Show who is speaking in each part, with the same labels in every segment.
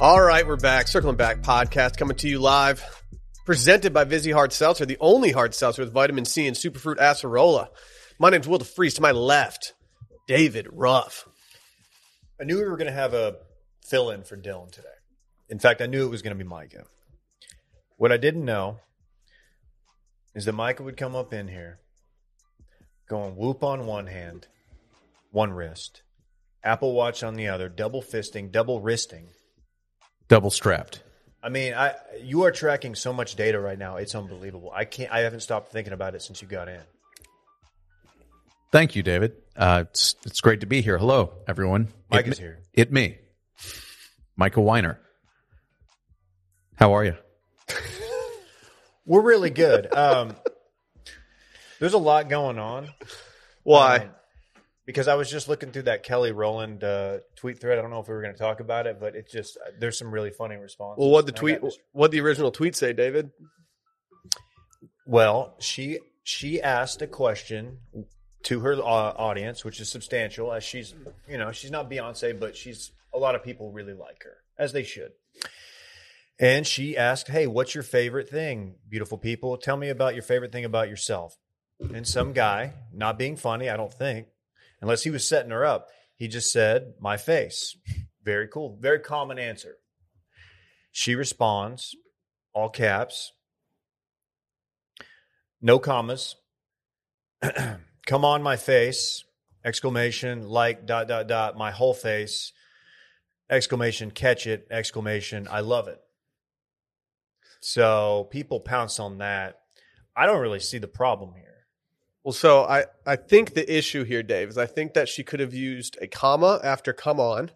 Speaker 1: All right, we're back. Circling Back podcast coming to you live, presented by Vizzy Hard Seltzer, the only hard seltzer with vitamin C and superfruit acerola. My name's Will DeFreeze. To my left, David Ruff.
Speaker 2: I knew we were going to have a fill in for Dylan today. In fact, I knew it was going to be Micah. What I didn't know is that Micah would come up in here going whoop on one hand, one wrist, Apple Watch on the other, double fisting, double wristing.
Speaker 3: double strapped.
Speaker 2: I mean, I you are tracking so much data right now. It's unbelievable. I can't I haven't stopped thinking about it since you got in.
Speaker 3: Thank you, David. Uh, it's it's great to be here. Hello, everyone.
Speaker 2: Mike
Speaker 3: it,
Speaker 2: is
Speaker 3: me-
Speaker 2: here.
Speaker 3: It me, Michael Weiner. How are you?
Speaker 2: We're really good. Um, there's a lot going on.
Speaker 1: Why?
Speaker 2: Um, because I was just looking through that Kelly Rowland uh, tweet thread. I don't know if we were going to talk about it, but it just uh, there's some really funny responses.
Speaker 1: well, what the
Speaker 2: And I
Speaker 1: tweet?
Speaker 2: got this-
Speaker 1: What the original tweet say, David?
Speaker 2: Well, she she asked a question to her uh, audience, which is substantial, as she's you know she's not Beyonce, but she's a lot of people really like her, as they should. And she asked, "Hey, what's your favorite thing, beautiful people? Tell me about your favorite thing about yourself." And some guy, not being funny, I don't think, unless he was setting her up, he just said, "My face." Very cool, very common answer. She responds, all caps, no commas. Come on, my face! Exclamation like dot dot dot my whole face! Exclamation catch it! Exclamation I love it. So people pounce on that. I don't really see the problem here.
Speaker 1: Well, so I, I think the issue here, Dave, is I think that she could have used a comma after come on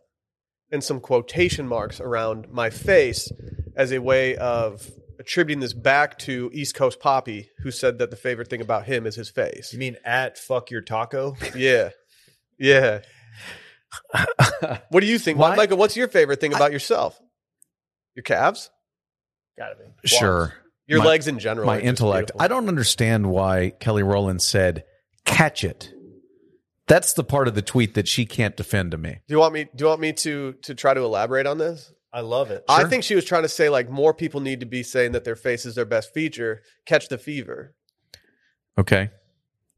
Speaker 1: and some quotation marks around my face as a way of attributing this back to East Coast Poppy, who said that the favorite thing about him is his face.
Speaker 2: You mean at fuck your taco?
Speaker 1: Yeah. Yeah. What do you think?
Speaker 3: Why-
Speaker 1: Michael, what's your favorite thing about yourself? Your calves?
Speaker 2: Gotta be
Speaker 3: Sure.
Speaker 1: Your
Speaker 3: My-
Speaker 1: legs in general. are
Speaker 3: My
Speaker 1: just
Speaker 3: intellect.
Speaker 1: beautiful.
Speaker 3: I don't understand why Kelly Rowland said catch it. That's the part of the tweet that she can't defend to me.
Speaker 1: do you want me do you want me to to try to elaborate on this?
Speaker 2: I love it.
Speaker 1: I think she was trying to say like more people need to be saying that their face is their best feature. Catch the fever.
Speaker 3: Okay.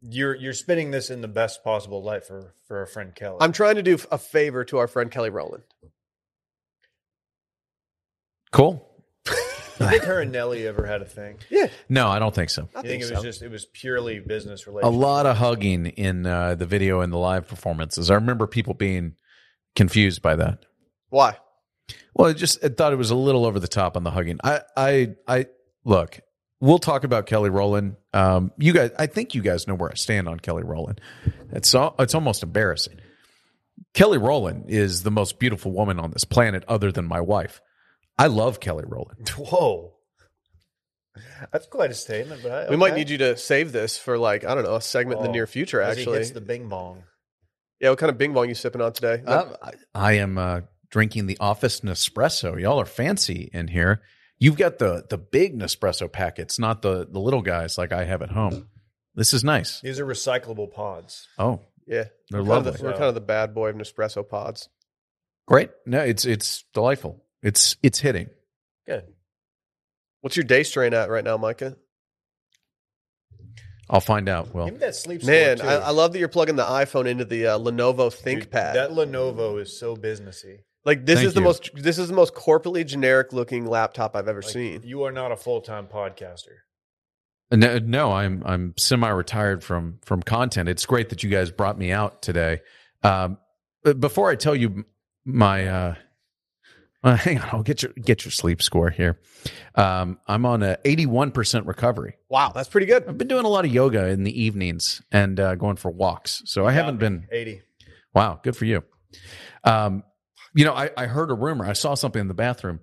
Speaker 2: You're you're spinning this in the best possible light for for our friend Kelly.
Speaker 1: I'm trying to do a favor to our friend Kelly Rowland.
Speaker 3: Cool.
Speaker 2: you think her and Nelly ever had a thing?
Speaker 1: Yeah,
Speaker 3: No, I don't think so.
Speaker 1: I
Speaker 2: You think,
Speaker 1: think,
Speaker 2: it was
Speaker 1: so.
Speaker 2: just it was purely business
Speaker 3: a
Speaker 2: related?
Speaker 3: lot of hugging in uh, the video and the live performances. I remember people being confused by that.
Speaker 1: Why?
Speaker 3: Well, I just I thought it was a little over the top on the hugging. I, I, I look. We'll talk about Kelly Rowland. Um, you guys, I think you guys know where I stand on Kelly Rowland. It's al- it's almost embarrassing. Kelly Rowland is the most beautiful woman on this planet, other than my wife. I love Kelly Rowland.
Speaker 2: Whoa. That's quite a statement, but I,
Speaker 1: We might need you to save this for like I don't know a segment in the
Speaker 2: Oh,
Speaker 1: near future. Actually,
Speaker 2: hits the Oh, bing bong.
Speaker 1: yeah. What kind of bing bong you sipping on today?
Speaker 3: Uh, I, I am uh, drinking the office Nespresso. Y'all are fancy in here. You've got the the big Nespresso packets, not the the little guys like I have at home. This is nice.
Speaker 2: These are recyclable pods.
Speaker 3: Oh,
Speaker 1: yeah, We're kind
Speaker 3: they're
Speaker 1: of
Speaker 3: lovely.
Speaker 1: the- we're kind of the bad boy of Nespresso pods.
Speaker 3: Great. No, it's it's delightful. It's it's hitting.
Speaker 2: Good.
Speaker 1: What's your day strain at right now, Micah?
Speaker 3: I'll find out. Well,
Speaker 2: Give me that sleep
Speaker 1: Man,
Speaker 2: score,
Speaker 1: I,
Speaker 2: too.
Speaker 1: I love that you're plugging the iPhone into the uh, Lenovo
Speaker 2: Dude,
Speaker 1: ThinkPad.
Speaker 2: That Lenovo is so businessy.
Speaker 1: like this
Speaker 3: Thank
Speaker 1: is the
Speaker 3: you.
Speaker 1: most this is the most corporately generic looking laptop I've ever
Speaker 2: Like,
Speaker 1: seen.
Speaker 2: You are not a full time podcaster.
Speaker 3: no, no, I'm I'm semi-retired from from content. It's great that you guys brought me out today. Um, but before I tell you my, uh, well, hang on, I'll get your get your sleep score here. Um, I'm on a 81% recovery.
Speaker 1: Wow, that's pretty good.
Speaker 3: I've been doing a lot of yoga in the evenings and uh, going for walks. So I haven't been
Speaker 2: 80.
Speaker 3: Wow, good for you. Um, you know, I, I heard a rumor. I saw something in the bathroom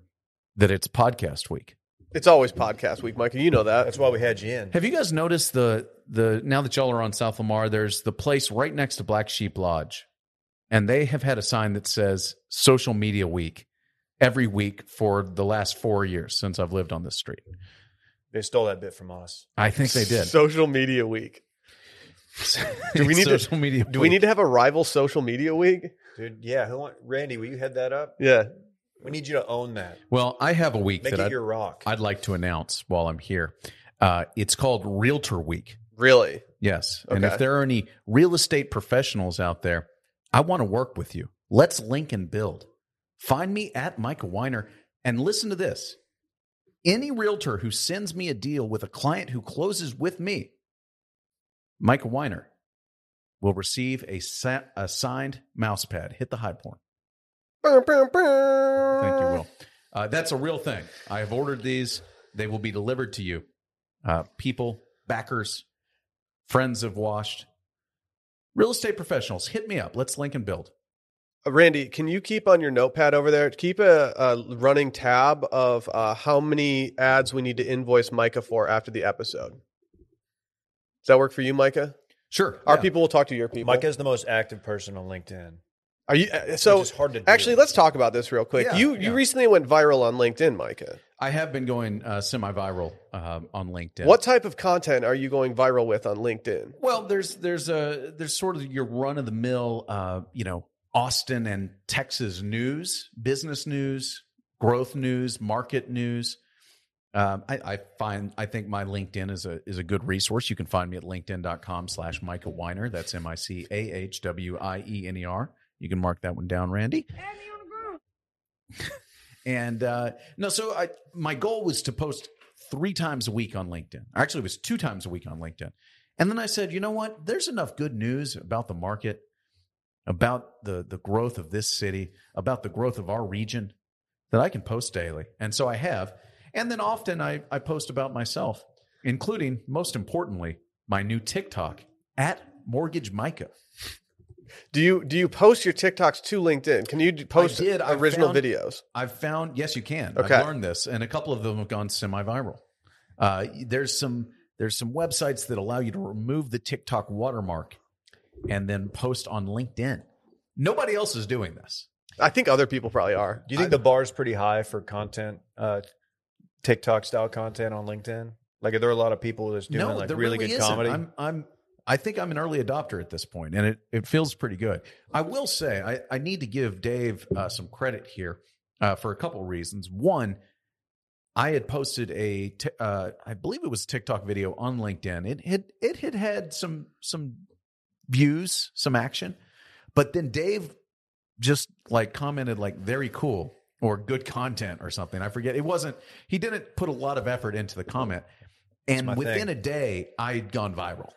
Speaker 3: that it's podcast week.
Speaker 1: It's always podcast week, Michael. You know that.
Speaker 2: That's why we had you in.
Speaker 3: Have you guys noticed the the now that y'all are on South Lamar, there's the place right next to Black Sheep Lodge, and they have had a sign that says "Social Media Week" every week for the last four years since I've lived on this street.
Speaker 2: They stole that bit from us.
Speaker 3: I think they did.
Speaker 1: Social media week. do we need to-
Speaker 3: social media?
Speaker 1: Do we need to have a rival social media week?
Speaker 2: Dude, yeah. Who want, Randy, will you head that up?
Speaker 1: Yeah.
Speaker 2: We need you to own that.
Speaker 3: Well, I have a week
Speaker 2: Make
Speaker 3: that
Speaker 2: it
Speaker 3: I'd,
Speaker 2: your rock.
Speaker 3: I'd like to announce while I'm here. Uh, it's called Realtor Week.
Speaker 1: Really?
Speaker 3: Yes. And if
Speaker 1: Okay.
Speaker 3: there are any real estate professionals out there, I want to work with you. Let's link and build. Find me at Michael Weiner and listen to this. Any realtor who sends me a deal with a client who closes with me, Michael Weiner, will receive a, sa- a signed mouse pad. Hit the high point.
Speaker 1: Thank you,
Speaker 3: Thank you,
Speaker 1: Will.
Speaker 3: Will. Uh, that's a real thing. I have ordered these. They will be delivered to you. Uh, people, backers, friends have washed. Real estate professionals, hit me up. Let's link and build.
Speaker 1: Uh, Randy, can you keep on your notepad over there? Keep a, a running tab of uh, how many ads we need to invoice Micah for after the episode. Does that work for you, Micah?
Speaker 3: Sure.
Speaker 1: Our
Speaker 3: Yeah.
Speaker 1: people will talk to your people.
Speaker 2: Mike is the most active person on LinkedIn.
Speaker 1: are you uh, so?
Speaker 2: which is hard to do.
Speaker 1: Actually, let's talk about this real quick.
Speaker 3: Yeah,
Speaker 1: you
Speaker 3: yeah.
Speaker 1: you recently went viral on LinkedIn, Micah.
Speaker 3: I have been going uh, semi viral um, on LinkedIn.
Speaker 1: What type of content are you going viral with on LinkedIn?
Speaker 3: Well, there's there's a there's sort of your run of the mill, uh, you know, Austin and Texas news, business news, growth news, market news. Um, I, I find I think my LinkedIn is a is a good resource. You can find me at linkedin.com slash Michael Weiner. That's M I C A H W I E N E R. You can mark that one down, Randy. And uh, no, so I, my goal was to post three times a week on LinkedIn. Actually, it was two times a week on LinkedIn. And then I said, you know what? There's enough good news about the market, about the the growth of this city, about the growth of our region that I can post daily. And so I have. And then often I, I post about myself, including, most importantly, my new TikTok at Mortgage Micah.
Speaker 1: Do you do you post your TikToks to LinkedIn? Can you d- post
Speaker 3: did. I
Speaker 1: original
Speaker 3: found-
Speaker 1: videos?
Speaker 3: I've found yes, you can.
Speaker 1: Okay.
Speaker 3: I've learned this, and a couple of them have gone semi-viral. Uh, there's some there's some websites that allow you to remove the TikTok watermark and then post on LinkedIn. Nobody else is doing this.
Speaker 1: I think other people probably are.
Speaker 2: Do you think the bar's pretty high for content, uh, TikTok style content on LinkedIn? Like, are there a lot of people that's doing
Speaker 3: no,
Speaker 2: like
Speaker 3: there
Speaker 2: really, good
Speaker 3: isn't.
Speaker 2: comedy?
Speaker 3: I'm, I'm, I think I'm an early adopter at this point, and it, it feels pretty good. I will say, I, I need to give Dave uh, some credit here uh, for a couple reasons. One, I had posted a, t- uh, I believe it was a TikTok video on LinkedIn. It had, it had had some, some views, some action, but then Dave just like commented like very cool or good content or something. I forget. It wasn't. He didn't put a lot of effort into the comment,
Speaker 2: my
Speaker 3: and within
Speaker 2: thing.
Speaker 3: a day, I'd gone viral.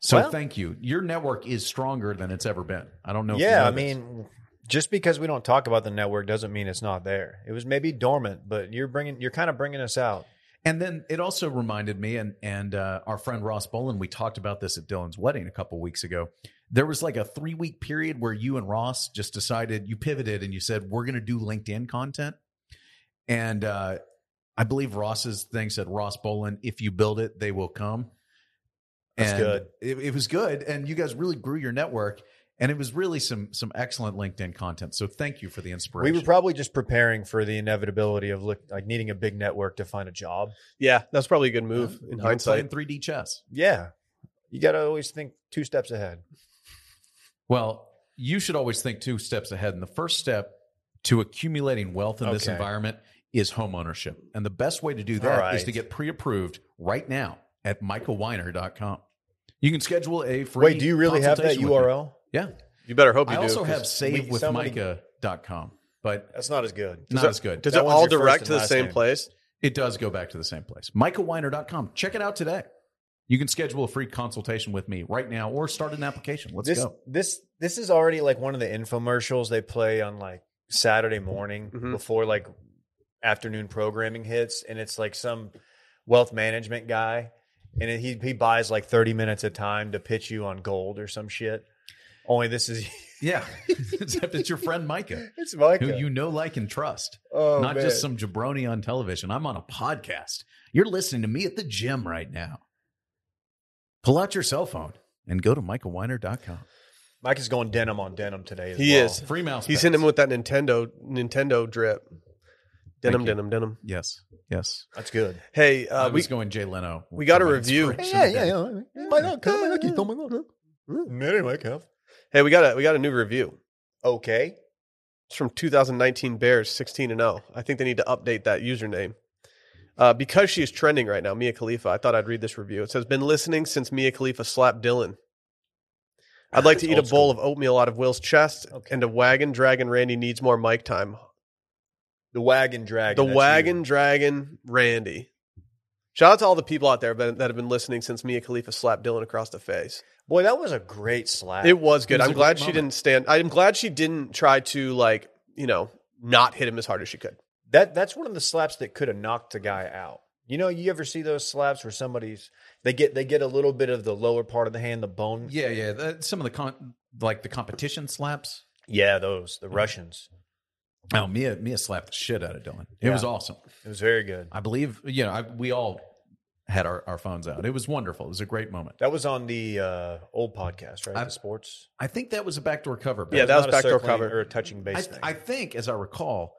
Speaker 3: So
Speaker 2: Well-
Speaker 3: thank you. Your network is stronger than it's ever been. I don't know. if you
Speaker 2: yeah,
Speaker 3: know
Speaker 2: I
Speaker 3: this.
Speaker 2: mean, just because we don't talk about the network doesn't mean it's not there. It was maybe dormant, but you're bringing, you're kind of bringing us out.
Speaker 3: And then it also reminded me, and and uh, our friend Ross Bolin, we talked about this at Dylan's wedding a couple weeks ago. There was like a three week period where you and Ross just decided you pivoted and you said we're going to do LinkedIn content. And uh, I believe Ross's thing said Ross Bolin, if you build it, they will come.
Speaker 2: That's
Speaker 3: and
Speaker 2: good.
Speaker 3: It, it was good, and you guys really grew your network, and it was really some some excellent LinkedIn content. So thank you for the
Speaker 2: We
Speaker 3: inspiration.
Speaker 2: were probably just preparing for the inevitability of look, like needing a big network to find a job.
Speaker 1: Yeah, that's probably a good move
Speaker 3: You
Speaker 1: in
Speaker 3: were
Speaker 1: hindsight.
Speaker 3: playing 3D chess.
Speaker 2: Yeah. You got to always think two steps ahead.
Speaker 3: Well, you should always think two steps ahead. And the first step to accumulating wealth in this
Speaker 2: Okay.
Speaker 3: environment is home ownership. And the best way to do
Speaker 2: All
Speaker 3: that is
Speaker 2: right.
Speaker 3: to get pre approved right now at michaelweiner.com. You can schedule a free.
Speaker 2: Wait, do you really have that
Speaker 3: consultation with me.
Speaker 2: URL?
Speaker 3: Yeah.
Speaker 1: You better hope you
Speaker 3: I
Speaker 1: do.
Speaker 3: also
Speaker 1: 'cause-
Speaker 3: have
Speaker 2: somebody-
Speaker 3: savewithmicah.com, but
Speaker 2: That's not as good.
Speaker 3: not
Speaker 1: that-
Speaker 3: as good.
Speaker 1: Does
Speaker 2: That
Speaker 1: it
Speaker 2: one's
Speaker 1: all
Speaker 2: your first
Speaker 1: direct
Speaker 2: and
Speaker 1: to the
Speaker 2: last
Speaker 1: same
Speaker 2: name.
Speaker 1: place?
Speaker 3: It does go back to the same place. michaelweiner.com. Check it out today. You can schedule a free consultation with me right now or start an application. Let's
Speaker 2: this,
Speaker 3: go.
Speaker 2: This this is already like one of the infomercials they play on like Saturday
Speaker 3: Mm-hmm.
Speaker 2: morning
Speaker 1: Mhm.
Speaker 2: before like afternoon programming hits, and it's like some wealth management guy, and he he buys like thirty minutes of time to pitch you on gold or some shit. Only this is
Speaker 3: Yeah. Except it's your friend Micah.
Speaker 2: it's Micah.
Speaker 3: who you know, like, and trust.
Speaker 2: oh,
Speaker 3: Not
Speaker 2: man.
Speaker 3: just some jabroni on television. I'm on a podcast. You're listening to me at the gym right now. Pull out your cell phone and go to michaelweiner.com.
Speaker 2: Micah's going denim on denim today. As
Speaker 1: He
Speaker 2: well.
Speaker 1: is.
Speaker 3: Free mouse.
Speaker 1: He's
Speaker 3: pads.
Speaker 1: hitting him with that Nintendo Nintendo drip. Denim,
Speaker 3: you.
Speaker 1: denim, denim.
Speaker 3: Yes. Yes.
Speaker 2: That's good.
Speaker 1: Hey,
Speaker 3: I
Speaker 1: uh, we
Speaker 3: was going Jay Leno.
Speaker 1: we got a
Speaker 3: for my
Speaker 1: review.
Speaker 3: inspiration today.
Speaker 2: Anyway, Kev.
Speaker 3: Mm.
Speaker 1: hey we got a we got a new review.
Speaker 2: Okay.
Speaker 1: It's from 2019 Bears 16 and 0. I think they need to update that username. Uh, because she is trending right now, Mia Khalifa. I thought I'd read this review. It says, "Been listening since Mia Khalifa slapped Dylan. I'd like to
Speaker 2: That's
Speaker 1: eat a
Speaker 2: old
Speaker 1: bowl of oatmeal out of Will's chest,
Speaker 2: Okay.
Speaker 1: and a wagon dragon. Randy needs more mic time.
Speaker 2: The wagon dragon.
Speaker 1: The
Speaker 2: that's
Speaker 1: wagon
Speaker 2: you.
Speaker 1: dragon Randy. Shout out to all the people out there that that have been listening since Mia Khalifa slapped Dylan across the face.
Speaker 2: Boy, that was a great slap.
Speaker 1: It was good.
Speaker 3: It was
Speaker 1: I'm
Speaker 3: a
Speaker 1: glad
Speaker 3: great
Speaker 1: she
Speaker 3: moment.
Speaker 1: didn't stand. I'm glad she didn't try to like you know not hit him as hard as she could.
Speaker 2: that that's one of the slaps that could have knocked a guy out. You know, you ever see those slaps where somebody's they get they get a little bit of the lower part of the hand, the bone.
Speaker 3: Yeah, yeah. That, some of the con- like the competition slaps.
Speaker 2: Yeah, those the Russians.
Speaker 3: Oh, Mia, Mia slapped the shit out of Dylan. It
Speaker 2: Yeah.
Speaker 3: was awesome.
Speaker 2: It was very good.
Speaker 3: I believe you know I, we all had our, our phones out. It was wonderful. It was a great moment.
Speaker 2: That was on the uh, old podcast, right?
Speaker 3: I-
Speaker 2: the sports.
Speaker 3: I think that was a backdoor cover. but
Speaker 1: Yeah, that was
Speaker 2: not a
Speaker 1: backdoor
Speaker 2: circling
Speaker 1: cover.
Speaker 2: or a touching base
Speaker 3: I,
Speaker 2: thing.
Speaker 3: I think, as I recall,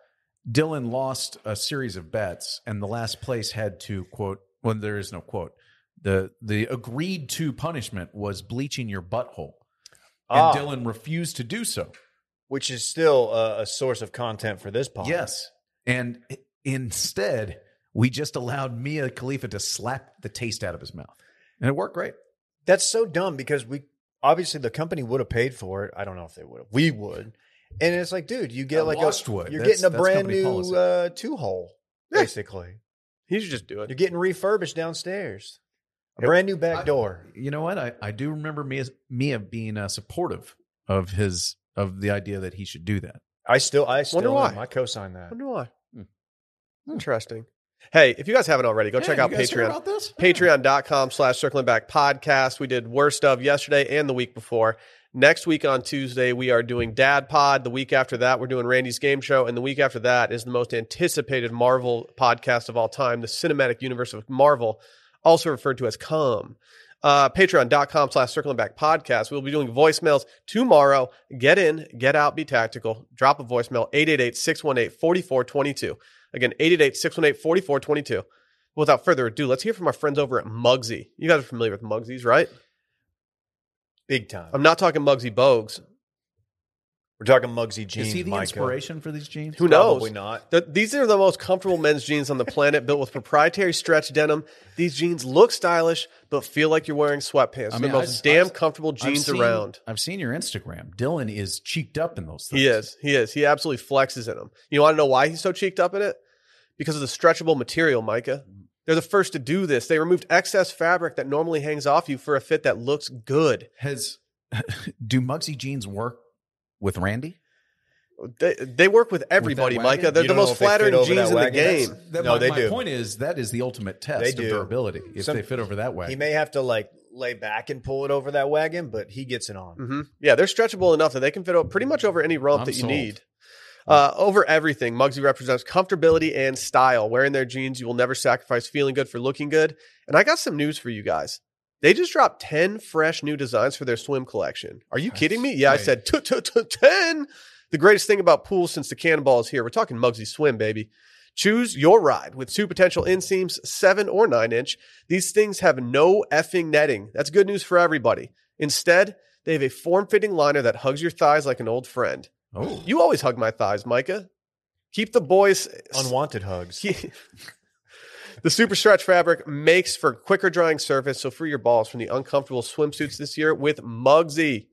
Speaker 3: Dylan lost a series of bets, and the last place had to quote. Well, there is no quote. The the agreed to punishment was bleaching your butthole, and
Speaker 2: Ah,
Speaker 3: Dylan refused to do so.
Speaker 2: which is still a, a source of content for this podcast.
Speaker 3: Yes, and i- instead we just allowed Mia Khalifa to slap the taste out of his mouth, and it worked great.
Speaker 2: That's so dumb because we obviously the company would have paid for it. I don't know if they would have. We would. And it's like, dude, you get
Speaker 3: Uh,
Speaker 2: like
Speaker 3: Lost
Speaker 2: a
Speaker 3: would.
Speaker 2: you're
Speaker 3: That's-
Speaker 2: getting a
Speaker 3: that's
Speaker 2: brand
Speaker 3: company policy.
Speaker 2: new uh, two hole,
Speaker 1: Yeah.
Speaker 2: basically.
Speaker 1: He should just do it.
Speaker 2: You're getting refurbished downstairs. A
Speaker 1: Yep.
Speaker 2: brand new back
Speaker 3: I-
Speaker 2: door.
Speaker 3: You know what? I, I do remember Mia Mia being uh, supportive of his of the idea that he should do that.
Speaker 2: I still I still
Speaker 1: why.
Speaker 2: am. I co sign that.
Speaker 1: wonder why.
Speaker 3: Hmm.
Speaker 1: Interesting. Hey, if you guys haven't already, go
Speaker 3: Yeah,
Speaker 1: check out
Speaker 3: you guys hear
Speaker 1: Patreon.
Speaker 3: about this?
Speaker 1: Patreon.com slash circling back podcast. We did worst of yesterday and the week before. Next week on Tuesday, we are doing Dad Pod. The week after that, we're doing Randy's game show. And the week after that is the most anticipated Marvel podcast of all time, the cinematic universe of Marvel, also referred to as COM. Uh, Patreon.com slash circling back podcast. We'll be doing voicemails tomorrow. Get in, get out, be tactical. Drop a voicemail 888 618 4422. Again, 888 618 4422 without further ado, let's hear from our friends over at Muggsy. You guys are familiar with Muggsy's, right?
Speaker 2: Big time.
Speaker 1: I'm not talking Muggsy Bogues.
Speaker 2: We're talking Muggsy jeans.
Speaker 3: Is he the
Speaker 2: Micah.
Speaker 3: inspiration for these jeans?
Speaker 1: Who
Speaker 2: Probably
Speaker 1: knows?
Speaker 2: not.
Speaker 1: Th- these are the most comfortable men's jeans on the planet, built with proprietary stretch denim. These jeans look stylish, but feel like you're wearing sweatpants.
Speaker 3: I mean,
Speaker 1: the most
Speaker 3: I've-
Speaker 1: damn
Speaker 3: I've-
Speaker 1: comfortable
Speaker 3: I've
Speaker 1: jeans
Speaker 3: seen-
Speaker 1: around.
Speaker 3: I've seen your Instagram. Dylan is cheeked up in those things.
Speaker 1: He is. He is. He absolutely flexes in them. You want to know why he's so cheeked up in it? Because of the stretchable material, Micah. They're the first to do this. They removed excess fabric that normally hangs off you for a fit that looks good.
Speaker 3: Has do Muggsy jeans work with Randy?
Speaker 1: They, they work with everybody,
Speaker 3: wagon?
Speaker 1: Micah. They're
Speaker 2: You
Speaker 1: the
Speaker 2: don't know
Speaker 1: most
Speaker 2: if they fit
Speaker 1: flattering
Speaker 2: over
Speaker 1: jeans
Speaker 2: that
Speaker 1: in the
Speaker 2: wagon. That's-
Speaker 1: game.
Speaker 3: That,
Speaker 2: No,
Speaker 3: my,
Speaker 2: they
Speaker 3: my
Speaker 2: do.
Speaker 3: point is that is the ultimate test
Speaker 2: They
Speaker 3: of
Speaker 2: do.
Speaker 3: durability. If
Speaker 2: Some-
Speaker 3: they fit over that way,
Speaker 2: He may have to like lay back and pull it over that wagon, but he gets it
Speaker 3: Mm.
Speaker 2: on.
Speaker 1: hmm Yeah, they're stretchable enough that they can fit o- pretty much over any rump
Speaker 3: I'm
Speaker 1: that you
Speaker 3: sold.
Speaker 1: need. Uh, over everything, Muggsy represents comfortability and style. Wearing their jeans, you will never sacrifice feeling good for looking good. And I got some news for you guys. They just dropped 10 fresh new designs for their swim collection. Are you
Speaker 3: Nice.
Speaker 1: kidding me? Yeah, I
Speaker 3: Nice.
Speaker 1: said "Tut, tut, tut, 10. The greatest thing about pools since the cannonball is here. We're talking Muggsy Swim, baby. Choose your ride with two potential inseams, seven or nine inch. These things have no effing netting. That's good news for everybody. Instead, they have a form fitting liner that hugs your thighs like an old friend.
Speaker 3: Oh,
Speaker 1: You always hug my thighs, Micah. Keep the boys.
Speaker 2: Unwanted hugs.
Speaker 1: the super stretch fabric makes for quicker drying surface, so free your balls from the uncomfortable swimsuits this year with Mugsy.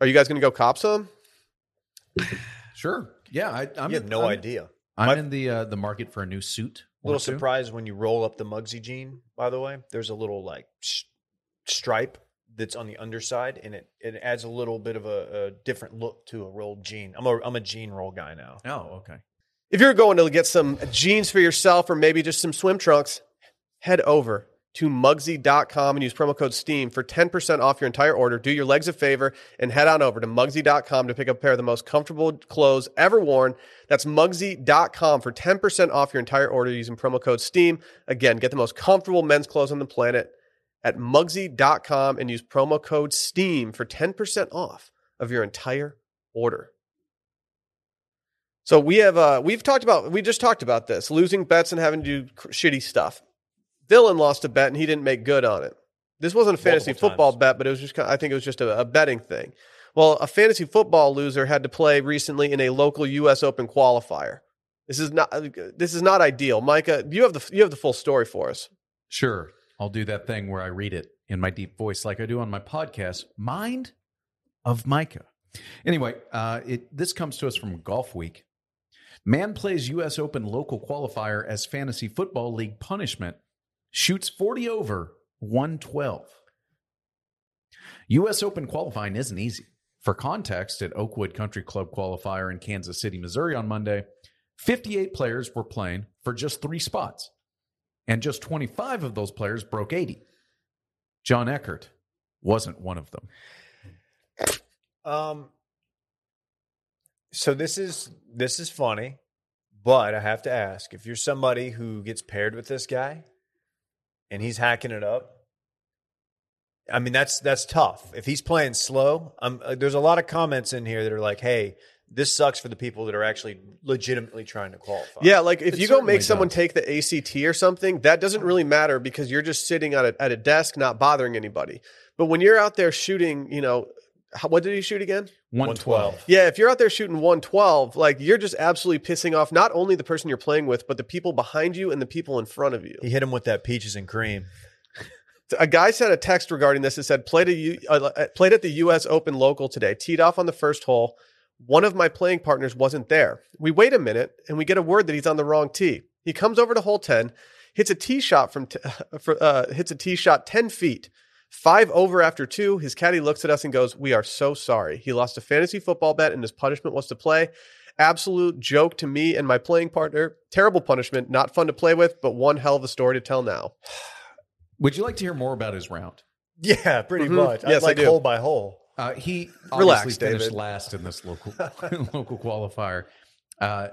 Speaker 1: Are you guys going to go cop some?
Speaker 3: sure. Yeah, I, I'm
Speaker 2: you have no
Speaker 3: I'm-
Speaker 2: idea.
Speaker 3: I'm
Speaker 2: My-
Speaker 3: in the uh, the market for a new suit.
Speaker 2: little
Speaker 3: Or two.
Speaker 2: surprise when you roll up the Mugsy jean. By the way, there's a little like sh- stripe that's on the underside, and it it adds a little bit of a, a different look to a rolled jean. I'm a I'm a jean roll guy now.
Speaker 3: Oh, okay.
Speaker 1: If you're going to get some jeans for yourself or maybe just some swim trunks, head over to mugsy.com and use promo code STEAM for 10% off your entire order. Do your legs a favor and head on over to mugsy.com to pick up a pair of the most comfortable clothes ever worn. That's mugsy.com for 10% off your entire order using promo code STEAM. Again, get the most comfortable men's clothes on the planet at mugsy.com and use promo code STEAM for 10% off of your entire order. So we have uh we've talked about we just talked about this losing bets and having to do cr- shitty stuff. Dylan lost a bet and he didn't make good on it. This wasn't a fantasy
Speaker 2: Multiple
Speaker 1: football
Speaker 2: times.
Speaker 1: bet, but it was just kind I think it was just a, a betting thing. Well, a fantasy football loser had to play recently in a local U.S. Open qualifier. This is not uh, this is not ideal, Micah. You have the you have the full story for us.
Speaker 3: Sure. I'll do that thing where I read it in my deep voice, like I do on my podcast, Mind of Micah. Anyway, uh, it, this comes to us from Golf Week. Man plays U.S. Open local qualifier as fantasy football league punishment, shoots 40 over 112. U.S. Open qualifying isn't easy. For context, at Oakwood Country Club qualifier in Kansas City, Missouri on Monday, 58 players were playing for just three spots and just 25 of those players broke 80. John Eckert wasn't one of them.
Speaker 2: Um. So this is this is funny, but I have to ask if you're somebody who gets paired with this guy, and he's hacking it up. I mean that's that's tough. If he's playing slow, um, uh, there's a lot of comments in here that are like, "Hey, this sucks for the people that are actually legitimately trying to qualify."
Speaker 1: Yeah, like if
Speaker 3: It
Speaker 1: you go
Speaker 3: certainly
Speaker 1: make someone
Speaker 3: does.
Speaker 1: take the ACT or something, that doesn't really matter because you're just sitting at a, at a desk, not bothering anybody. But when you're out there shooting, you know, how, what did he shoot again?
Speaker 3: 112.
Speaker 1: Yeah, if you're out there shooting 112, like you're just absolutely pissing off not only the person you're playing with, but the people behind you and the people in front of you.
Speaker 2: he hit him with that peaches and cream.
Speaker 1: A guy sent a text regarding this and said, played, a U, uh, played at the U.S. Open local today, teed off on the first hole. One of my playing partners wasn't there. We wait a minute and we get a word that he's on the wrong tee. He comes over to hole 10, hits a tee shot from, t- for, uh, hits a tee shot 10 feet. Five over after two, his caddy looks at us and goes, We are so sorry. He lost a fantasy football bet and his punishment was to play. Absolute joke to me and my playing partner. Terrible punishment, not fun to play with, but one hell of a story to tell now.
Speaker 3: Would you like to hear more about his round?
Speaker 2: Yeah, pretty
Speaker 1: Mhm.
Speaker 2: much.
Speaker 1: Yes, I
Speaker 2: like
Speaker 1: do.
Speaker 2: hole by hole.
Speaker 3: Uh, he
Speaker 1: Relax,
Speaker 3: obviously finished
Speaker 1: David.
Speaker 3: last in this local local qualifier. Uh,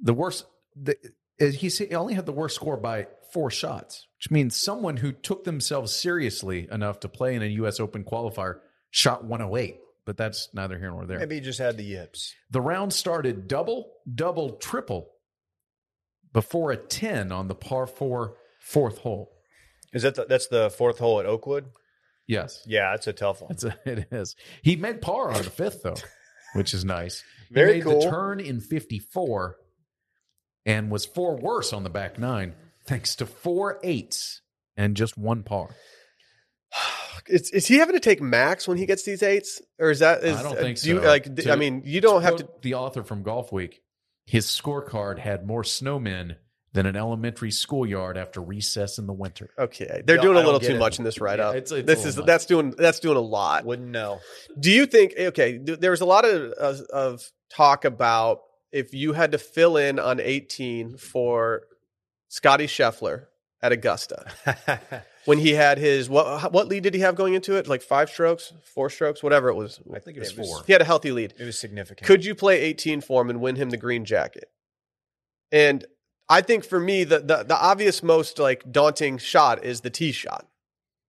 Speaker 3: the worst, the, uh, he s- he only had the worst score by four shots, which means someone who took themselves seriously enough to play in a U.S. Open qualifier shot 108. But that's neither here nor there.
Speaker 2: Maybe he just had the yips.
Speaker 3: The round started double, double, triple before a 10 on the par four fourth hole.
Speaker 2: Is that the, that's the fourth hole at Oakwood?
Speaker 3: Yes.
Speaker 2: Yeah, that's a tough one.
Speaker 3: That's a, it is. He made par on the fifth, though, which is nice.
Speaker 2: Very
Speaker 3: he made
Speaker 2: cool.
Speaker 3: the turn in 54 and was four worse on the back nine, thanks to four eights and just one par.
Speaker 1: Is, is he having to take max when he gets these eights, or is that? Is, uh,
Speaker 3: I don't think
Speaker 1: do you,
Speaker 3: so.
Speaker 1: Like, d-
Speaker 3: To-
Speaker 1: I mean, you don't have to.
Speaker 3: Quote The author from Golf Week, his scorecard had more snowmen than an elementary schoolyard after recess in the winter.
Speaker 1: Okay, they're
Speaker 2: No,
Speaker 1: doing
Speaker 2: I
Speaker 1: a
Speaker 2: don't
Speaker 1: little
Speaker 2: get
Speaker 1: too
Speaker 2: it.
Speaker 1: much in this write-up.
Speaker 3: Yeah, it's- it's a
Speaker 1: this
Speaker 3: little
Speaker 1: is
Speaker 3: much.
Speaker 1: that's doing that's doing a lot.
Speaker 2: Wouldn't know.
Speaker 1: Do you think? eh, Okay, th- there was a lot of of, of talk about if you had to fill in on eighteen for Scotty Scheffler at Augusta
Speaker 2: I
Speaker 1: when he had his what what lead did he have going into it? Like five strokes, four strstrokes, whatever it was.
Speaker 2: think
Speaker 3: it was four.
Speaker 1: He had a healthy lead.
Speaker 2: It was significant.
Speaker 1: could you play 18 for him and win him the green jacket? And I think for me, the, the, the obvious most like daunting shot is the tee shot.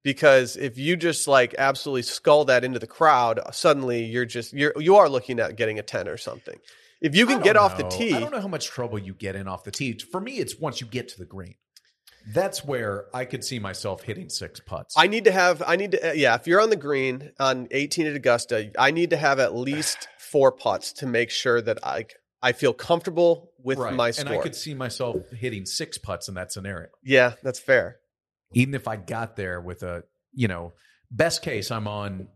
Speaker 1: Because if you just like absolutely scull that into the crowd, uh, suddenly you're just you're you are looking at getting a 10 or something. If you
Speaker 3: I
Speaker 1: can
Speaker 3: don't
Speaker 1: get off the
Speaker 3: know.
Speaker 1: tee,
Speaker 3: I don't know how much trouble you get in off the tee. For me, it's once you get to the green. That's where I could see myself hitting six putts.
Speaker 1: I need to have I need to uh, yeah, if you're on the green on 18 at Augusta, I need to have at least four putts to make sure that I I feel comfortable with my
Speaker 3: and
Speaker 1: score.
Speaker 3: I could see myself hitting six putts in that scenario.
Speaker 1: yeah, that's fair.
Speaker 3: Even if I got there with a, you know, best case, I'm on,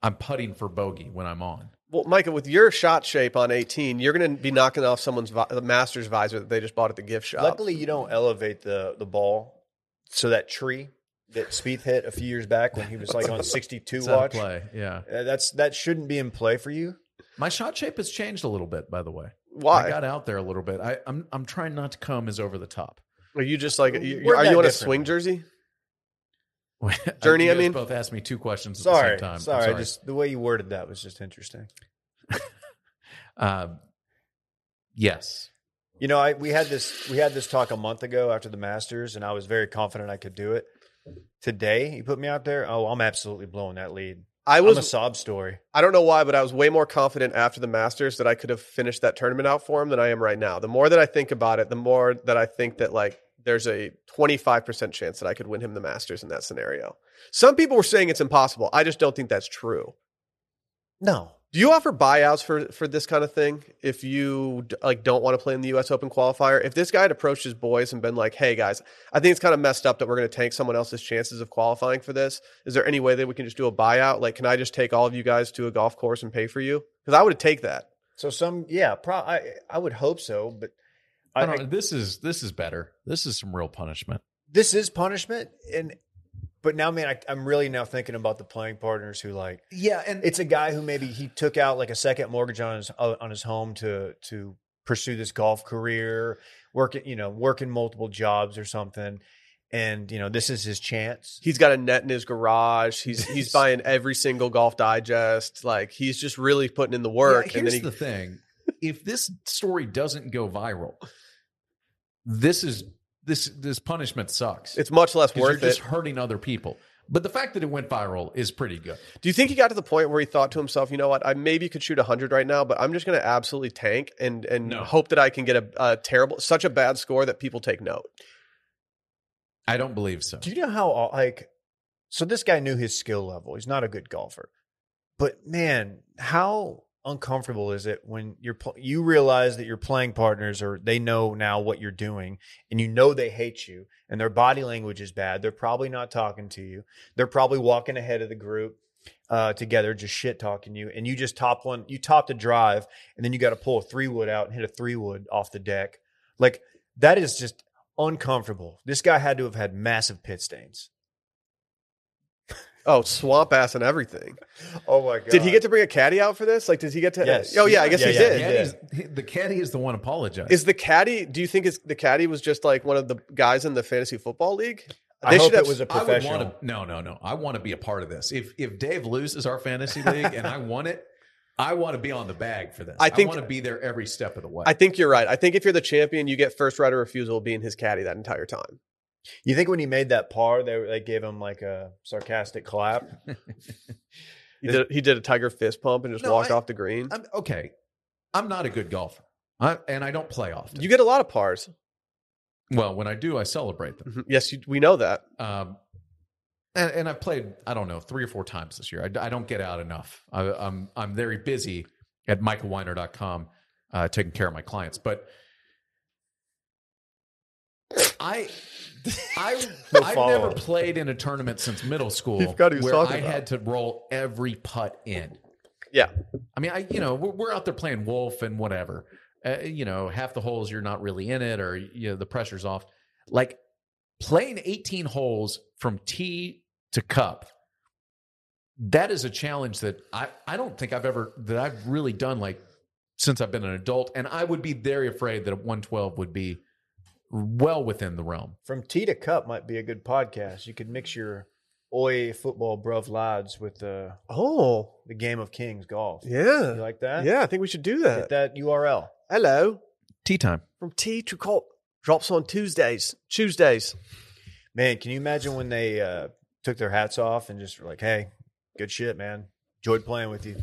Speaker 3: I'm putting for bogey when I'm on.
Speaker 1: Well, Micah, with your shot shape on 18, you're going to be knocking off someone's vi- the master's visor that they just bought at the gift shop.
Speaker 2: Luckily, you uh, don't elevate the the ball. So that tree that Spieth hit a few years back when he was like on 62
Speaker 3: It's out of
Speaker 2: watch. uh,
Speaker 3: play. Yeah.
Speaker 2: That's that shouldn't be in play for you.
Speaker 3: My shot shape has changed a little bit, by the way. I
Speaker 1: Why?
Speaker 3: got out there a little bit. I, I'm I'm trying not to come as over the top.
Speaker 1: Are you just like, you,
Speaker 2: We're
Speaker 1: are
Speaker 2: that
Speaker 1: you on a
Speaker 2: different.
Speaker 1: swing jersey?
Speaker 3: you
Speaker 1: Journey, I
Speaker 3: guys
Speaker 1: mean-
Speaker 3: both asked me two questions at
Speaker 2: Sorry,
Speaker 3: the same time. I'm
Speaker 2: sorry, Just the way you worded that was just interesting.
Speaker 3: Um, yes.
Speaker 2: You know, I we had this we had this talk a month ago after the Masters, and I was very confident I could do it. Today, you put me out there. Oh, I'm absolutely blowing that lead.
Speaker 1: I
Speaker 2: It was a
Speaker 1: was,
Speaker 2: sob story.
Speaker 1: I don't know why, but I was way more confident after the Masters that I could have finished that tournament out for him than I am right now. The more that I think about it, the more that I think that, like, there's a 25% chance that I could win him the Masters in that scenario. Some people were saying it's impossible. I just don't think that's true.
Speaker 2: No.
Speaker 1: Do you offer buyouts for for this kind of thing if you d- like don't want to play in the U.S. Open qualifier? If this guy had approached his boys and been like, "Hey guys, I think it's kind of messed up that we're going to tank someone else's chances of qualifying for this. Is there any way that we can just do a buyout? Like, can I just take all of you guys to a golf course and pay for you? Because I would take that.
Speaker 2: So some, yeah, pro- I I would hope so, but I,
Speaker 3: I don't know. This is this is better. This is some real punishment.
Speaker 2: this is punishment, and but now, man, I, I'm really now thinking about the playing partners who like
Speaker 3: Yeah, and
Speaker 2: it's a guy who maybe he took out like a second mortgage on his uh, on his home to to pursue this golf career, working you know working multiple jobs or something, and you know this is his chance.
Speaker 1: He's got a net in his garage. He's he's buying every single golf digest. Like, he's just really putting in the work.
Speaker 3: Yeah,
Speaker 1: and then
Speaker 3: here's
Speaker 1: he,
Speaker 3: the thing: if this story doesn't go viral, this is this this punishment sucks.
Speaker 1: it's much less
Speaker 3: 'Cause you're
Speaker 1: worth it.
Speaker 3: just hurting other people. But the fact that it went viral is pretty good.
Speaker 1: Do you think he got to the point where he thought to himself, you know what, I maybe could shoot 100 right now, but I'm just going to absolutely tank and and
Speaker 3: No.
Speaker 1: hope that I can get a, a terrible, such a bad score that people take note.
Speaker 3: I don't believe so.
Speaker 2: Do you know how all- like so this guy knew his skill level. He's not a good golfer. But man, how uncomfortable is it when you're pl- you realize that your playing partners or they know now what you're doing and you know they hate you and their body language is bad. They're probably not talking to you. They're probably walking ahead of the group uh, together, just shit talking you. And you just top one, you topped a drive, and then you got to pull a three wood out and hit a three wood off the deck. Like that is just uncomfortable. This guy had to have had massive pit stains.
Speaker 1: Oh, swamp ass and everything.
Speaker 2: Oh my god!
Speaker 1: Did he get to bring a caddy out for this? Like, did he get to?
Speaker 2: Yes.
Speaker 1: Oh, yeah, I guess
Speaker 2: Yeah,
Speaker 1: he
Speaker 2: yeah,
Speaker 1: did.
Speaker 2: yeah.
Speaker 3: Caddy's- he- the caddy is the one apologizing.
Speaker 1: Is the caddy, do you think is, the caddy was just like one of the guys in the fantasy football league?
Speaker 2: I hope it was a
Speaker 3: I would
Speaker 2: professional.
Speaker 3: want to. No, no, no. I want to be a part of this. If if Dave loses our fantasy league and I want it, I want to be on the bag for this.
Speaker 1: I think-
Speaker 3: I want to be there every step of the way.
Speaker 1: I think you're right. I think if you're the champion, you get first right of refusal being his caddy that entire time.
Speaker 2: you think when he made that par, they they gave him like a sarcastic clap?
Speaker 1: He did, he did a tiger fist pump and just
Speaker 3: No,
Speaker 1: walked
Speaker 3: I-
Speaker 1: off the green.
Speaker 3: I'm, okay, I'm not a good golfer, I, and I don't play often.
Speaker 1: you get a lot of pars.
Speaker 3: well, when I do, I celebrate them.
Speaker 1: Mhm. Yes, you, we know that.
Speaker 3: Um, and, and I've played, I don't know, three or four times this year. I, I don't get out enough. I, I'm I'm very busy at michaelweiner.com uh, taking care of my clients. But I I
Speaker 2: No
Speaker 3: I've
Speaker 2: follow-up.
Speaker 3: never played in a tournament since middle school
Speaker 1: He forgot he was
Speaker 3: where
Speaker 1: talking
Speaker 3: I
Speaker 1: about.
Speaker 3: had to roll every putt in.
Speaker 1: Yeah.
Speaker 3: I mean, I you know we're, we're out there playing wolf and whatever. Uh, you know, half the holes you're not really in it, or you know the pressure's off. Like playing 18 holes from tee to cup. That is a challenge that I I don't think I've ever that I've really done like since I've been an adult, and I would be very afraid that a 112 would be well within the realm.
Speaker 2: From tee to cup might be a good podcast. You could mix your oi football bruv lads with the
Speaker 1: Oh,
Speaker 2: the game of kings golf.
Speaker 1: yeah.
Speaker 2: You like that?
Speaker 1: Yeah, I think we should do that.
Speaker 2: Get that URL.
Speaker 1: Hello.
Speaker 3: Tea time.
Speaker 1: From T to Cop. Drops on Tuesdays. Tuesdays.
Speaker 2: Man, can you imagine when they uh, took their hats off and just were like, "Hey, good shit, man. Enjoyed playing with you."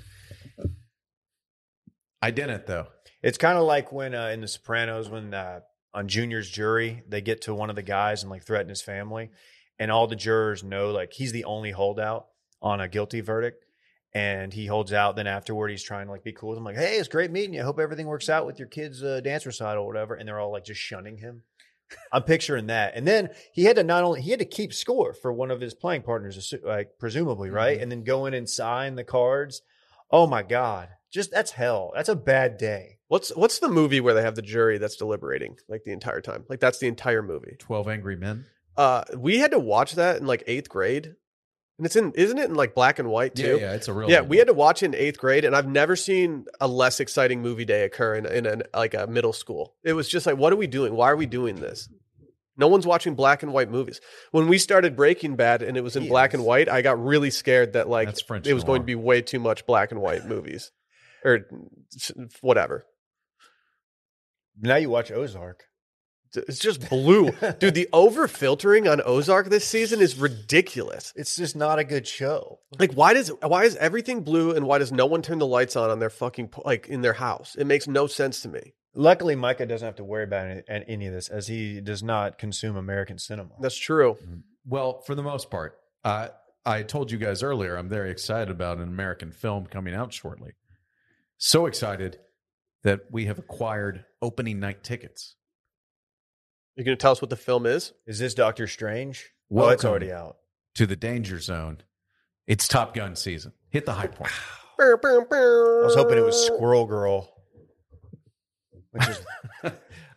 Speaker 3: I didn't though.
Speaker 2: It's kind of like when uh, in The Sopranos, when uh, on Junior's jury, they get to one of the guys and like threaten his family, and all the jurors know like he's the only holdout on a guilty verdict, and he holds out. Then afterward, he's trying to like be cool with him, like, "Hey, it's great meeting you. I hope everything works out with your kids' uh, dance recital, or whatever." And they're all like just shunning him. I'm picturing that, and then he had to not only he had to keep score for one of his playing partners, assu- like presumably, right,
Speaker 3: Mhm.
Speaker 2: and then go in and sign the cards. Oh my god, just that's hell. That's a bad day.
Speaker 1: What's what's the movie where they have the jury that's deliberating like the entire time? Like that's the entire movie.
Speaker 3: 12 Angry Men.
Speaker 1: Uh we had to watch that in like 8th grade. And it's in isn't it in like black and white
Speaker 3: Yeah,
Speaker 1: too?
Speaker 3: yeah, it's a real
Speaker 1: Yeah, we had to watch it in 8th grade and I've never seen a less exciting movie day occur in in an, like a middle school. It was just like what are we doing? Why are we doing this? No one's watching black and white movies. When we started Breaking Bad and it was in
Speaker 2: Yes.
Speaker 1: black and white, I got really scared that like
Speaker 3: That's French
Speaker 1: it was going to
Speaker 3: noir.
Speaker 1: be way too much black and white movies or s- whatever.
Speaker 2: Now you watch Ozark.
Speaker 1: It's just blue. Dude, the over filtering on Ozark this season is ridiculous.
Speaker 2: It's just not a good show.
Speaker 1: Like why does why is everything blue and why does no one turn the lights on on their fucking like in their house? It makes no sense to me.
Speaker 2: Luckily, Micah doesn't have to worry about any, an- any of this, as he does not consume American cinema.
Speaker 1: That's true.
Speaker 3: Well, for the most part, I I told you guys earlier I'm very excited about an American film coming out shortly. So excited that we have acquired opening night tickets.
Speaker 1: You're going to tell us what the film is?
Speaker 2: Is this Doctor Strange? Well,
Speaker 3: Welcome.
Speaker 2: it's already out.
Speaker 3: to the danger zone. It's Top Gun season. Hit the high point.
Speaker 2: I
Speaker 1: I
Speaker 2: was hoping it was Squirrel Girl, which is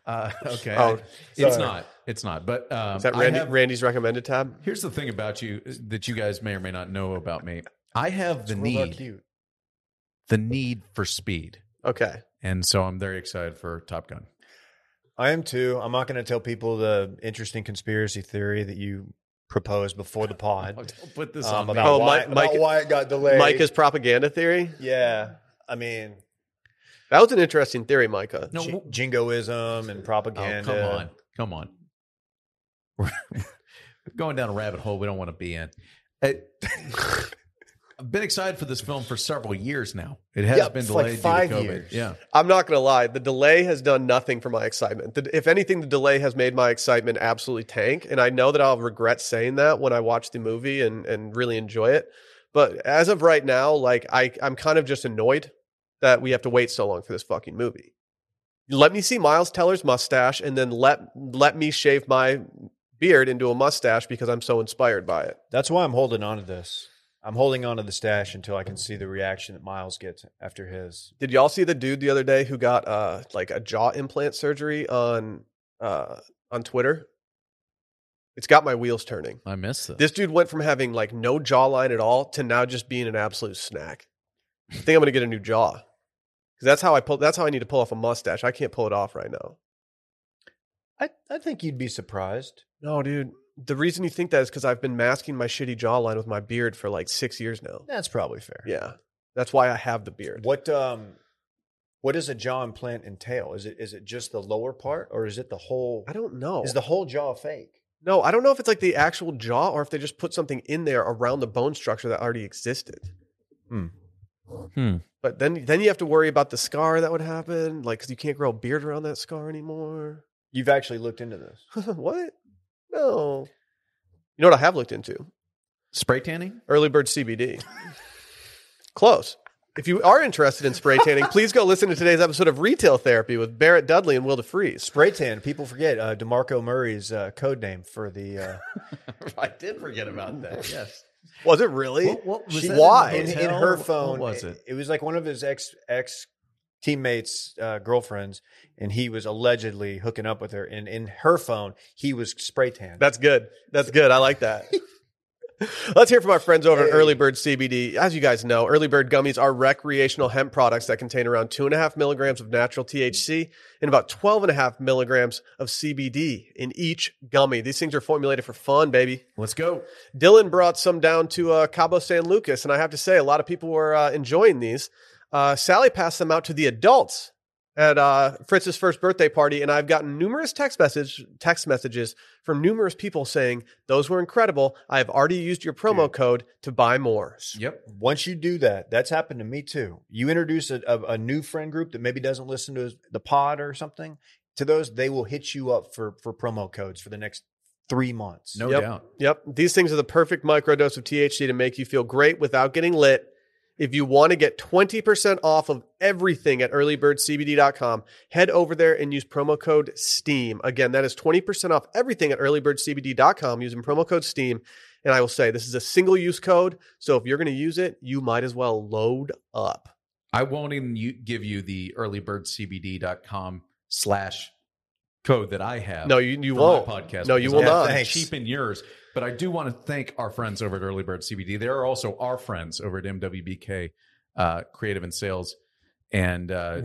Speaker 3: Uh, okay,
Speaker 1: Oh,
Speaker 3: it's
Speaker 2: sorry.
Speaker 3: not. It's not. But um,
Speaker 1: Is that
Speaker 3: I
Speaker 1: Randy,
Speaker 3: have-
Speaker 1: Randy's recommended tab?
Speaker 3: here's the thing about you is- that you guys may or may not know about me. I have the
Speaker 2: Squirrels are
Speaker 3: need,
Speaker 2: cute.
Speaker 3: the need for speed,
Speaker 1: Okay.
Speaker 3: and so I'm very excited for Top Gun.
Speaker 2: I am too. I'm not going to tell people the interesting conspiracy theory that you proposed before the pod
Speaker 3: Oh, Don't put this
Speaker 2: um,
Speaker 3: on
Speaker 2: about,
Speaker 3: me.
Speaker 1: Oh,
Speaker 2: why,
Speaker 1: Mike-
Speaker 2: about
Speaker 1: Mike-
Speaker 2: why it got delayed.
Speaker 1: Micah's propaganda theory?
Speaker 2: yeah. I mean,
Speaker 1: That was an interesting theory, Micah.
Speaker 3: No,
Speaker 2: Ji-
Speaker 3: w-
Speaker 2: jingoism and
Speaker 3: oh,
Speaker 2: propaganda.
Speaker 3: come on, come on. We're going down a rabbit hole we don't want to be in. I- I've been excited for this film for several years now. It has
Speaker 2: Yeah,
Speaker 3: been
Speaker 2: it's like
Speaker 3: delayed
Speaker 2: five
Speaker 3: due to COVID.
Speaker 2: years.
Speaker 3: Yeah.
Speaker 1: I'm not going to lie. The delay has done nothing for my excitement. The, if anything, the delay has made my excitement absolutely tank. And I know that I'll regret saying that when I watch the movie and, and really enjoy it. But as of right now, like I, I'm kind of just annoyed that we have to wait so long for this fucking movie. Let me see Miles Teller's mustache and then let let me shave my beard into a mustache because I'm so inspired by it.
Speaker 2: That's why I'm holding on to this. I'm holding on to the stash until I can see the reaction that Miles gets after his.
Speaker 1: Did y'all see the dude the other day who got uh like a jaw implant surgery on uh on Twitter? It's got my wheels turning.
Speaker 3: I missed this.
Speaker 1: This dude went from having like no jawline at all to now just being an absolute snack. I think I'm gonna get a new jaw. Cause that's how I pull that's how I need to pull off a mustache. I can't pull it off right now.
Speaker 2: I, I think you'd be surprised.
Speaker 1: No, dude. The reason you think that is because I've been masking my shitty jawline with my beard for like six years now.
Speaker 2: That's probably fair.
Speaker 1: Yeah. That's why I have the beard.
Speaker 2: What um, what does a jaw implant entail? Is it is it just the lower part, or is it the whole?
Speaker 1: I don't know.
Speaker 2: Is the whole jaw fake?
Speaker 1: No, I don't know if it's like the actual jaw or if they just put something in there around the bone structure that already existed.
Speaker 2: Hmm.
Speaker 3: Hmm.
Speaker 1: But then, then you have to worry about the scar that would happen, like because you can't grow a beard around that scar anymore.
Speaker 2: You've actually looked into this.
Speaker 1: what? No. You know what I have looked into?
Speaker 3: Spray tanning?
Speaker 1: Early bird CBD. Close. If you are interested in spray tanning, please go listen to today's episode of Retail Therapy with Barrett Dudley and Will DeFreeze.
Speaker 2: Spray tan. People forget uh, Demarco Murray's uh, code name for the. Uh,
Speaker 3: I did forget about that. Yes.
Speaker 1: Was it really?
Speaker 2: she-
Speaker 1: that in the Why?
Speaker 2: in, in her phone?
Speaker 3: What was it?
Speaker 2: It was like one of his ex ex teammates' uh, girlfriends, and he was allegedly hooking up with her. And in her phone, he was spray tan.
Speaker 1: That's good. That's good. I like that. Let's hear from our friends over at
Speaker 2: Hey.
Speaker 1: Early Bird CBD. As you guys know, Early Bird gummies are recreational hemp products that contain around two and a half milligrams of natural THC and about 12 and a half milligrams of CBD in each gummy. These things are formulated for fun, baby.
Speaker 3: Let's go.
Speaker 1: Dylan brought some down to uh, Cabo San Lucas, and I have to say, a lot of people were uh, enjoying these. Uh, Sally passed them out to the adults at uh, Fritz's first birthday party, and I've gotten numerous text message text messages from numerous people saying those were incredible. I have already used your promo
Speaker 2: Dude.
Speaker 1: code to buy more.
Speaker 3: Yep.
Speaker 2: Once you do that, that's happened to me too. You introduce a, a, a new friend group that maybe doesn't listen to the pod or something. To those, they will hit you up for for promo codes for the next three months.
Speaker 3: No
Speaker 1: Yep.
Speaker 3: doubt.
Speaker 1: Yep, these things are the perfect microdose of THC to make you feel great without getting lit. If you want to get 20% off of everything at earlybirdcbd.com, head over there and use promo code STEAM. Again, that is 20% off everything at earlybirdcbd.com using promo code STEAM. And I will say, this is a single use code. So if you're going to use it, you might as well load up.
Speaker 3: I won't even you, give you the earlybirdcbd.com slash code that I have.
Speaker 1: No, you, you
Speaker 3: for
Speaker 1: won't.
Speaker 3: my podcast.
Speaker 1: No, you
Speaker 3: because
Speaker 1: will
Speaker 3: I'm
Speaker 1: not.
Speaker 3: trying to
Speaker 2: Thanks.
Speaker 3: Cheapen yours. But I do want to thank our friends over at Early Bird CBD. They are also our friends over at MWBK uh, Creative and Sales. And uh,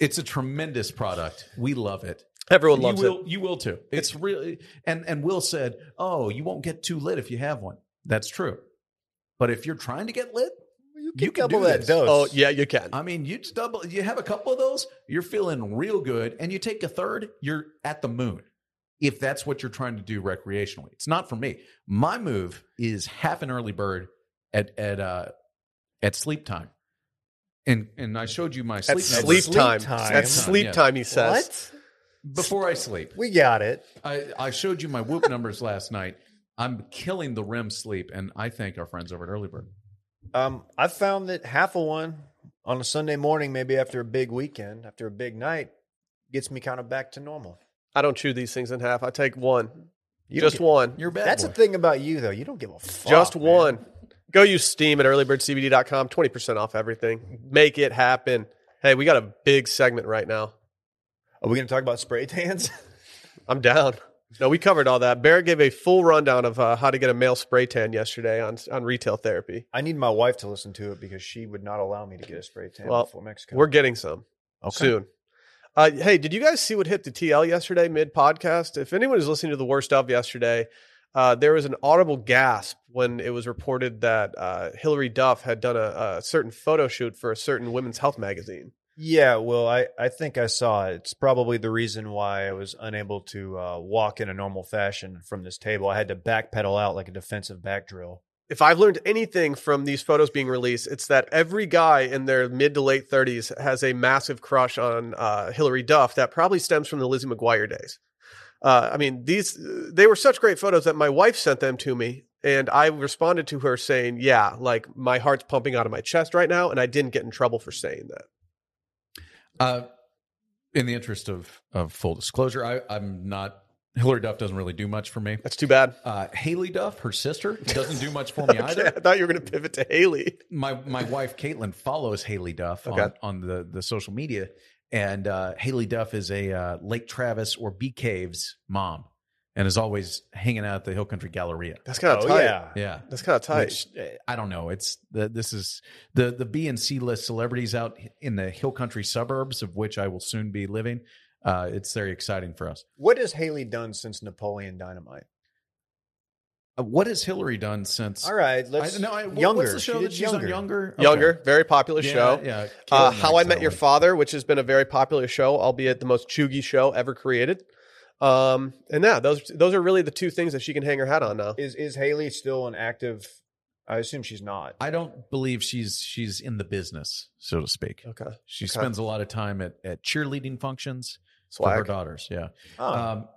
Speaker 3: it's a tremendous product. We love it.
Speaker 1: Everyone loves
Speaker 3: you
Speaker 1: it.
Speaker 3: will, You will too. It's really and and Will said, "Oh, you won't get too lit if you have one." That's true. But if you're trying to get lit,
Speaker 2: you
Speaker 3: can double that dose.
Speaker 1: Oh, yeah, you can.
Speaker 3: I mean, you just double. You have a couple of those, you're feeling real good, and you take a third, you're at the moon. If that's what you're trying to do recreationally, it's not for me. My move is half an early bird at at uh, at sleep time. and and I showed you my
Speaker 1: At
Speaker 3: sleep,
Speaker 1: sleep,
Speaker 3: number.
Speaker 2: sleep
Speaker 1: time.
Speaker 2: time.
Speaker 1: At sleep
Speaker 3: Yeah.
Speaker 1: time, he says.
Speaker 3: before I sleep.
Speaker 2: We got it.
Speaker 3: I, I showed you my whoop numbers last night. I'm killing the REM sleep, and I thank our friends over at Early Bird.
Speaker 2: Um, I found that half a one on a Sunday morning, maybe after a big weekend, after a big night, gets me kind of back to normal.
Speaker 1: I don't chew these things in half. I take one.
Speaker 2: You
Speaker 1: Just
Speaker 2: don't
Speaker 1: one.
Speaker 3: You're a
Speaker 2: get-
Speaker 3: bad.
Speaker 2: That's
Speaker 3: boy.
Speaker 2: the thing about you, though. You don't give a fuck.
Speaker 1: Just
Speaker 2: man.
Speaker 1: one. Go use Steam at earlybirdcbd.com. 20% off everything. Make it happen. Hey, we got a big segment right now.
Speaker 2: Are we going to talk about spray tans?
Speaker 1: I'm down. No, we covered all that. Barrett gave a full rundown of uh, how to get a male spray tan yesterday on on retail therapy.
Speaker 2: I need my wife to listen to it because she would not allow me to get a spray tan
Speaker 1: Well,
Speaker 2: before Mexico.
Speaker 1: We're getting some soon. Uh, hey, did you guys see what hit the TL yesterday mid podcast? If anyone is listening to the worst of yesterday, uh, there was an audible gasp when it was reported that uh, Hillary Duff had done a, a certain photo shoot for a certain women's health magazine.
Speaker 2: Yeah, well, I, I think I saw it. It's probably the reason why I was unable to uh, walk in a normal fashion from this table. I had to backpedal out like a defensive back drill.
Speaker 1: if I've learned anything from these photos being released, it's that every guy in their mid to late 30s has a massive crush on uh, Hillary Duff that probably stems from the Lizzie McGuire days. Uh, I mean, these they were such great photos that my wife sent them to me, and I responded to her saying, "Yeah, like my heart's pumping out of my chest right now," and I didn't get in trouble for saying that.
Speaker 3: Uh, in the interest of of full disclosure, I, I'm not. Hillary Duff doesn't really do much for me.
Speaker 1: That's too bad.
Speaker 3: Uh, Haley Duff, her sister, doesn't do much for me
Speaker 1: Okay,
Speaker 3: either.
Speaker 1: I thought you were going to pivot to Haley.
Speaker 3: My my wife Caitlin follows Haley Duff on,
Speaker 1: Okay.
Speaker 3: on the the social media, and uh, Haley Duff is a uh, Lake Travis or Bee Caves mom, and is always hanging out at the Hill Country Galleria.
Speaker 1: That's kind of
Speaker 2: oh,
Speaker 1: tight.
Speaker 2: yeah.
Speaker 3: Yeah,
Speaker 1: That's kind of tight.
Speaker 3: Which, uh, I don't know. It's the, this is the the B and C list celebrities out in the hill country suburbs of which I will soon be living. Uh, it's very exciting for us.
Speaker 2: What has Haley done since Napoleon Dynamite?
Speaker 3: Uh, what has Hillary done since?
Speaker 2: All right,
Speaker 3: I,
Speaker 2: let's.
Speaker 3: no, I, what-
Speaker 2: younger.
Speaker 3: What's the
Speaker 2: She
Speaker 3: show that
Speaker 2: did
Speaker 3: she's on? Younger, Okay.
Speaker 1: Younger, very popular
Speaker 3: Yeah,
Speaker 1: show.
Speaker 3: Yeah.
Speaker 1: Uh,
Speaker 3: Caitlin
Speaker 1: How I
Speaker 3: likes
Speaker 1: Met
Speaker 3: that
Speaker 1: Your
Speaker 3: one.
Speaker 1: Father, which has been a very popular show, albeit the most chuggy show ever created. Um, and yeah, those those are really the two things that she can hang her hat on now.
Speaker 2: Is is Haley still an active? I assume she's not.
Speaker 3: I don't believe she's she's in the business, so to speak.
Speaker 1: Okay,
Speaker 3: She
Speaker 1: Oh, Okay.
Speaker 3: spends a lot of time at at cheerleading functions for her
Speaker 1: swag.
Speaker 3: daughters. Yeah.
Speaker 2: Oh,
Speaker 3: Um,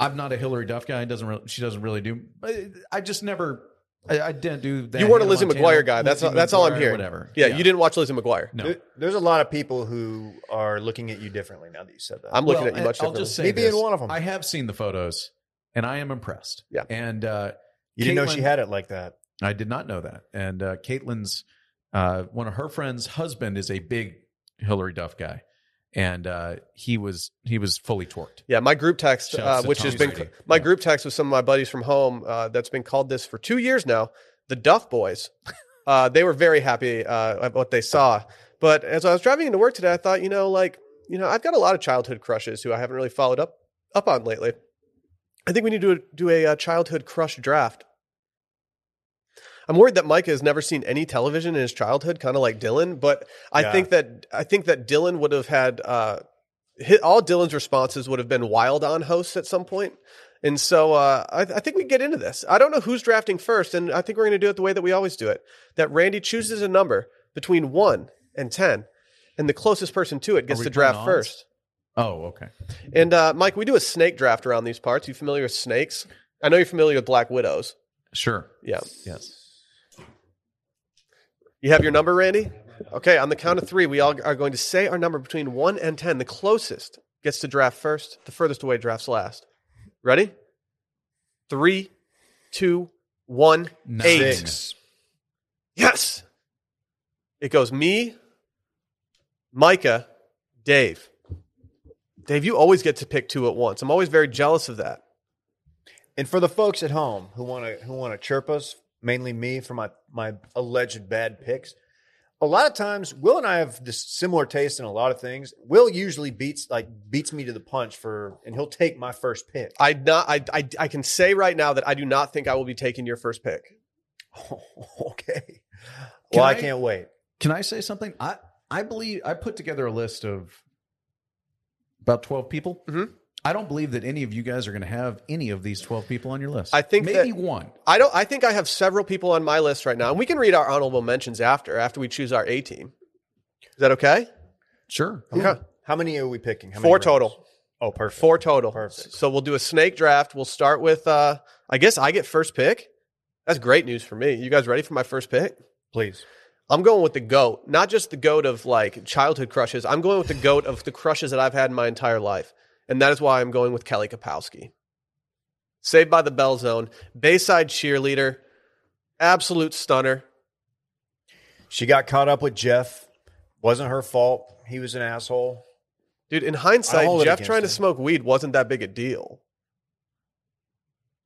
Speaker 3: I'm not a Hillary Duff guy. It doesn't really, she doesn't really do. I- I just never. I, I didn't do that.
Speaker 1: You weren't a
Speaker 3: Hannah
Speaker 1: Lizzie
Speaker 3: Montana,
Speaker 1: McGuire guy. That's all- that's all I'm
Speaker 3: McGuire,
Speaker 1: hearing.
Speaker 3: Whatever.
Speaker 1: Yeah, you didn't watch Lizzie McGuire.
Speaker 3: No.
Speaker 2: There- there's a lot of people who are looking at you differently now that you said that.
Speaker 1: I'm looking
Speaker 3: Well,
Speaker 1: at you much
Speaker 3: I'll
Speaker 1: differently.
Speaker 3: just say
Speaker 2: Maybe
Speaker 3: this.
Speaker 2: in one of them.
Speaker 3: I have seen the photos, and I am impressed.
Speaker 1: Yeah.
Speaker 3: and uh,
Speaker 2: you didn't know she
Speaker 3: Caitlyn-
Speaker 2: had it like that.
Speaker 3: I did not know that. And uh, Caitlin's uh, one of her friends' husband is a big Hillary Duff guy, and uh, he was he was fully torqued.
Speaker 1: yeah, my group text,
Speaker 3: Shouts
Speaker 1: uh,
Speaker 3: to
Speaker 1: which
Speaker 3: Tom
Speaker 1: has been
Speaker 3: Brady.
Speaker 1: my
Speaker 3: Yeah.
Speaker 1: group text with some of my buddies from home, uh, that's been called this for two years now. The Duff Boys. Uh, they were very happy uh, at what they saw. But as I was driving into work today, I thought, you know, like, you know, I've got a lot of childhood crushes who I haven't really followed up up on lately. I think we need to do a uh, childhood crush draft. I'm worried that Micah has never seen any television in his childhood, kind of like Dylan. But I
Speaker 2: Yeah.
Speaker 1: think that I think that Dylan would have had uh, hit, all Dylan's responses would have been wild on hosts at some point. And so uh, I, I think we get into this. I don't know who's drafting first, and I think we're going to do it the way that we always do it. That Randy chooses a number between one and ten, and the closest person to it gets
Speaker 3: we
Speaker 1: to draft
Speaker 3: doing odds?
Speaker 1: first.
Speaker 3: Oh, okay.
Speaker 1: And uh, Mike, we do a snake draft around these parts. You familiar with snakes? I know you're familiar with black widows.
Speaker 3: Sure.
Speaker 1: Yeah.
Speaker 3: Yes.
Speaker 1: You have your number, Randy? Okay, on the count of three, we all are going to say our number between one and 10. The closest gets to draft first, the furthest away drafts last. Ready? Three, two, one.
Speaker 3: Nine.
Speaker 1: Eight. Yes! It goes me, Micah, Dave. Dave, you always get to pick two at once. I'm always very jealous of that.
Speaker 2: And for the folks at home who want to who want to chirp us, mainly me for my my alleged bad picks. A lot of times, Will and I have this similar taste in a lot of things. Will usually beats like beats me to the punch for, and he'll take my first pick.
Speaker 1: I not I, I I can say right now that I do not think I will be taking your first pick.
Speaker 2: okay.
Speaker 3: Can
Speaker 2: well, I,
Speaker 3: I-
Speaker 2: can't wait.
Speaker 3: Can I say something? I I believe I put together a list of about twelve people.
Speaker 1: Mhm.
Speaker 3: I don't believe that any of you guys are going to have any of these twelve people on your list.
Speaker 1: I think
Speaker 3: maybe
Speaker 1: that-
Speaker 3: one.
Speaker 1: I don't I think I have several people on my list right now. And we can read our honorable mentions after after we choose our A team. that okay?
Speaker 3: Sure.
Speaker 1: Yeah.
Speaker 2: How many are we picking? How many
Speaker 1: Four
Speaker 2: rounds?
Speaker 1: total.
Speaker 2: Oh, perfect.
Speaker 1: Four total.
Speaker 2: Perfect.
Speaker 1: So we'll do a snake draft. We'll start with uh I guess I get first pick. That's great news for me. You guys ready for my first pick?
Speaker 2: please.
Speaker 1: I'm going with the goat, not just the goat of like childhood crushes. I'm going with the goat of the crushes that I've had in my entire life, and that is why I'm going with Kelly Kapowski. Saved by the Bell Zone, Bayside cheerleader, absolute stunner.
Speaker 2: She got caught up with Jeff. Wasn't her fault. He was an asshole.
Speaker 1: Dude, in
Speaker 2: I'll hold
Speaker 1: hindsight,
Speaker 2: it
Speaker 1: Jeff
Speaker 2: against
Speaker 1: trying to
Speaker 2: him.
Speaker 1: smoke weed wasn't that big a deal.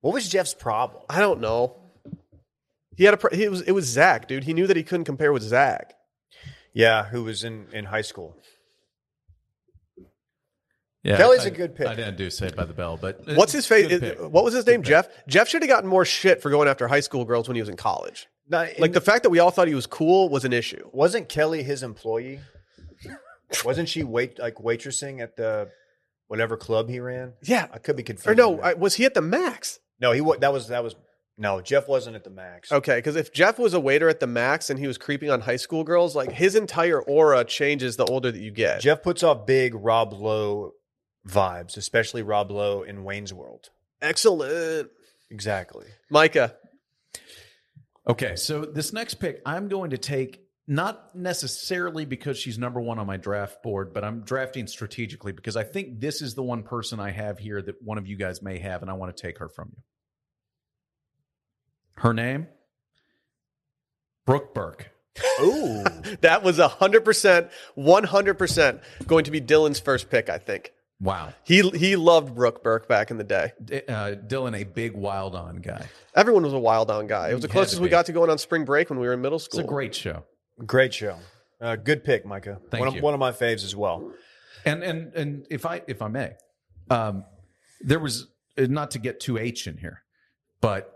Speaker 2: What was Jeff's problem?
Speaker 1: I don't know. He had a pr- he was it was Zach, dude. He knew that he couldn't compare with Zach.
Speaker 2: Yeah, who was in in high school?
Speaker 3: Yeah,
Speaker 2: Kelly's
Speaker 3: a
Speaker 2: a good pick.
Speaker 3: I didn't do Saved by the Bell, but
Speaker 1: What's his face?
Speaker 3: Good pick.
Speaker 1: What was his name?
Speaker 3: pick.
Speaker 1: Jeff. Jeff should have gotten more shit for going after high school girls when he was in college.
Speaker 2: Not,
Speaker 1: Like the fact that we all thought he was cool was an issue.
Speaker 2: wasn't Kelly his employee? wasn't she wait like waitressing at the whatever club he ran?
Speaker 1: Yeah.
Speaker 2: I could be confused.
Speaker 1: Or no,
Speaker 2: with
Speaker 1: I,
Speaker 2: that.
Speaker 1: was he at the Max?
Speaker 2: no, he wa- that was that was no. Jeff wasn't at the max.
Speaker 1: Okay, because if Jeff was a waiter at the Max and he was creeping on high school girls, like his entire aura changes the older that you get.
Speaker 2: Jeff puts off big Rob Lowe vibes, especially Rob Lowe in Wayne's World.
Speaker 1: Excellent,
Speaker 2: Exactly.
Speaker 1: Micah.
Speaker 3: Okay, so this next pick I'm going to take not necessarily because she's number one on my draft board, but I'm drafting strategically because I think this is the one person I have here that one of you guys may have, and I want to take her from you. Her name? Brooke Burke.
Speaker 2: Ooh,
Speaker 1: That was hundred percent, one hundred percent going to be Dylan's first pick. I think
Speaker 3: Wow.
Speaker 1: he he loved Brooke Burke back in the day.
Speaker 3: D- uh, Dylan, a big wild on guy.
Speaker 1: Everyone was a wild on guy. It was the
Speaker 3: Had to
Speaker 1: closest we
Speaker 3: be.
Speaker 1: got to going on spring break when we were in middle
Speaker 3: It's
Speaker 1: school.
Speaker 3: a great show.
Speaker 2: great show. Uh, good pick, Micah.
Speaker 3: Thank
Speaker 2: one, of-
Speaker 3: you.
Speaker 2: one of my faves as well.
Speaker 3: And and and if I if I may, um, there was not to get too H in here, but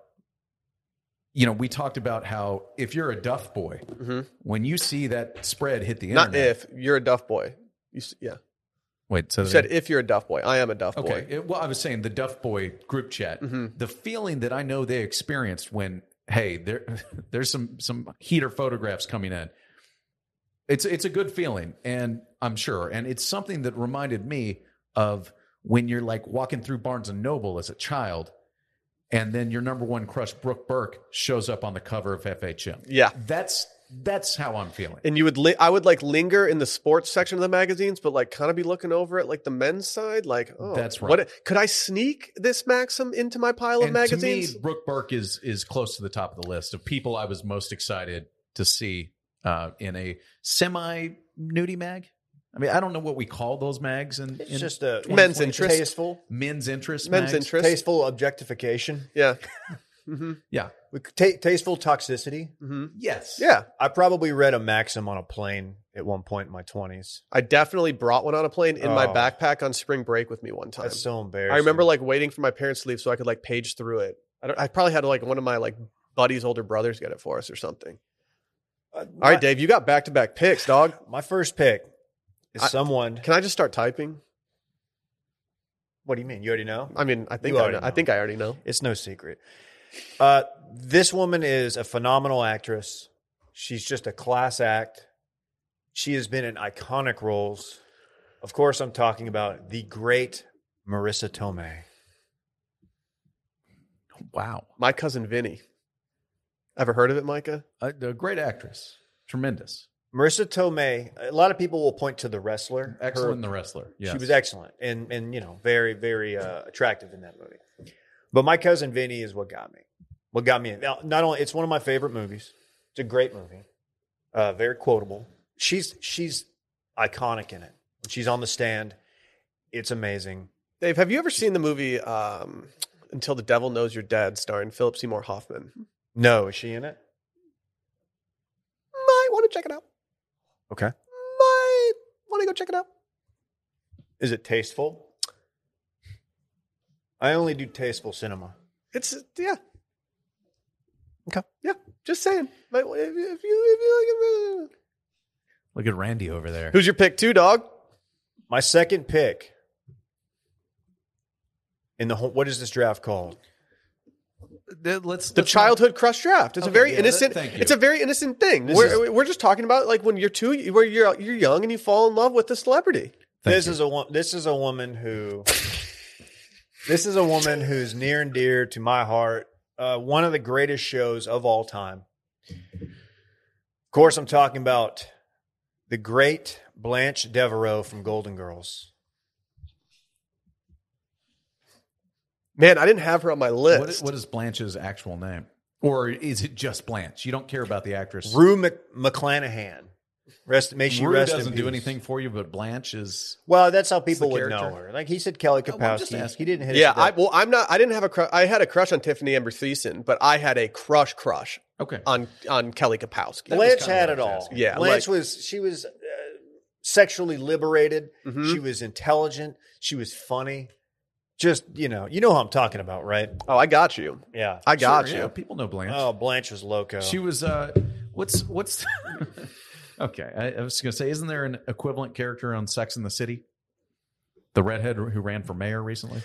Speaker 3: you know we talked about how if you're a Duff boy,
Speaker 1: Mhm.
Speaker 3: when you see that spread hit the
Speaker 1: Not
Speaker 3: internet,
Speaker 1: if you're a Duff boy. You, s- yeah,
Speaker 3: wait, so
Speaker 1: you said if you're a Duff boy. I am a Duff
Speaker 3: okay.
Speaker 1: boy.
Speaker 3: it- well, I was saying the Duff boy group chat,
Speaker 1: Mhm.
Speaker 3: the feeling that I know they experienced when hey there there's some some heater photographs coming in. It's it's a good feeling, and I'm sure, and it's something that reminded me of when you're like walking through Barnes and Noble as a child, and then your number one crush Brooke Burke shows up on the cover of FHM.
Speaker 1: Yeah.
Speaker 3: That's that's how I'm feeling.
Speaker 1: and you would li- I would like linger in the sports section of the magazines, but like kind of be looking over at like the men's side, like oh,
Speaker 3: That's right.
Speaker 1: could I sneak this maxim into my pile of
Speaker 3: And
Speaker 1: magazines?
Speaker 3: To me, Brooke Burke is is close to the top of the list of people I was most excited to see uh, in a semi nudie mag. I mean, I don't know what we call those mags and
Speaker 2: It's just a
Speaker 1: Men's
Speaker 2: 2020
Speaker 1: interest.
Speaker 2: tasteful,
Speaker 3: men's interest.
Speaker 1: Men's
Speaker 3: mags.
Speaker 1: interest,
Speaker 2: tasteful objectification,
Speaker 1: yeah, hmm
Speaker 3: Yeah.
Speaker 2: We could ta- tasteful toxicity.
Speaker 1: hmm
Speaker 3: Yes.
Speaker 1: yeah.
Speaker 2: I probably read a maxim on a plane at one point in my twenties.
Speaker 1: I definitely brought one on a plane in my
Speaker 2: Oh.
Speaker 1: backpack on spring break with me one time.
Speaker 2: That's so embarrassing. Uh,
Speaker 1: I remember like waiting for my parents to leave so I could like page through it. I, don't, I probably had like one of my like buddies' older brothers get it for us or something.
Speaker 2: Uh,
Speaker 1: All
Speaker 2: my,
Speaker 1: right, Dave, you got back to back picks, dog.
Speaker 2: my first pick is
Speaker 1: I-
Speaker 2: someone.
Speaker 1: Can I just start typing?
Speaker 2: What do you mean? You already know?
Speaker 1: I mean, I think
Speaker 2: You
Speaker 1: I,
Speaker 2: already
Speaker 1: know. I
Speaker 2: know.
Speaker 1: think I already know.
Speaker 2: It's no secret. Uh, this woman is a phenomenal actress. She's just a class act. She has been in iconic roles. Of course, I'm talking about the great Marissa Tomei.
Speaker 3: Wow.
Speaker 1: My cousin Vinny. Ever heard of it, Micah?
Speaker 3: A, a Uh, great actress. Tremendous.
Speaker 2: Marissa Tomei. A lot of people will point to the wrestler. Her-
Speaker 3: Excellent in the wrestler. Yes.
Speaker 2: She was excellent and and you know very very uh, attractive in that movie. But my cousin Vinny is what got me. What got me in. Now, not only it's one of my favorite movies. It's a great movie. Uh, very quotable. She's she's iconic in it. When She's on the stand. It's amazing.
Speaker 1: Dave, have you ever seen the movie um, Until the Devil Knows You're Dead, starring Philip Seymour Hoffman?
Speaker 2: No, is she in it?
Speaker 1: Might want to check it out.
Speaker 2: Okay.
Speaker 1: Might want to go check it out.
Speaker 2: Is it tasteful? I only do tasteful cinema.
Speaker 1: It's yeah.
Speaker 2: Okay.
Speaker 1: Yeah. Just saying. Might, if, you, if you like it. uh,
Speaker 3: Look at Randy over there.
Speaker 1: Who's your pick two, dog?
Speaker 2: My second pick in the whole, what is this draft called?
Speaker 3: th- let's
Speaker 1: The
Speaker 3: let's not-
Speaker 1: childhood crush draft. It's a
Speaker 3: Okay,
Speaker 1: very
Speaker 3: yeah, that-
Speaker 1: innocent.
Speaker 3: thank you.
Speaker 1: It's a very innocent thing.
Speaker 3: This
Speaker 1: We're, we're just talking about like when you're two, you- where you're you're young and you fall in love with a celebrity.
Speaker 3: Thank
Speaker 2: this is a wo- this is a woman who this is a woman who's near and dear to my heart. Uh, one of the greatest shows of all time. Of course, I'm talking about the great Blanche Devereaux from Golden Girls.
Speaker 1: Man, I didn't have her on my
Speaker 3: What is,
Speaker 1: list.
Speaker 3: what is Blanche's actual name, or is it just Blanche? You don't care about the actress.
Speaker 2: Rue Mc- McClanahan. Rest, may she
Speaker 3: Rue
Speaker 2: rest in
Speaker 3: doesn't do
Speaker 2: peace.
Speaker 3: anything for you, but Blanche is.
Speaker 2: Well, that's how
Speaker 3: the
Speaker 2: people would know
Speaker 3: character.
Speaker 2: her. Like he said, Kelly
Speaker 3: No, I'm just
Speaker 2: Kapowski.
Speaker 3: asking.
Speaker 2: he didn't hit.
Speaker 1: yeah,
Speaker 2: us with
Speaker 1: I
Speaker 2: that.
Speaker 1: well, I'm not. I didn't have a crush. I had a crush on Tiffany Amber Thiessen, but I had a crush crush
Speaker 3: Okay.
Speaker 1: on on Kelly Kapowski.
Speaker 3: That was
Speaker 2: Blanche
Speaker 3: kinda
Speaker 2: had
Speaker 3: what
Speaker 2: it
Speaker 3: I was
Speaker 2: all.
Speaker 3: asking.
Speaker 1: Yeah,
Speaker 2: Blanche was she was uh, sexually liberated.
Speaker 1: Mhm.
Speaker 3: Mm-hmm.
Speaker 2: She was intelligent. She was funny. Just you know, you know who I'm talking about, right?
Speaker 1: Oh, I got you.
Speaker 2: Yeah.
Speaker 1: I got
Speaker 3: Sure,
Speaker 1: you.
Speaker 3: yeah, people know Blanche.
Speaker 2: Oh, Blanche was loco.
Speaker 3: She was uh what's what's Okay, I, I was gonna say, isn't there an equivalent character on Sex in the City? The redhead who ran for mayor recently?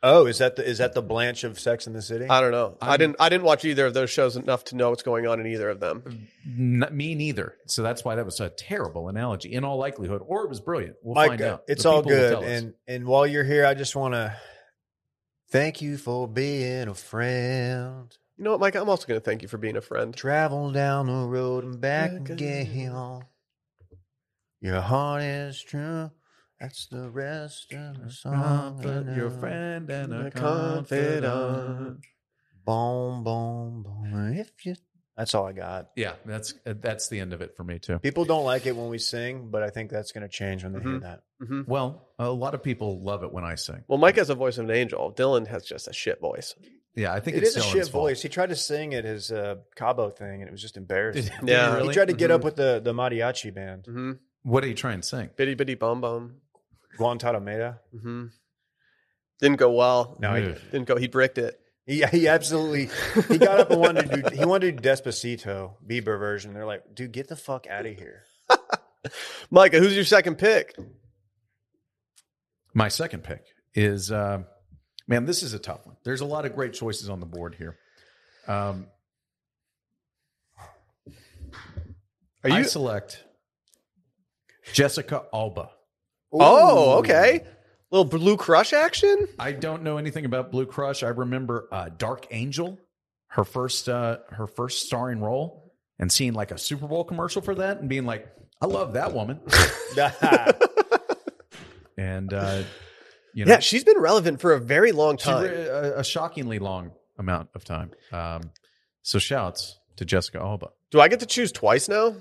Speaker 2: oh, is that the is that the Blanche of Sex in the City?
Speaker 1: I don't know. I
Speaker 3: I'm-
Speaker 1: didn't. I didn't watch either of those shows enough to know what's going on in either of
Speaker 3: Mm-hmm.
Speaker 1: them.
Speaker 3: N- me neither. So that's why that was a terrible analogy in all likelihood. Or it was brilliant. We'll find
Speaker 2: Mike,
Speaker 3: out.
Speaker 2: it's
Speaker 3: The
Speaker 2: all
Speaker 3: people will
Speaker 2: good.
Speaker 3: tell us.
Speaker 2: And and while you're here, I just want to thank you for being a friend.
Speaker 1: You know what, Mike? I'm also going to thank you for being a friend.
Speaker 2: Travel down the road and back
Speaker 1: Back
Speaker 2: again. Your heart is true. That's the rest of the song.
Speaker 3: Comfort your friend and a
Speaker 1: A confidant.
Speaker 3: confidant.
Speaker 2: Boom, boom, boom. If you, that's all I got.
Speaker 3: Yeah, that's uh, that's the end of it for me too.
Speaker 2: People don't like it when we sing, but I think that's going to change when they hear
Speaker 3: Mm-hmm.
Speaker 1: Mhm.
Speaker 2: that.
Speaker 1: hmm
Speaker 3: Well, a lot of people love it when I sing.
Speaker 1: Well, Mike has a voice of an angel. Dylan has just a shit voice.
Speaker 3: Yeah, I think
Speaker 2: It
Speaker 3: it's
Speaker 2: is a
Speaker 3: Dylan's
Speaker 2: shit
Speaker 3: fault.
Speaker 2: voice. He tried to sing at his uh, Cabo thing, and it was just embarrassing.
Speaker 3: Did he
Speaker 1: Yeah. He
Speaker 2: He
Speaker 3: really? Mm-hmm.
Speaker 2: tried to get
Speaker 1: Mhm.
Speaker 2: up with the the mariachi band,
Speaker 1: hmm
Speaker 3: What are you trying to sing?
Speaker 1: Bitty bitty bum bum.
Speaker 2: Guantanamera.
Speaker 3: Mm-hmm.
Speaker 1: hmm Didn't go well.
Speaker 2: No, he
Speaker 3: Ugh.
Speaker 2: didn't.
Speaker 1: Didn't go. He bricked it.
Speaker 2: He, he absolutely he got up and wanted to do he wanted to do Despacito Bieber version. They're like, dude, get the fuck out of here.
Speaker 1: Micah, who's your second pick?
Speaker 3: My second pick is, uh, man, this is a tough one. There's a lot of great choices on the board here. Um,
Speaker 1: Are you?
Speaker 3: I select Jessica Alba.
Speaker 1: oh, okay. Little blue crush action.
Speaker 3: I don't know anything about Blue Crush. I remember uh, Dark Angel, her first uh, her first starring role, and seeing like a Super Bowl commercial for that, and being like, I love that woman. And uh, you know,
Speaker 1: Yeah, she's been relevant for a very long
Speaker 3: She
Speaker 1: time.
Speaker 3: re- a, a shockingly long amount of time. Um, so shouts to Jessica Alba.
Speaker 1: Do I get to choose twice now?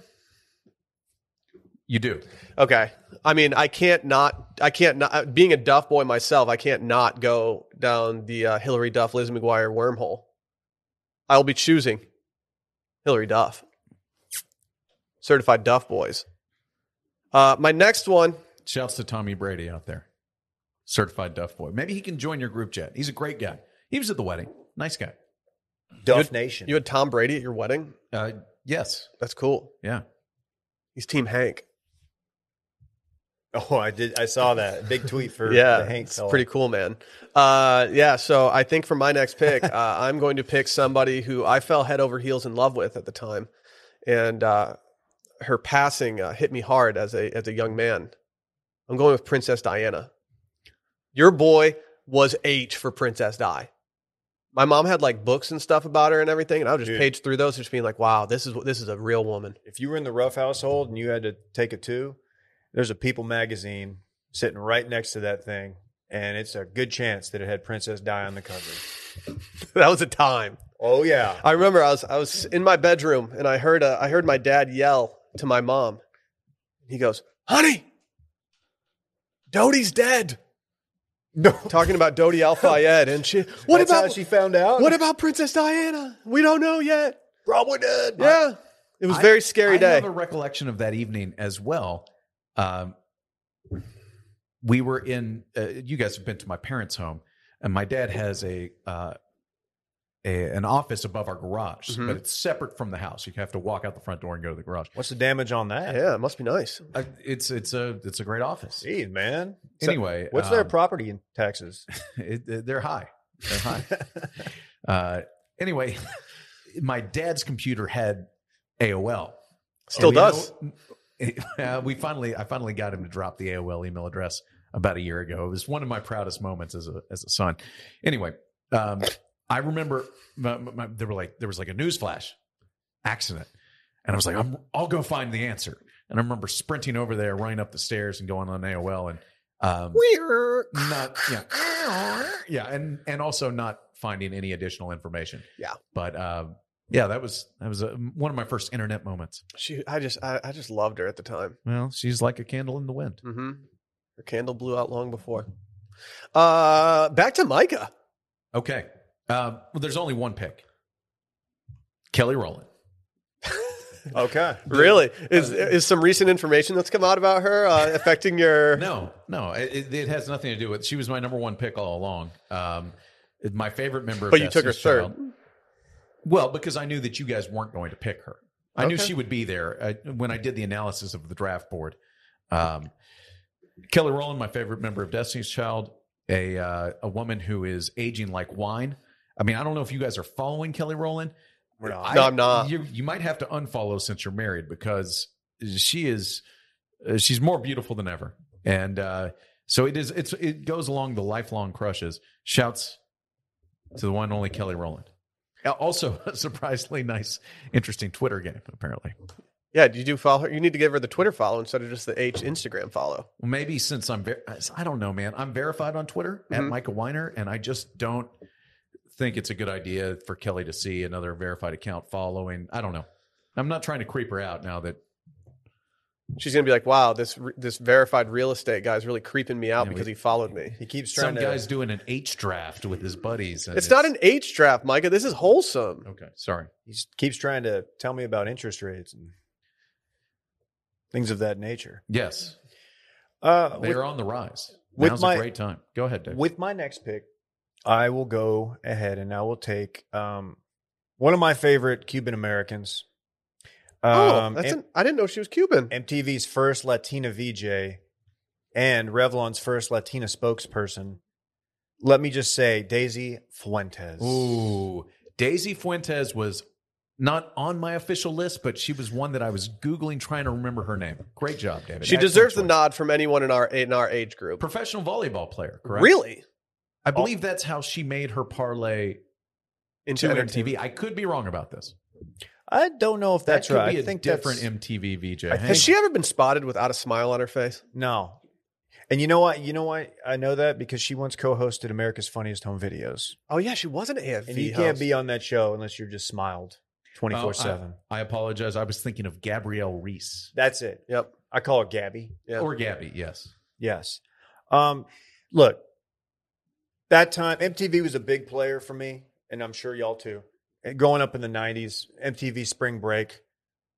Speaker 3: You do.
Speaker 1: Okay. I mean, I can't not. I can't not. uh, Being a Duff boy myself, I can't not go down the uh, Hillary Duff, Liz McGuire wormhole. I'll be choosing Hillary Duff. Certified Duff boys. Uh, my next one.
Speaker 3: Shouts to Tommy Brady out there, certified Duff boy. Maybe he can join your group chat. He's a great guy. He was at the wedding. Nice guy.
Speaker 2: Duff Nation.
Speaker 1: You had Tom Brady at your wedding.
Speaker 3: Uh, yes.
Speaker 1: That's cool.
Speaker 3: Yeah.
Speaker 1: He's Team Hank.
Speaker 2: oh, I did I saw that. Big tweet for
Speaker 1: yeah,
Speaker 2: the Hank
Speaker 1: it's
Speaker 2: fella.
Speaker 1: pretty cool, man. Uh, yeah, so I think for my next pick, uh, I'm going to pick somebody who I fell head over heels in love with at the time, and uh, her passing uh, hit me hard as a as a young man. I'm going with Princess Diana. Your boy was H for Princess Di. My mom had like books and stuff about her and everything, and I would just
Speaker 2: Dude.
Speaker 1: page through those, just being like, "Wow, this is this is a real woman."
Speaker 2: If you were in the rough household and you had to take a two, there's a People magazine sitting right next to that thing. And it's a good chance that it had Princess Di on the cover.
Speaker 1: that was a time.
Speaker 2: Oh yeah.
Speaker 1: I remember I was I was in my bedroom and I heard uh, I heard my dad yell to my mom. He goes, "Honey, Dodie's dead." Talking about Dodie Al Fayed, and she. What
Speaker 2: That's
Speaker 1: about
Speaker 2: how she found out?
Speaker 1: what about Princess Diana? We don't know yet.
Speaker 2: probably did?
Speaker 1: Yeah, it was a
Speaker 3: I-
Speaker 1: very scary
Speaker 3: I
Speaker 1: day.
Speaker 3: have a recollection of that evening as well. Um, we were in. Uh, you guys have been to my parents' home, and my dad has a, uh, a an office above our garage,
Speaker 1: Mhm.
Speaker 3: but it's separate from the house. You have to walk out the front door and go to the garage.
Speaker 2: What's the damage on that?
Speaker 1: yeah, it must be nice.
Speaker 3: Uh, it's it's a it's a great office.
Speaker 2: Gee, man. So-
Speaker 3: Anyway,
Speaker 2: What's their
Speaker 3: um,
Speaker 2: property in taxes?
Speaker 3: it, they're high. They're high. uh, Anyway, my dad's computer had AOL.
Speaker 1: Still
Speaker 3: And we-
Speaker 1: does.
Speaker 3: Uh, we finally, I finally got him to drop the AOL email address about a year ago. It was one of my proudest moments as a as a son. Anyway, um, I remember my, my, my- there were like there was like a news flash accident, and I was like, I'm, I'll go find the answer. And I remember sprinting over there, running up the stairs, and going on AOL, and um, not yeah yeah and and also not finding any additional information
Speaker 1: Yeah.
Speaker 3: but um yeah that was that was a, one of my first internet moments
Speaker 1: She, I just, I, I just loved her at the time.
Speaker 3: well she's like a candle in the wind
Speaker 1: Mm-hmm. Her candle blew out long before. Uh, back to Micah.
Speaker 3: okay um well there's only one pick kelly rowland
Speaker 2: Okay.
Speaker 1: Really, is is some recent information that's come out about her uh, affecting your?
Speaker 3: no no it, it- it has nothing to do with she was my number one pick all along um my favorite member of
Speaker 1: But you took her
Speaker 3: Destiny's
Speaker 1: third.
Speaker 3: Child- Well, because I knew that you guys weren't going to pick her. I knew
Speaker 1: Okay.
Speaker 3: she would be there uh, when I did the analysis of the draft board. Um, Kelly Rowland, my favorite member of Destiny's Child, a uh, a woman who is aging like wine. I mean, I don't know if you guys are following Kelly Rowland.
Speaker 2: We're not.
Speaker 1: I- No, I'm not.
Speaker 3: You you might have to unfollow since you're married because she is uh, she's more beautiful than ever, and uh, so it is. It's it goes along the lifelong crushes. Shouts to the one and only Kelly Rowland. Uh, Also, a surprisingly nice, interesting Twitter game. Apparently,
Speaker 1: Yeah, you do follow her. You need to give her the Twitter follow instead of just the H Instagram follow.
Speaker 3: Well, maybe since I'm, ver- I don't know, man. I'm verified on Twitter at
Speaker 1: Mhm.
Speaker 3: Micah Weiner, and I just don't think it's a good idea for Kelly to see another verified account following. I don't know. I'm not trying to creep her out now that
Speaker 1: She's gonna be like, "Wow, this re- this verified real estate guy's really creeping me out
Speaker 3: Yeah, we-
Speaker 1: because he followed me."
Speaker 2: He keeps
Speaker 3: some
Speaker 2: trying to.
Speaker 3: guy's doing an H draft with his buddies. And
Speaker 1: It's, not an H draft, Micah. This is wholesome.
Speaker 3: okay. Sorry.
Speaker 2: he keeps trying to tell me about interest rates and things of that nature.
Speaker 3: Yes,
Speaker 2: Uh,
Speaker 3: they
Speaker 2: with,
Speaker 3: are on the rise.
Speaker 2: with
Speaker 3: Now's
Speaker 2: my-
Speaker 3: a great time. Go ahead, Dave.
Speaker 2: with my next pick, I will go ahead and I will take um, one of my favorite Cuban Americans.
Speaker 1: oh,
Speaker 2: Um,
Speaker 1: that's
Speaker 2: M-
Speaker 1: an, I didn't know she was Cuban.
Speaker 2: MTV's first Latina VJ and Revlon's first Latina spokesperson. Let me just say, Daisy Fuentes.
Speaker 3: Ooh, Daisy Fuentes was not on my official list, but she was one that I was googling trying to remember her name. Great job, David.
Speaker 1: She
Speaker 3: Excellent
Speaker 1: deserves the
Speaker 3: choice.
Speaker 1: nod from anyone in our in our age group.
Speaker 3: Professional volleyball player, correct?
Speaker 1: Really?
Speaker 3: I believe that's how she made her parlay to
Speaker 1: Into
Speaker 3: MTV. I could be wrong about this.
Speaker 2: I don't know if that's
Speaker 3: that could
Speaker 2: right.
Speaker 3: Be a
Speaker 2: I think
Speaker 3: different
Speaker 2: that's-
Speaker 3: MTV VJ.
Speaker 2: I
Speaker 3: Hang
Speaker 2: think-
Speaker 1: Has she ever been spotted without a smile on her face?
Speaker 2: No. And you know what? You know what? I know that because she once co-hosted America's Funniest Home Videos,
Speaker 1: Oh yeah, she was an AFV.
Speaker 2: and you can't be on that show unless you're just smiled
Speaker 3: Oh,
Speaker 2: twenty four seven.
Speaker 3: on. I apologize. I was thinking of Gabrielle Reese
Speaker 2: That's it.
Speaker 1: Yep.
Speaker 2: I call it Gabby.
Speaker 1: Yeah.
Speaker 3: or Gabby. Yes.
Speaker 2: Yes. Um, look, that time MTV was a big player for me, and I'm sure y'all too. And Growing up in the '90s, MTV Spring Break.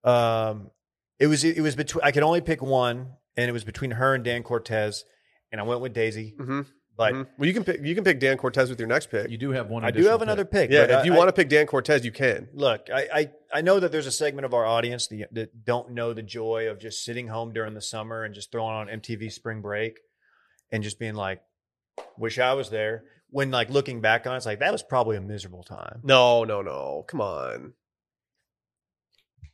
Speaker 2: Um, it was it was between. I could only pick one, and it was between her and Dan Cortez, and I went with Daisy.
Speaker 1: hmm
Speaker 2: But
Speaker 1: Well, you can pick you can pick Dan Cortez with your next pick.
Speaker 3: You do have one.
Speaker 2: I do
Speaker 3: additional
Speaker 2: have another
Speaker 3: pick.
Speaker 2: pick.
Speaker 1: yeah,
Speaker 2: but
Speaker 1: if
Speaker 2: I-
Speaker 1: you
Speaker 2: I-
Speaker 1: want to pick Dan Cortez, you can.
Speaker 2: look, I, I I know that there's a segment of our audience that, that don't know the joy of just sitting home during the summer and just throwing on MTV Spring Break and just being like, "Wish I was there." When like looking back on, it, it's like that was probably a miserable time.
Speaker 1: No, no, no. Come on.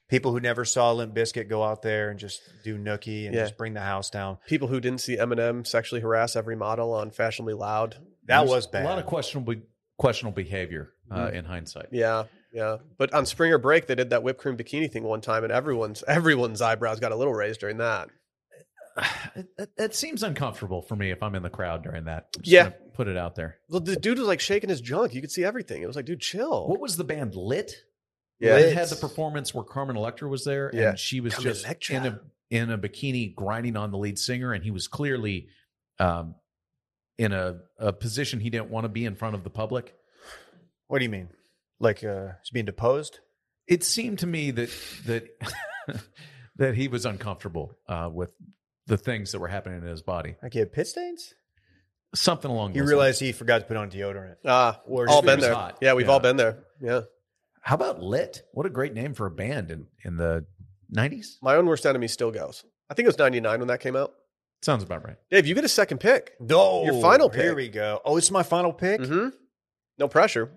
Speaker 2: People who never saw Limp Biscuit go out there and just do nookie and
Speaker 1: Yeah.
Speaker 2: just bring the house down.
Speaker 1: People who didn't see Eminem sexually harass every model on Fashionably Loud.
Speaker 2: That
Speaker 3: There's
Speaker 2: was bad. Mm-hmm.
Speaker 3: A lot of questionable questionable behavior uh, in hindsight.
Speaker 1: Yeah, yeah. But on Springer Break, they did that whipped cream bikini thing one time, and everyone's everyone's eyebrows got a little raised during that.
Speaker 3: That, that seems uncomfortable for me if I'm in the crowd during that. I'm just
Speaker 1: Yeah.
Speaker 3: gonna Put it out there.
Speaker 1: Well, the dude was like shaking his junk. You could see everything. It was like, dude, chill.
Speaker 3: What was the band Lit?
Speaker 1: Yeah.
Speaker 3: They
Speaker 2: Lit.
Speaker 3: had the performance where Carmen Electra was there,
Speaker 1: Yeah.
Speaker 3: and she was
Speaker 1: Carmen
Speaker 3: just
Speaker 1: Electra.
Speaker 3: in a in a bikini grinding on the lead singer, and he was clearly um, in a, a position he didn't want to be in front of the public.
Speaker 2: what do you mean? Like uh, he's being deposed?
Speaker 3: It seemed to me that that that he was uncomfortable uh, with the things that were happening in his body,
Speaker 2: Like he had pit stains?
Speaker 3: something along.
Speaker 2: He
Speaker 3: those
Speaker 2: realized he forgot to put on deodorant.
Speaker 1: Ah,
Speaker 2: Or
Speaker 1: all
Speaker 2: just-
Speaker 1: been
Speaker 3: was
Speaker 1: there.
Speaker 3: hot.
Speaker 1: Yeah, we've
Speaker 3: Yeah.
Speaker 1: all been there. Yeah.
Speaker 3: lines. How about Lit? What a great name for a band in in the nineties.
Speaker 1: My own worst enemy still goes. I think it was 99 when that came out.
Speaker 3: Sounds about right.
Speaker 1: Dave, you get a second pick.
Speaker 2: No,
Speaker 1: Your final
Speaker 2: Here
Speaker 1: pick.
Speaker 2: we go. Oh, it's my final pick.
Speaker 1: Mm-hmm. No Mm-hmm. pressure.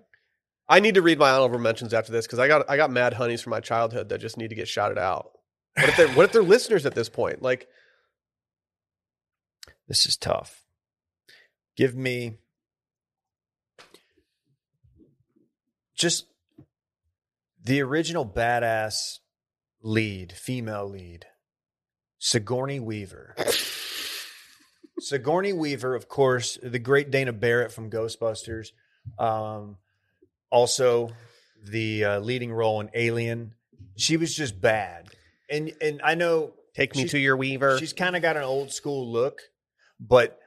Speaker 1: I need to read my honorable mentions after this because I got I got mad honeys from my childhood that just need to get shouted out. What if they're what if they're listeners at this point? Like
Speaker 2: This is tough. Give me just the original badass lead, female lead, Sigourney Weaver. Sigourney Weaver, of course, the great Dana Barrett from Ghostbusters. Um, also, the uh, leading role in Alien. She was just bad, and and I know
Speaker 1: take me
Speaker 2: She's-
Speaker 1: to your weaver.
Speaker 2: She's kind of got an old school look, but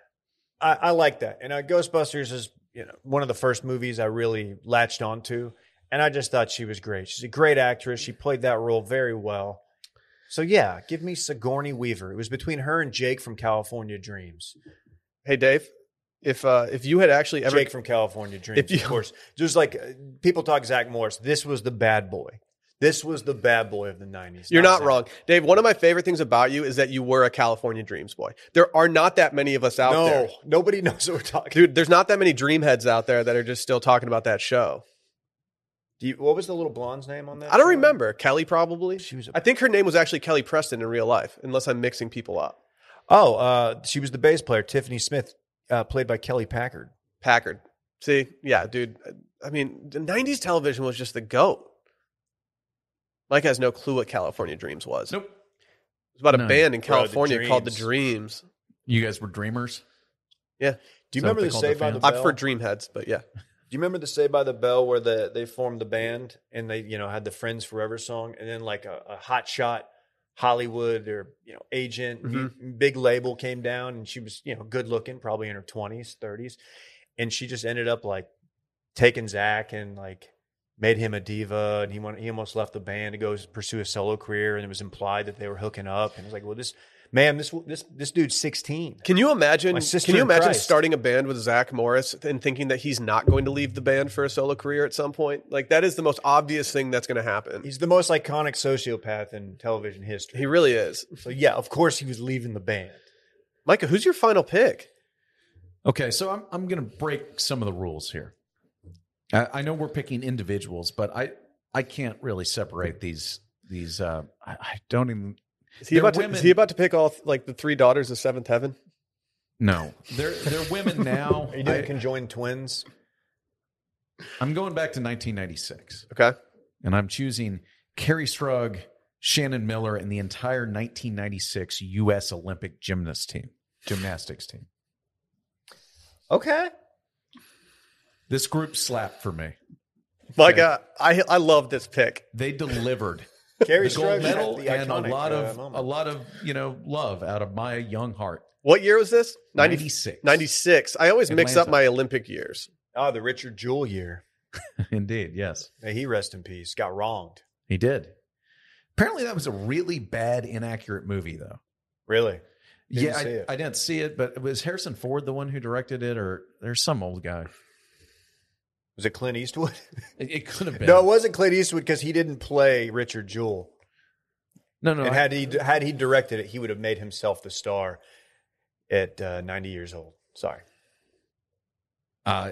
Speaker 2: I, I like that. And uh, Ghostbusters is you know one of the first movies I really latched onto, and I just thought she was great. She's a great actress. She played that role very well. So yeah, give me Sigourney Weaver. It was between her and Jake from California Dreams.
Speaker 1: Hey Dave, if uh if you had actually ever
Speaker 2: Jake from California Dreams,
Speaker 1: If you-
Speaker 2: of course. Just like uh, people talk Zach Morris, this was the bad boy. This was the bad boy of the nineties.
Speaker 1: You're not wrong. Dave, one of my favorite things about you is that you were a California Dreams boy. There are not that many of us out
Speaker 2: No,
Speaker 1: there.
Speaker 2: nobody knows what we're talking.
Speaker 1: Dude, there's not that many dream heads out there that are just still talking about that show.
Speaker 2: Do you, what was the little blonde's name on that?
Speaker 1: I don't
Speaker 2: show?
Speaker 1: remember. Kelly probably.
Speaker 2: She was a
Speaker 1: I think her name was actually Kelly Preston in real life, unless I'm mixing people up.
Speaker 2: Oh, uh, she was the bass player, Tiffany Smith, uh, played by Kelly Packard.
Speaker 1: Packard. See, yeah, dude. uh, I mean, the '90s television was just the goat. Mike has no clue what California Dreams was.
Speaker 3: Nope.
Speaker 1: It was about a
Speaker 3: None.
Speaker 1: band in
Speaker 2: Bro, the
Speaker 1: California called the Dreams.
Speaker 3: You guys were dreamers.
Speaker 2: Do you
Speaker 3: Is that what
Speaker 2: remember
Speaker 3: they
Speaker 2: the
Speaker 3: called
Speaker 2: Saved
Speaker 3: their
Speaker 2: by the Bell?
Speaker 1: I prefer Dreamheads, but yeah,
Speaker 2: Do you remember the Saved by the Bell where the they formed the band and they you know had the Friends Forever song and then like a, a hot shot Hollywood or you know agent
Speaker 1: Mhm.
Speaker 2: big label came down and she was you know good looking probably in her twenties thirties and she just ended up like taking Zach and like made him a diva and he went, he almost left the band to go pursue a solo career and it was implied that they were hooking up and it was like well this ma'am this this this dude's sixteen
Speaker 1: can you
Speaker 2: My
Speaker 1: imagine?
Speaker 2: sister
Speaker 1: Can you
Speaker 2: in
Speaker 1: imagine
Speaker 2: Christ.
Speaker 1: starting a band with Zach Morris and thinking that he's not going to leave the band for a solo career at some point? Like that is the most obvious thing that's going to happen.
Speaker 2: he's the most iconic sociopath in television history
Speaker 1: He really is.
Speaker 2: So yeah, of course he was leaving the band.
Speaker 1: Micah, who's your final pick?
Speaker 3: Okay, so I'm I'm going to break some of the rules here. I, I know we're picking individuals, but I I can't really separate these these. Uh, I, I don't even
Speaker 1: Is he
Speaker 3: They're
Speaker 1: about to,
Speaker 3: women.
Speaker 1: is he about to pick all th- like the three daughters of Seventh Heaven?
Speaker 3: know. They're they're women now.
Speaker 2: Are you doing
Speaker 3: I,
Speaker 2: conjoined twins?
Speaker 3: I'm going back to 1996,
Speaker 1: Okay,
Speaker 3: and I'm choosing Carrie Strug, Shannon Miller, and the entire 1996 U.S. Olympic gymnast team gymnastics team.
Speaker 2: Okay.
Speaker 3: This group slapped for me.
Speaker 1: Micah, I I love this pick.
Speaker 3: They delivered.
Speaker 2: Carrie
Speaker 3: the gold
Speaker 2: Strug had
Speaker 3: medal
Speaker 2: the
Speaker 3: and a
Speaker 2: iconic,
Speaker 3: lot
Speaker 2: uh,
Speaker 3: of
Speaker 2: moment.
Speaker 3: a lot of you know love out of my young heart.
Speaker 1: What year was this? 90,
Speaker 3: 96.
Speaker 1: 96. I always mix up
Speaker 3: Atlanta.
Speaker 1: my Olympic years.
Speaker 2: Oh, the Richard Jewell year.
Speaker 3: Indeed, yes.
Speaker 2: May he rest in peace. Got wronged.
Speaker 3: He did. Apparently that was a really bad inaccurate movie though.
Speaker 2: Really? Didn't
Speaker 3: yeah, I,
Speaker 2: see it.
Speaker 3: I didn't see it, but was Harrison Ford the one who directed it or there's some old guy.
Speaker 2: Was it Clint Eastwood?
Speaker 3: It, it could have been.
Speaker 2: No, it wasn't Clint Eastwood because he didn't play Richard Jewell.
Speaker 3: no, no.
Speaker 2: and
Speaker 3: I-
Speaker 2: had he had he directed it, he would have made himself the star at uh, 90 years old. Sorry.
Speaker 3: uh,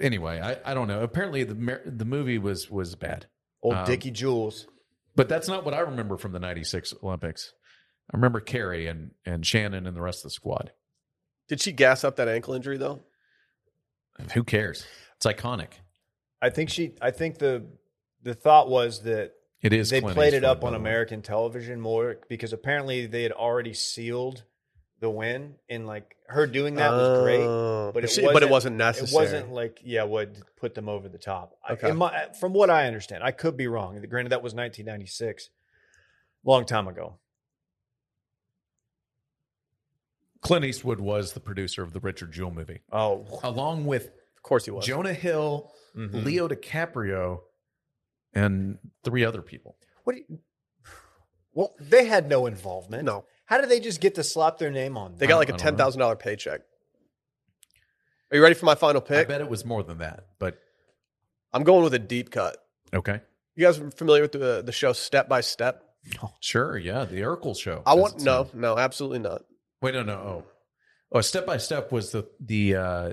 Speaker 3: anyway, I, I don't know. Apparently the mer- the movie was was bad.
Speaker 2: Old
Speaker 3: Um,
Speaker 2: Dickie Jules.
Speaker 3: But that's not what I remember from the 96 Olympics. I remember Carrie and and Shannon and the rest of the squad.
Speaker 1: Did she gas up that ankle injury though?
Speaker 3: Who cares? It's iconic.
Speaker 2: I think she I think the the thought was that
Speaker 3: It is.
Speaker 2: they
Speaker 3: Clint
Speaker 2: played it
Speaker 3: Eastwood,
Speaker 2: up
Speaker 3: by
Speaker 2: on
Speaker 3: the way.
Speaker 2: American television more because apparently they had already sealed the win, and like her doing that was great.
Speaker 1: Oh.
Speaker 2: but it
Speaker 1: She- but it
Speaker 2: wasn't-
Speaker 1: wasn't necessary.
Speaker 2: It wasn't like yeah, would put them over the top.
Speaker 1: Okay.
Speaker 2: I, in my, from what I understand, I could be wrong. Granted, that was 1996, long time ago.
Speaker 3: Clint Eastwood was the producer of the Richard Jewell movie,
Speaker 2: Oh,
Speaker 3: along with
Speaker 1: Of course he was.
Speaker 3: Jonah Hill,
Speaker 2: mhm.
Speaker 3: Leo DiCaprio, and three other people.
Speaker 2: what? Do you, well, they had no involvement.
Speaker 1: no.
Speaker 2: How did they just get to slap their name on?
Speaker 1: They
Speaker 2: That?
Speaker 1: got
Speaker 3: I
Speaker 1: like a
Speaker 3: don't- I don't
Speaker 1: ten
Speaker 3: know.
Speaker 1: thousand dollar paycheck. Are you ready for my final
Speaker 3: I
Speaker 1: pick?
Speaker 3: bet it was more than that, but
Speaker 1: I'm going with a deep cut.
Speaker 3: okay,
Speaker 1: You guys are familiar with the the show Step by Step?
Speaker 3: sure, yeah, the Urkel show. uh,
Speaker 1: I
Speaker 3: Does
Speaker 1: want
Speaker 3: it
Speaker 1: no,
Speaker 3: sound-
Speaker 1: no, absolutely not.
Speaker 3: Wait, no, no. Oh, oh, step by step was the the uh,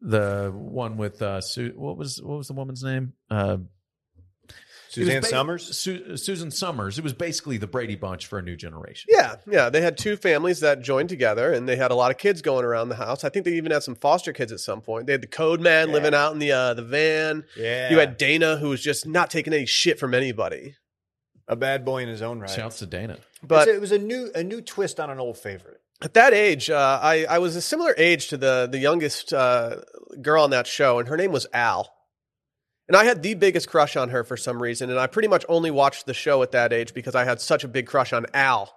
Speaker 3: the one with uh, Su- what was what was the woman's name? Uh, it was
Speaker 2: Suzanne
Speaker 3: ba-
Speaker 2: Summers.
Speaker 3: Su- Susan Summers. It was basically the Brady Bunch for a new generation.
Speaker 1: Yeah, yeah. They had two families that joined together, and they had a lot of kids going around the house. I think they even had some foster kids at some point. They had the code man
Speaker 2: Yeah.
Speaker 1: living out in the uh, the van.
Speaker 2: Yeah,
Speaker 1: You had Dana, who was just not taking any shit from anybody.
Speaker 2: a bad boy in his own right.
Speaker 3: Shouts to Dana.
Speaker 1: But
Speaker 2: it was a new a new twist on an old favorite.
Speaker 1: at that age, uh, I I was a similar age to the the youngest uh, girl on that show, and her name was Al. And I had the biggest crush on her for some reason, and I pretty much only watched the show at that age because I had such a big crush on Al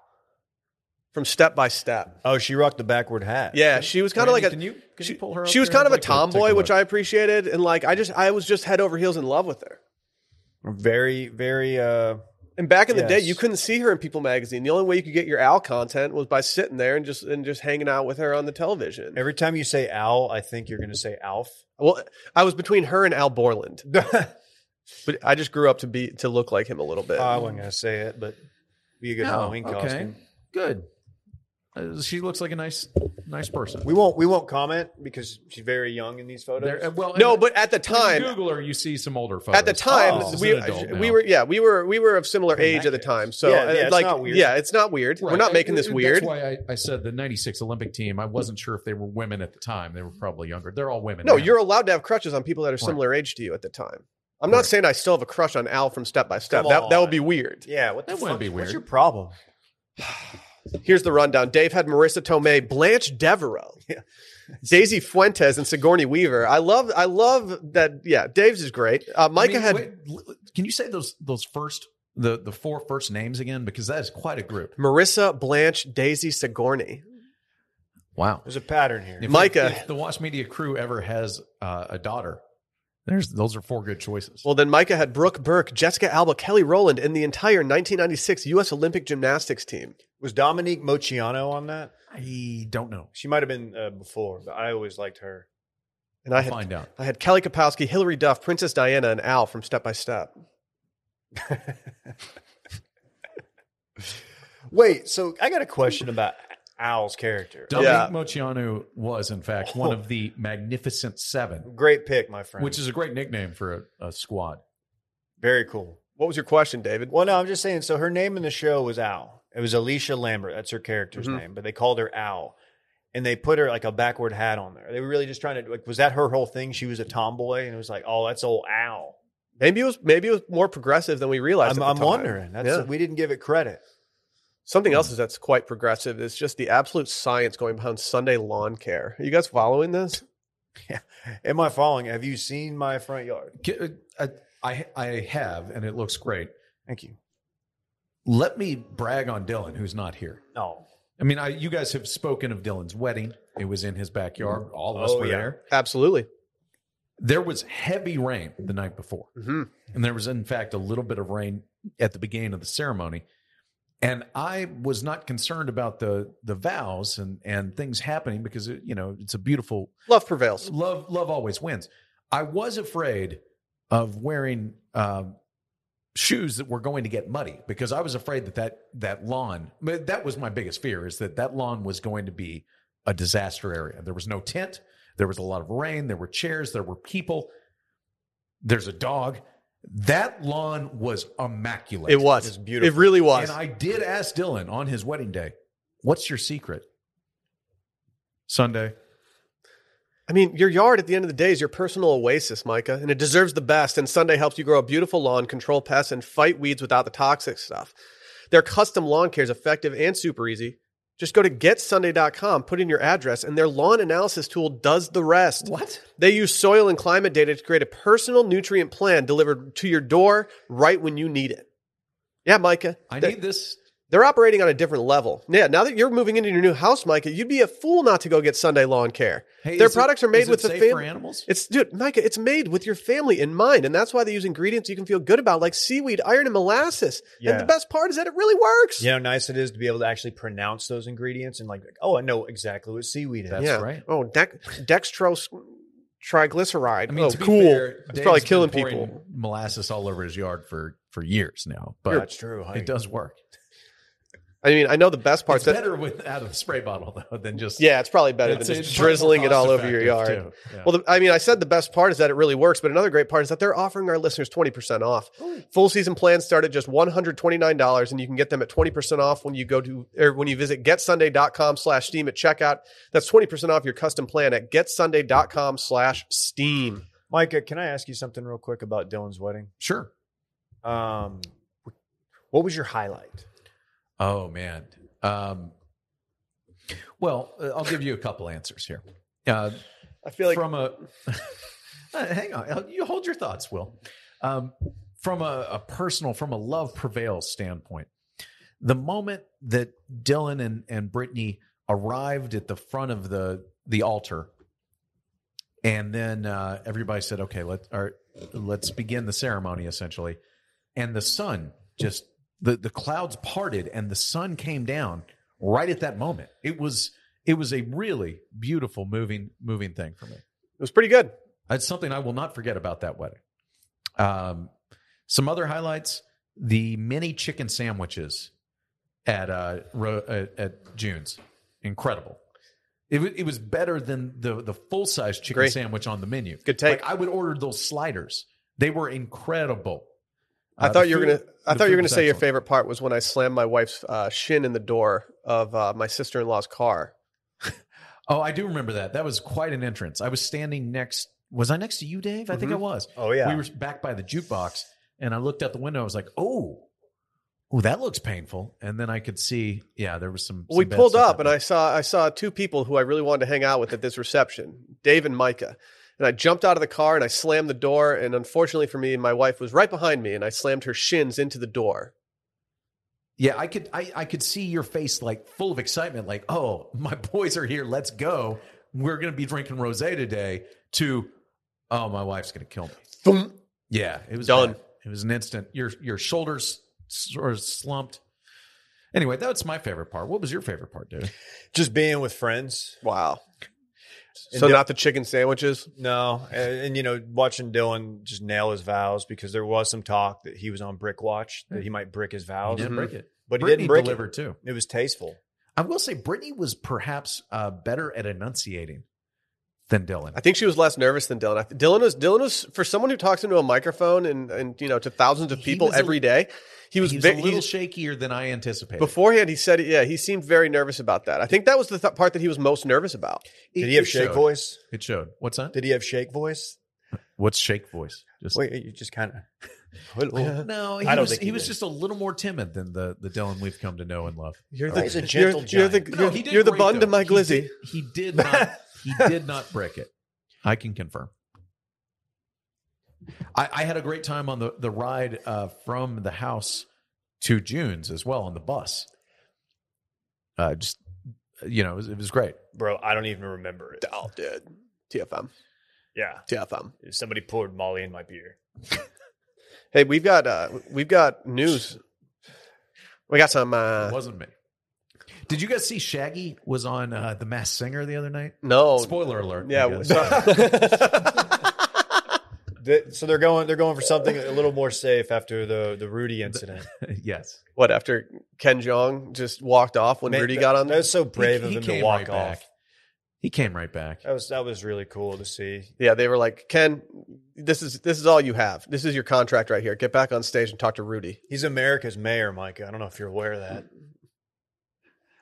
Speaker 1: from Step by Step.
Speaker 2: Oh, she rocked the backward hat.
Speaker 1: Yeah, she was kind of
Speaker 3: Randy,
Speaker 1: like a
Speaker 3: can you, can
Speaker 1: she,
Speaker 3: you pull her?
Speaker 1: she
Speaker 3: up
Speaker 1: was
Speaker 3: there?
Speaker 1: kind of a
Speaker 3: I'd like to take
Speaker 1: tomboy, which
Speaker 3: look.
Speaker 1: I appreciated, and like I just I was just head over heels in love with her.
Speaker 2: very very. uh
Speaker 1: And back in the day,
Speaker 2: Yes.
Speaker 1: you couldn't see her in People magazine. The only way you could get your Al content was by sitting there and just and just hanging out with her on the television.
Speaker 2: Every time you say Al, I think you're going to say Alf. Oh,
Speaker 1: Well, I was between her and Al Borland, but I just grew up to be to look like him a little bit.
Speaker 2: I wasn't going to say it, but be a good
Speaker 3: No,
Speaker 2: Halloween
Speaker 3: okay.
Speaker 2: costume.
Speaker 3: Good. Uh, she looks like a nice, nice person.
Speaker 2: We won't we won't comment because she's very young in these photos.
Speaker 3: There- uh, well,
Speaker 1: no,
Speaker 3: and
Speaker 1: but at the
Speaker 3: when you
Speaker 1: time,
Speaker 3: Google her, you see some older photos.
Speaker 1: at the time
Speaker 2: Oh.
Speaker 3: This is
Speaker 1: we
Speaker 3: an adult now.
Speaker 1: we were yeah we were we were of similar age at the
Speaker 2: that
Speaker 1: time.
Speaker 2: case.
Speaker 1: So
Speaker 2: Yeah,
Speaker 1: uh,
Speaker 2: yeah, it's
Speaker 1: like
Speaker 2: not weird.
Speaker 1: yeah, it's not weird. We're
Speaker 3: Right.
Speaker 1: not
Speaker 3: I-
Speaker 1: making this
Speaker 3: that's
Speaker 1: weird.
Speaker 3: why I, I said the '96 Olympic team. I wasn't sure if they were women at the time. They were probably younger. They're all women.
Speaker 1: No,
Speaker 3: now.
Speaker 1: you're allowed to have crushes on people that are similar age to you at the time. I'm not
Speaker 3: Right.
Speaker 1: saying I still have a crush on Al from Step by Step.
Speaker 2: Come
Speaker 1: That that would
Speaker 2: on.
Speaker 1: be weird.
Speaker 2: yeah, what the
Speaker 3: That wouldn't
Speaker 2: fuck?
Speaker 3: be weird.
Speaker 2: What's your problem?
Speaker 1: Here's the rundown. Dave had Marissa Tomei, Blanche Devereaux,
Speaker 2: Yeah.
Speaker 1: Daisy Fuentes, and Sigourney Weaver. I love I love that. Yeah, Dave's is great. Uh,
Speaker 3: I
Speaker 1: Micah
Speaker 3: mean,
Speaker 1: had
Speaker 3: wait, l- l- can you say those those first the the four first names again? Because that is quite a group.
Speaker 1: Marissa, Blanche, Daisy, Sigourney.
Speaker 3: Wow.
Speaker 2: There's a pattern here.
Speaker 3: If-
Speaker 1: Micah.
Speaker 3: if the Watch Media crew ever has uh, a daughter, there's those are four good choices.
Speaker 1: Well, then Micah had Brooke Burke, Jessica Alba, Kelly Rowland, and the entire 1996 U.S. Olympic gymnastics team.
Speaker 2: Was Dominique Mociano on that?
Speaker 3: I don't know.
Speaker 2: She might have been uh, before, but I always liked her.
Speaker 1: And I had
Speaker 3: Find out.
Speaker 1: I had Kelly Kapowski, Hillary Duff, Princess Diana, and Al from Step by Step.
Speaker 2: Wait, so I got a question about Al's character.
Speaker 3: Dominic
Speaker 1: Yeah. Oh.
Speaker 3: Mociano was, in fact, one of the Magnificent Seven,
Speaker 2: Great pick, my friend.
Speaker 3: which is a great nickname for a, a squad.
Speaker 2: very cool.
Speaker 1: What was your question, David?
Speaker 2: Well, no, I'm just saying. So her name in the show was Al. It was Alicia Lambert. That's her character's
Speaker 1: Mhm.
Speaker 2: name, but they called her Al, and they put her like a backward hat on there. They were really just trying to like, was that her whole thing? She was a tomboy, and it was like, oh, that's old Al.
Speaker 1: Maybe it was maybe it was more progressive than we realized.
Speaker 2: I'm,
Speaker 1: at the
Speaker 2: I'm
Speaker 1: time.
Speaker 2: wondering. That's
Speaker 1: Yeah.
Speaker 2: we didn't give it credit.
Speaker 1: Something else is that's quite progressive is just the absolute science going behind Sunday lawn care. Are you guys following this?
Speaker 2: Am I following? Have you seen my front yard?
Speaker 3: Ki- uh, I, I have, and it looks great.
Speaker 2: Thank you.
Speaker 3: Let me brag on Dylan, who's not here.
Speaker 2: No,
Speaker 3: I mean, I, you guys have spoken of Dylan's wedding. It was in his backyard. All of us
Speaker 2: Oh,
Speaker 3: were
Speaker 2: yeah.
Speaker 3: there.
Speaker 1: Absolutely.
Speaker 3: There was heavy rain the night before.
Speaker 1: hmm
Speaker 3: And there was, in fact, a little bit of rain at the beginning of the ceremony. And I was not concerned about the the vows and and things happening because it, you know it's a beautiful
Speaker 1: Love prevails.
Speaker 3: love. Love always wins. I was afraid of wearing um, shoes that were going to get muddy because I was afraid that that that lawn. But that was my biggest fear is that that lawn was going to be a disaster area. There was no tent. There was a lot of rain. There were chairs. There were people. There's a dog. That lawn was immaculate.
Speaker 1: It was.
Speaker 2: It's
Speaker 1: It,
Speaker 2: beautiful.
Speaker 1: really was.
Speaker 3: And I did ask Dylan on his wedding day, "What's your secret?" Sunday.
Speaker 1: I mean, your yard at the end of the day is your personal oasis, Micah, and it deserves the best. And Sunday helps you grow a beautiful lawn, control pests, and fight weeds without the toxic stuff. Their custom lawn care is effective and super easy. Just go to getsunday.com, put in your address, and their lawn analysis tool does the rest.
Speaker 3: What?
Speaker 1: They use soil and climate data to create a personal nutrient plan delivered to your door right when you need it. Yeah, Micah.
Speaker 3: I
Speaker 1: They-
Speaker 3: need this
Speaker 1: they're operating on a different level. Yeah, now that you're moving into your new house, Micah, you'd be a fool not to go get Sunday Lawn Care.
Speaker 3: Hey,
Speaker 1: Their
Speaker 3: is it-
Speaker 1: products are made
Speaker 3: is it
Speaker 1: with the Oh,
Speaker 3: safe for
Speaker 1: family.
Speaker 3: animals.
Speaker 1: It's dude, Micah, it's made with your family in mind, and that's why they use ingredients you can feel good about, like seaweed, iron, and molasses.
Speaker 2: Yeah.
Speaker 1: And the best part is that it really works.
Speaker 2: You know how nice it is to be able to actually pronounce those ingredients and like, oh, I know exactly what seaweed is.
Speaker 3: That's
Speaker 1: Yeah.
Speaker 3: right.
Speaker 1: Oh, dec- dextrose triglyceride.
Speaker 3: I mean,
Speaker 1: oh,
Speaker 3: to be
Speaker 1: cool.
Speaker 3: fair,
Speaker 1: it's
Speaker 3: Dave's
Speaker 1: probably
Speaker 3: been
Speaker 1: killing
Speaker 3: pouring
Speaker 1: people.
Speaker 3: Molasses all over his yard for for years now, but
Speaker 2: That's true. honey.
Speaker 3: it does work.
Speaker 1: I mean, I know the best
Speaker 3: It's
Speaker 1: part's that.
Speaker 3: better with out of the spray bottle though than just
Speaker 1: Yeah, it's probably better
Speaker 3: It's-
Speaker 1: than
Speaker 3: it's
Speaker 1: just drizzling it
Speaker 3: cost
Speaker 1: all over your yard.
Speaker 3: effective, too. Yeah.
Speaker 1: Well, the, I mean, I said the best part is that it really works, but another great part is that they're offering our listeners 20% off. Full season plans start at just $129 and you can get them at 20% off when you go to or when you visit getsunday.com slash steam at checkout. That's 20% off your custom plan at getsunday.com slash steam.
Speaker 2: Micah, can I ask you something real quick about Dylan's wedding?
Speaker 3: sure.
Speaker 2: Um, what was your highlight?
Speaker 3: Oh man. Um, well, uh, I'll give you a couple answers here. Uh,
Speaker 1: I feel like
Speaker 3: from a Uh, hang on, Uh, you hold your thoughts, Will. Um, from a, a personal, from a love prevails standpoint, the moment that Dylan and and Brittany arrived at the front of the the altar, and then uh, everybody said, "Okay, let or, let's begin the ceremony," essentially, and the sun just the the clouds parted and the sun came down right at that moment. It was it was a really beautiful moving moving thing for me.
Speaker 1: it was pretty good.
Speaker 3: That's something I will not forget about that wedding. Um, some other highlights: the mini chicken sandwiches at uh, Ro- at, at June's, incredible. It, wa- it was better than the the full size chicken
Speaker 1: Great.
Speaker 3: sandwich on the menu.
Speaker 1: Good take.
Speaker 3: Like, I would order those sliders; they were incredible.
Speaker 1: I
Speaker 3: Uh,
Speaker 1: thought
Speaker 3: the
Speaker 1: you were
Speaker 3: food-
Speaker 1: gonna. I thought you
Speaker 3: the food
Speaker 1: were gonna
Speaker 3: was
Speaker 1: say your
Speaker 3: excellent.
Speaker 1: favorite part was when I slammed my wife's uh, shin in the door of uh, my sister in law's car.
Speaker 3: Oh, I do remember that. That was quite an entrance. I was standing next. Was I next to you, Dave? I
Speaker 1: Mm-hmm.
Speaker 3: think I was.
Speaker 2: Oh yeah,
Speaker 3: we were back by the jukebox and i looked out the window i was like oh oh that looks painful and then i could see yeah there was some
Speaker 1: we
Speaker 3: some bad
Speaker 1: pulled
Speaker 3: stuff
Speaker 1: up and I
Speaker 3: happening.
Speaker 1: saw I saw two people who I really wanted to hang out with at this reception, Dave and Micah. And I jumped out of the car and I slammed the door. And unfortunately for me, my wife was right behind me, and I slammed her shins into the door.
Speaker 3: yeah i could I, I could see your face like full of excitement like oh my boys are here let's go we're gonna be drinking rose today to oh my wife's gonna kill me
Speaker 1: Thump.
Speaker 3: yeah it was
Speaker 1: Done.
Speaker 3: bad. it was an instant your your shoulders sort of slumped anyway that's my favorite part what was your favorite part dude
Speaker 2: just being with friends.
Speaker 1: Wow.
Speaker 2: And
Speaker 1: So
Speaker 2: Dylan-
Speaker 1: not the chicken sandwiches.
Speaker 2: No, and, and, you know, watching Dylan just nail his vows because there was some talk that he was on brick watch that he might brick his
Speaker 3: you
Speaker 2: vows,
Speaker 3: didn't break it
Speaker 2: but he
Speaker 3: Brittany
Speaker 2: didn't break
Speaker 3: delivered too
Speaker 2: it. It was tasteful.
Speaker 3: I will say Brittany was perhaps uh, better at enunciating than Dylan.
Speaker 1: I think she was less nervous than Dylan. I, th- Dylan was Dylan was for someone who talks into a microphone and and you know to thousands of
Speaker 3: He
Speaker 1: people
Speaker 3: was a-
Speaker 1: every day. He
Speaker 3: He
Speaker 1: was,
Speaker 3: was,
Speaker 1: ve-
Speaker 3: a little
Speaker 1: he's-
Speaker 3: shakier than I anticipated.
Speaker 1: beforehand. He said, yeah, he seemed very nervous about that. I think that was the th- part that he was most nervous about.
Speaker 3: It-
Speaker 2: Did he have
Speaker 3: it
Speaker 2: shake
Speaker 3: showed.
Speaker 2: voice?
Speaker 3: It showed. What's that?
Speaker 2: Did he have shake voice?
Speaker 3: What's shake voice? Just
Speaker 2: Wait, you just kind of.
Speaker 3: no. He
Speaker 2: I don't
Speaker 3: was,
Speaker 2: think
Speaker 3: he,
Speaker 2: he
Speaker 3: was
Speaker 2: did.
Speaker 3: just a little more timid than the the Dylan we've come to know and love.
Speaker 1: You're
Speaker 2: the- He's a gentle
Speaker 1: you're, you're the,
Speaker 2: giant.
Speaker 1: you're, you're the
Speaker 3: great,
Speaker 1: bun to
Speaker 3: though.
Speaker 1: my
Speaker 3: He
Speaker 1: glizzy.
Speaker 3: did- He did, not. He did not break it. I can confirm. I, I had a great time on the the ride uh, from the house to June's as well on the bus. Uh, just you know, it was, it was great.
Speaker 2: Bro, I don't even remember it.
Speaker 1: Oh, dude. TFM.
Speaker 2: Yeah,
Speaker 1: TFM.
Speaker 2: somebody poured Molly in my beer.
Speaker 1: Hey, we've got uh we've got news. We got some
Speaker 3: it
Speaker 1: uh
Speaker 3: wasn't me. Did you guys see Shaggy was on uh, the Mass Singer the other night?
Speaker 2: Oh,
Speaker 1: no.
Speaker 3: Spoiler alert!
Speaker 1: yeah.
Speaker 3: you guys.
Speaker 2: The- so they're going. They're going for something a little more safe after the the Rudy incident.
Speaker 3: yes.
Speaker 1: what after Ken Jong just walked off when
Speaker 2: Man,
Speaker 1: Rudy
Speaker 2: that-
Speaker 1: got on
Speaker 2: That was so brave
Speaker 3: He- he
Speaker 2: of him to
Speaker 3: came
Speaker 2: walk
Speaker 3: right
Speaker 2: off. Uh,
Speaker 3: back. He came right back.
Speaker 2: That was that was really cool to see.
Speaker 1: Yeah, they were like, "Ken, this is this is all you have. This is your contract right here. Get back on stage and talk to Rudy."
Speaker 2: He's America's mayor, Mike. I don't know if you're aware of that.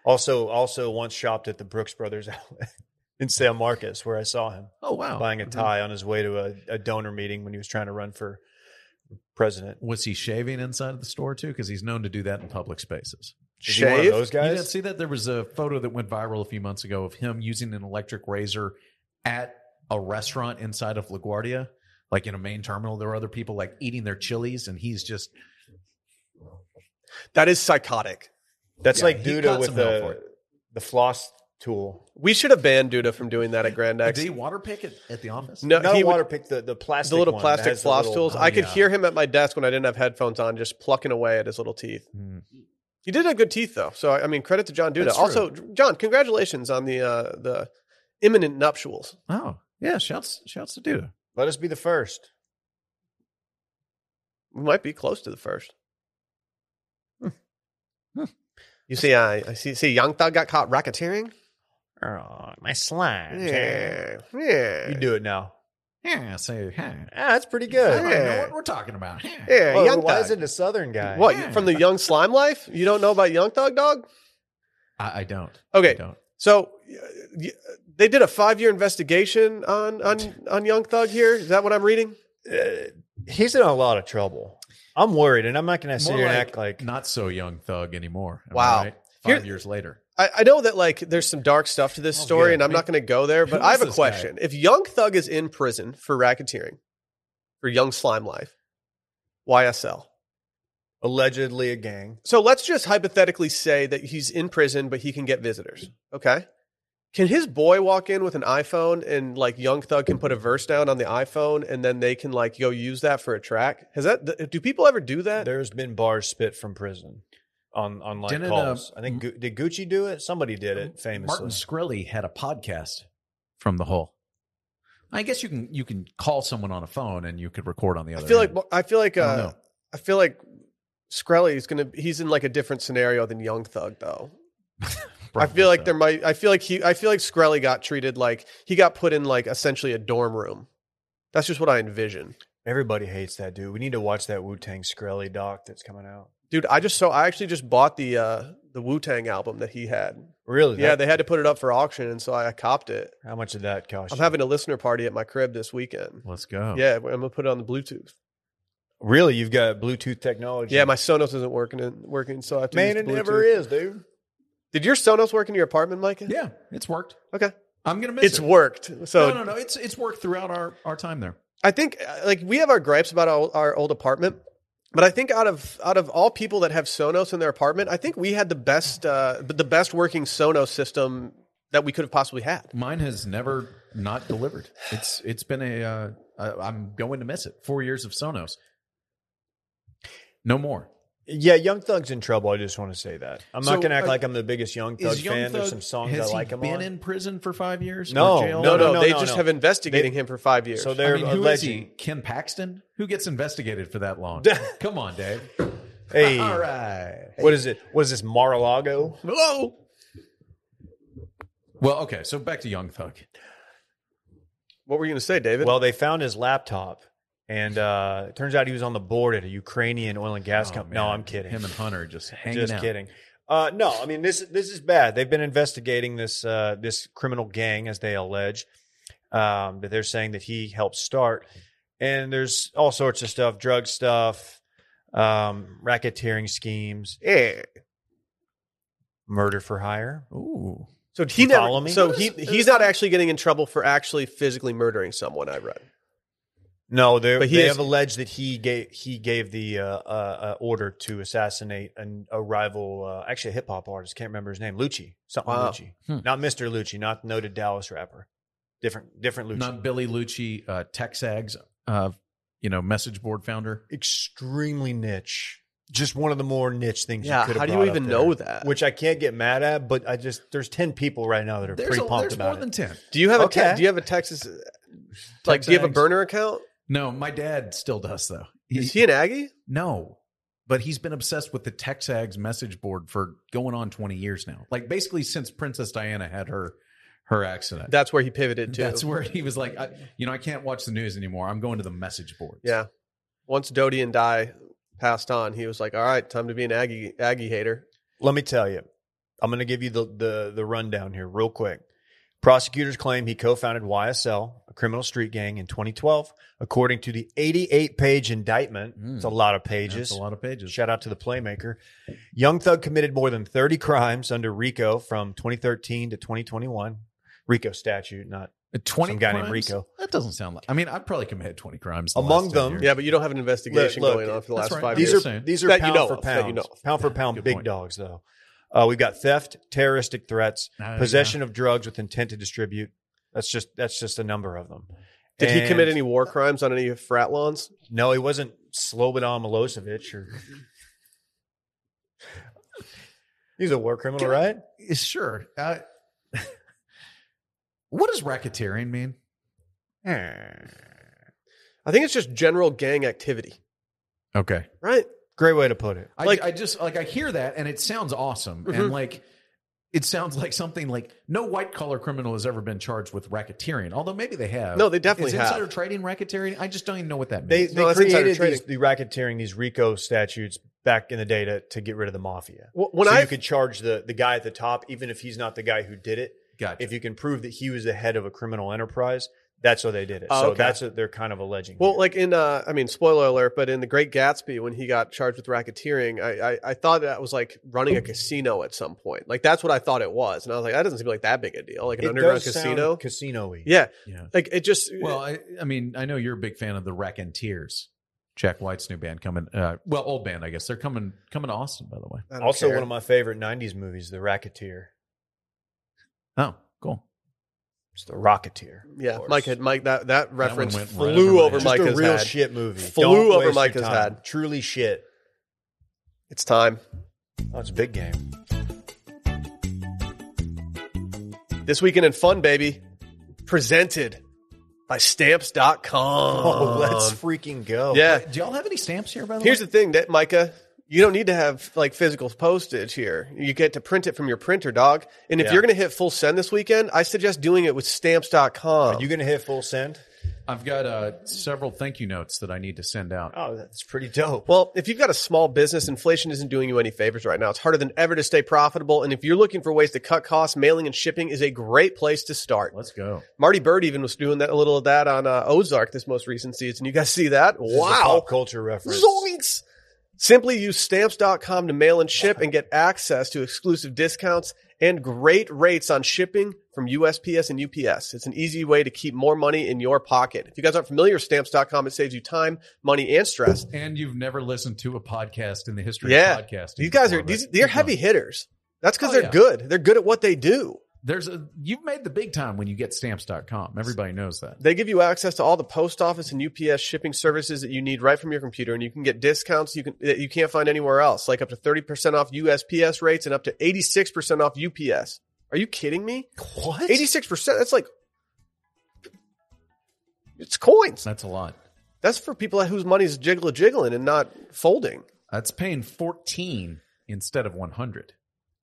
Speaker 2: Also, also once shopped at the Brooks Brothers outlet in San Marcos, where I saw him
Speaker 3: Oh wow!
Speaker 2: buying a
Speaker 1: Mhm.
Speaker 2: tie on his way to a, a donor meeting when he was trying to run for president.
Speaker 3: Was he shaving inside of the store too? Because he's known to do that in public spaces.
Speaker 2: Is he one of
Speaker 1: Shave?
Speaker 2: those
Speaker 3: You didn't
Speaker 2: guys?
Speaker 3: see that there was a photo that went viral a few months ago of him using an electric razor at a restaurant inside of LaGuardia, like in a main terminal. There were other people like eating their chilies, and he's just
Speaker 1: That is psychotic.
Speaker 2: That's
Speaker 3: Yeah,
Speaker 2: like
Speaker 3: he
Speaker 2: Duda
Speaker 3: caught
Speaker 2: with
Speaker 3: some hell for
Speaker 2: the the floss tool.
Speaker 1: We should have banned Duda from doing that at Grand
Speaker 3: did
Speaker 1: X.
Speaker 3: he water pick it at the office?
Speaker 1: No,
Speaker 2: Not
Speaker 1: he
Speaker 2: a
Speaker 1: would-
Speaker 2: water pick, the, the plastic
Speaker 1: the little
Speaker 2: one that
Speaker 1: plastic
Speaker 2: has the
Speaker 1: floss
Speaker 2: little-
Speaker 1: tools.
Speaker 3: oh,
Speaker 1: I could
Speaker 3: yeah.
Speaker 1: hear him at my desk when I didn't have headphones on, just plucking away at his little teeth.
Speaker 3: Hmm.
Speaker 1: He did have good teeth, though. So I I mean, credit to John Duda.
Speaker 3: That's
Speaker 1: Also, John, congratulations on the uh, the imminent nuptials.
Speaker 3: Oh yeah, shouts shouts to Duda.
Speaker 2: Let us be the first. Hmm.
Speaker 1: We might be close to the first. You see, uh, I see. See, Young Thug got caught racketeering.
Speaker 4: Oh, my slime.
Speaker 1: Yeah, yeah.
Speaker 2: You do it now.
Speaker 3: Yeah, so huh.
Speaker 2: Yeah, Ah, that's pretty
Speaker 3: I
Speaker 2: good.
Speaker 3: don't
Speaker 1: Yeah.
Speaker 3: know what we're talking about. Yeah.
Speaker 1: Yeah,
Speaker 2: Whoa,
Speaker 1: Young
Speaker 2: why
Speaker 1: Thug.
Speaker 2: is it a Southern guy?
Speaker 1: What you- from the Young Slime Life? You don't know about Young Thug Dog?
Speaker 3: I, I don't. I
Speaker 1: Okay,
Speaker 3: don't.
Speaker 1: so y- y- they did a five-year investigation on on on Young Thug. Here is that what I'm reading?
Speaker 2: Uh, he's in a lot of trouble. I'm worried, and I'm not going to sit
Speaker 3: More
Speaker 2: here and
Speaker 3: like
Speaker 2: act like
Speaker 3: Not so young thug anymore. am I
Speaker 1: Wow.
Speaker 3: right?
Speaker 1: Here-
Speaker 3: Five years later.
Speaker 1: I, I know that like there's some dark stuff to this
Speaker 3: Oh,
Speaker 1: story,
Speaker 3: good.
Speaker 1: and I'm not going to go there. But
Speaker 3: Who
Speaker 1: I
Speaker 3: is
Speaker 1: have a
Speaker 3: this guy?
Speaker 1: question: If Young Thug is in prison for racketeering for Young Slime Life, YSL.
Speaker 2: allegedly a gang.
Speaker 1: So let's just hypothetically say that he's in prison, but he can get visitors. Okay. Can his boy walk in with an iPhone and like Young Thug can put a verse down on the iPhone and then they can like go use that for a track? Has that, th- do people ever do that?
Speaker 2: There's been bars spit from prison on online
Speaker 3: Didn't,
Speaker 2: calls.
Speaker 3: uh,
Speaker 2: I think Gu- did Gucci do it? Somebody did it famously.
Speaker 3: Martin Screlly had a podcast from the hole. I guess you can you can call someone on a phone and you could record on the
Speaker 1: I
Speaker 3: other.
Speaker 1: feel like,
Speaker 3: end.
Speaker 1: I feel like,
Speaker 3: I don't
Speaker 1: uh,
Speaker 3: know.
Speaker 1: I feel like Screlly is going to, he's in like a different scenario than Young Thug though. I
Speaker 3: Probably
Speaker 1: feel like
Speaker 3: so.
Speaker 1: there might, I feel like he, I feel like Screlly got treated like he got put in like essentially a dorm room. That's just what I envision.
Speaker 2: Everybody hates that dude. We need to watch that Wu Tang Skrelly doc that's coming out.
Speaker 1: Dude, I just so I actually just bought the uh the Wu Tang album that he had.
Speaker 2: Really?
Speaker 1: Yeah,
Speaker 2: That-
Speaker 1: they had to put it up for auction, and so I copped it.
Speaker 2: how much did that cost?
Speaker 1: I'm
Speaker 2: you?
Speaker 1: having a listener party at my crib this weekend.
Speaker 3: uh, Let's go.
Speaker 1: Yeah, I'm gonna put it on the Bluetooth.
Speaker 2: really. You've got Bluetooth technology.
Speaker 1: Yeah, my Sonos isn't working. Working, so I have to
Speaker 2: man,
Speaker 1: use
Speaker 2: it
Speaker 1: Bluetooth.
Speaker 2: never is, dude.
Speaker 1: Did your Sonos work in your apartment, Micah?
Speaker 3: Yeah, it's worked.
Speaker 1: Okay.
Speaker 3: I'm gonna miss
Speaker 1: It's
Speaker 3: it.
Speaker 1: worked. So
Speaker 3: no, no, no. It's it's worked throughout our our time there.
Speaker 1: I think uh, like we have our gripes about our, our old apartment, but I think out of out of all people that have Sonos in their apartment, I think we had the best uh the best working Sonos system that we could have possibly had.
Speaker 3: Mine has never not delivered. It's it's been a. Uh, I, I'm going to miss it. Four years of Sonos. No more.
Speaker 2: Yeah, Young Thug's in trouble. I just want to say that. I'm
Speaker 3: So,
Speaker 2: not gonna act
Speaker 3: uh,
Speaker 2: like I'm the biggest Young Thug fan. There's some songs I
Speaker 3: has he
Speaker 2: like him
Speaker 3: been
Speaker 2: on.
Speaker 3: in prison for five years? or
Speaker 2: No,
Speaker 3: jail?
Speaker 1: No, no,
Speaker 2: no,
Speaker 1: they
Speaker 2: no,
Speaker 1: just
Speaker 2: no.
Speaker 1: have investigating him for five years.
Speaker 2: so
Speaker 3: I
Speaker 2: they're
Speaker 3: mean, who is he?
Speaker 2: alleging.
Speaker 3: Ken Paxton? Who gets investigated for that long? Come on, Dave.
Speaker 2: Hey,
Speaker 3: All right.
Speaker 2: what is it? What is this Mar-a-Lago?
Speaker 3: Hello. Well, okay. So back to Young Thug.
Speaker 1: What were you going to say, David?
Speaker 2: Well, they found his laptop, and uh, it turns out he was on the board at a Ukrainian oil and gas
Speaker 3: Oh,
Speaker 2: company.
Speaker 3: man.
Speaker 2: No, I'm kidding.
Speaker 3: Him and Hunter just hanging
Speaker 2: Just
Speaker 3: out.
Speaker 2: kidding. Uh, no, I mean this. This is bad. They've been investigating this uh, this criminal gang, as they allege, um, that they're saying that he helped start. And there's all sorts of stuff, drug stuff, um, racketeering schemes,
Speaker 1: yeah.
Speaker 2: murder for hire.
Speaker 3: Ooh.
Speaker 1: So he
Speaker 2: You
Speaker 1: never.
Speaker 2: follow me?
Speaker 1: So
Speaker 2: What
Speaker 1: he
Speaker 2: is-
Speaker 1: he's not actually getting in trouble for actually physically murdering someone. I read.
Speaker 2: No, they
Speaker 1: But he
Speaker 2: they
Speaker 1: is-
Speaker 2: have alleged that he gave he gave the uh, uh, uh, order to assassinate an, a rival, uh, actually a hip hop artist. Can't remember his name, Lucci, something
Speaker 1: Wow.
Speaker 2: Lucci,
Speaker 3: Hmm.
Speaker 2: not Mister Lucci, not the noted Dallas rapper, different different Lucci.
Speaker 3: Not Billy Lucci, uh, Texags, uh, you know, message board founder.
Speaker 2: extremely niche. Just one of the more niche things.
Speaker 1: Yeah,
Speaker 2: You could have
Speaker 1: how do you
Speaker 2: brought up
Speaker 1: even
Speaker 2: there,
Speaker 1: know that?
Speaker 2: Which I can't get mad at, but I just there's ten people right now that are
Speaker 3: There's,
Speaker 2: pretty
Speaker 3: a,
Speaker 2: pumped
Speaker 3: there's more
Speaker 2: about it.
Speaker 3: than 10.
Speaker 1: Do you have a
Speaker 2: Okay.
Speaker 1: te- do you have a Texas like do you have a
Speaker 3: Texags.
Speaker 1: burner account?
Speaker 3: No, my dad still does, though.
Speaker 1: Is he an Aggie?
Speaker 3: No, but he's been obsessed with the Texags message board for going on 20 years now. Like basically since Princess Diana had her her accident.
Speaker 1: That's where he pivoted to.
Speaker 3: That's where he was like, I, you know, I can't watch the news anymore. I'm going to the message boards.
Speaker 1: yeah. Once Doty and Di passed on, he was like, "All right, time to be an Aggie Aggie hater."
Speaker 2: Let me tell you, I'm going to give you the, the the rundown here real quick. Prosecutors claim he co-founded YSL, a criminal street gang, in 2012, according to the 88-page indictment.
Speaker 3: Mm.
Speaker 2: It's a lot of
Speaker 3: That's
Speaker 2: pages.
Speaker 3: a lot of pages.
Speaker 2: Shout out to the playmaker. Young Thug committed more than 30 crimes under RICO from 2013 to 2021. RICO statute, not
Speaker 3: Uh, 20
Speaker 2: Some guy named
Speaker 3: crimes?
Speaker 2: Rico.
Speaker 3: That doesn't sound like. I mean, I've probably committed 20 crimes the
Speaker 2: Among
Speaker 3: last 10
Speaker 2: them-
Speaker 3: years.
Speaker 1: Yeah, but you don't have an investigation
Speaker 2: Look,
Speaker 1: going on for the last
Speaker 3: that's right.
Speaker 1: five
Speaker 2: These
Speaker 1: years.
Speaker 2: are
Speaker 3: saying.
Speaker 2: these are
Speaker 1: That you
Speaker 2: pound
Speaker 1: know
Speaker 2: for
Speaker 1: of, that you
Speaker 2: pound,
Speaker 1: know of.
Speaker 2: pound for pound
Speaker 3: Good
Speaker 2: big
Speaker 3: point.
Speaker 2: dogs though. Uh, we've got theft, terroristic threats,
Speaker 3: Uh,
Speaker 2: possession of drugs with intent to distribute. That's just that's just a number of them.
Speaker 1: Did he commit
Speaker 2: And-
Speaker 1: any war crimes on any frat lawns?
Speaker 2: No, he wasn't Slobodan Milosevic or. He's a war criminal,
Speaker 3: Can I-
Speaker 2: right?
Speaker 3: yeah. Uh, Sure. Uh, what does racketeering mean?
Speaker 2: Eh.
Speaker 1: I think it's just general gang activity,
Speaker 3: Okay.
Speaker 1: right?
Speaker 2: Great way to put it.
Speaker 3: I,
Speaker 1: Like-
Speaker 3: I just like I hear that and it sounds awesome
Speaker 2: Mm-hmm.
Speaker 3: and like it sounds like something like no white collar criminal has ever been charged with racketeering. Although maybe they have.
Speaker 1: No, they definitely
Speaker 3: Is insider
Speaker 1: have.
Speaker 3: trading racketeering. I just don't even know what that
Speaker 2: They,
Speaker 3: means.
Speaker 2: they
Speaker 1: No, that's insider
Speaker 2: created these,
Speaker 1: trading.
Speaker 2: the racketeering, these RICO statutes back in the day to, to get rid of the mafia.
Speaker 1: Wh- When
Speaker 2: so
Speaker 1: I
Speaker 2: you could charge the, the guy at the top, even if he's not the guy who did it.
Speaker 3: gotcha.
Speaker 2: If you can prove that he was the head of a criminal enterprise, that's how they did it.
Speaker 1: Oh,
Speaker 2: so
Speaker 1: okay.
Speaker 2: that's what they're kind of alleging.
Speaker 1: Well,
Speaker 2: here.
Speaker 1: like in, uh, I mean, spoiler alert, but in The Great Gatsby, when he got charged with racketeering, I, I, I thought that was like running a casino at some point. Like that's what I thought it was, and I was like, that doesn't seem like that big a deal, like an
Speaker 2: It
Speaker 1: underground
Speaker 2: does sound
Speaker 1: casino.
Speaker 2: casino-y.
Speaker 1: yeah,
Speaker 3: yeah.
Speaker 1: like it just.
Speaker 3: Well, I, I mean, I know you're a big fan of the Racketeers. Jack White's new band coming. Uh, well, old band, I guess. They're coming coming to Austin, by the way.
Speaker 1: I don't
Speaker 2: Also,
Speaker 1: care.
Speaker 2: one of my favorite '90s movies, The Racketeer.
Speaker 3: Oh, cool.
Speaker 2: It's The Rocketeer.
Speaker 1: yeah,
Speaker 2: course.
Speaker 1: Mike had Mike that that reference
Speaker 3: went right
Speaker 1: flew
Speaker 3: over
Speaker 1: over
Speaker 2: Just
Speaker 3: my
Speaker 2: a
Speaker 1: Micah's
Speaker 2: real
Speaker 1: head.
Speaker 2: shit movie.
Speaker 1: Flew
Speaker 2: Don't
Speaker 1: over
Speaker 2: waste your
Speaker 1: Mike's
Speaker 2: time.
Speaker 1: head.
Speaker 2: Truly shit.
Speaker 1: It's time.
Speaker 2: Oh, it's a big game.
Speaker 1: This weekend in fun, baby, presented by Stamps.com.
Speaker 2: Oh, let's freaking go.
Speaker 1: Um, yeah.
Speaker 3: Do y'all have any stamps here? By the
Speaker 1: Here's
Speaker 3: way,
Speaker 1: the thing, that Micah, you don't need to have like physical postage here. You get to print it from your printer, dog. And if
Speaker 2: Yeah.
Speaker 1: you're going to hit full send this weekend, I suggest doing it with stamps.com.
Speaker 2: Are you gonna hit full send?
Speaker 3: I've got uh, several thank you notes that I need to send out.
Speaker 2: Oh, that's pretty dope.
Speaker 1: well, if you've got a small business, inflation isn't doing you any favors right now. It's harder than ever to stay profitable. And if you're looking for ways to cut costs, mailing and shipping is a great place to start.
Speaker 3: Let's go.
Speaker 1: Marty Bird even was doing that a little of that on uh, Ozark this most recent season. You guys see that?
Speaker 2: This is a
Speaker 1: wow.
Speaker 2: pop culture reference.
Speaker 1: Zoinks! Simply use stamps.com to mail and ship and get access to exclusive discounts and great rates on shipping from USPS and UPS. It's an easy way to keep more money in your pocket. If you guys aren't familiar with stamps.com, it saves you time, money, and stress.
Speaker 3: And you've never listened to a podcast in the history
Speaker 1: Yeah.
Speaker 3: of podcasting.
Speaker 1: These guys
Speaker 3: before,
Speaker 1: are
Speaker 3: but
Speaker 1: these,
Speaker 3: keep
Speaker 1: they're
Speaker 3: going.
Speaker 1: heavy hitters. That's because
Speaker 3: Oh,
Speaker 1: they're
Speaker 3: yeah.
Speaker 1: good. They're good at what they do.
Speaker 3: There's a you've made the big time when you get stamps.com. Everybody knows that.
Speaker 1: They give you access to all the post office and UPS shipping services that you need right from your computer, and you can get discounts you can that you can't find anywhere else, like up to thirty percent off USPS rates and up to eighty six percent off UPS. Are you kidding me?
Speaker 2: What?
Speaker 1: Eighty six percent? That's like it's coins.
Speaker 3: That's a lot.
Speaker 1: That's for people whose money's jiggle jiggling and not folding.
Speaker 3: That's paying 14 instead of 100.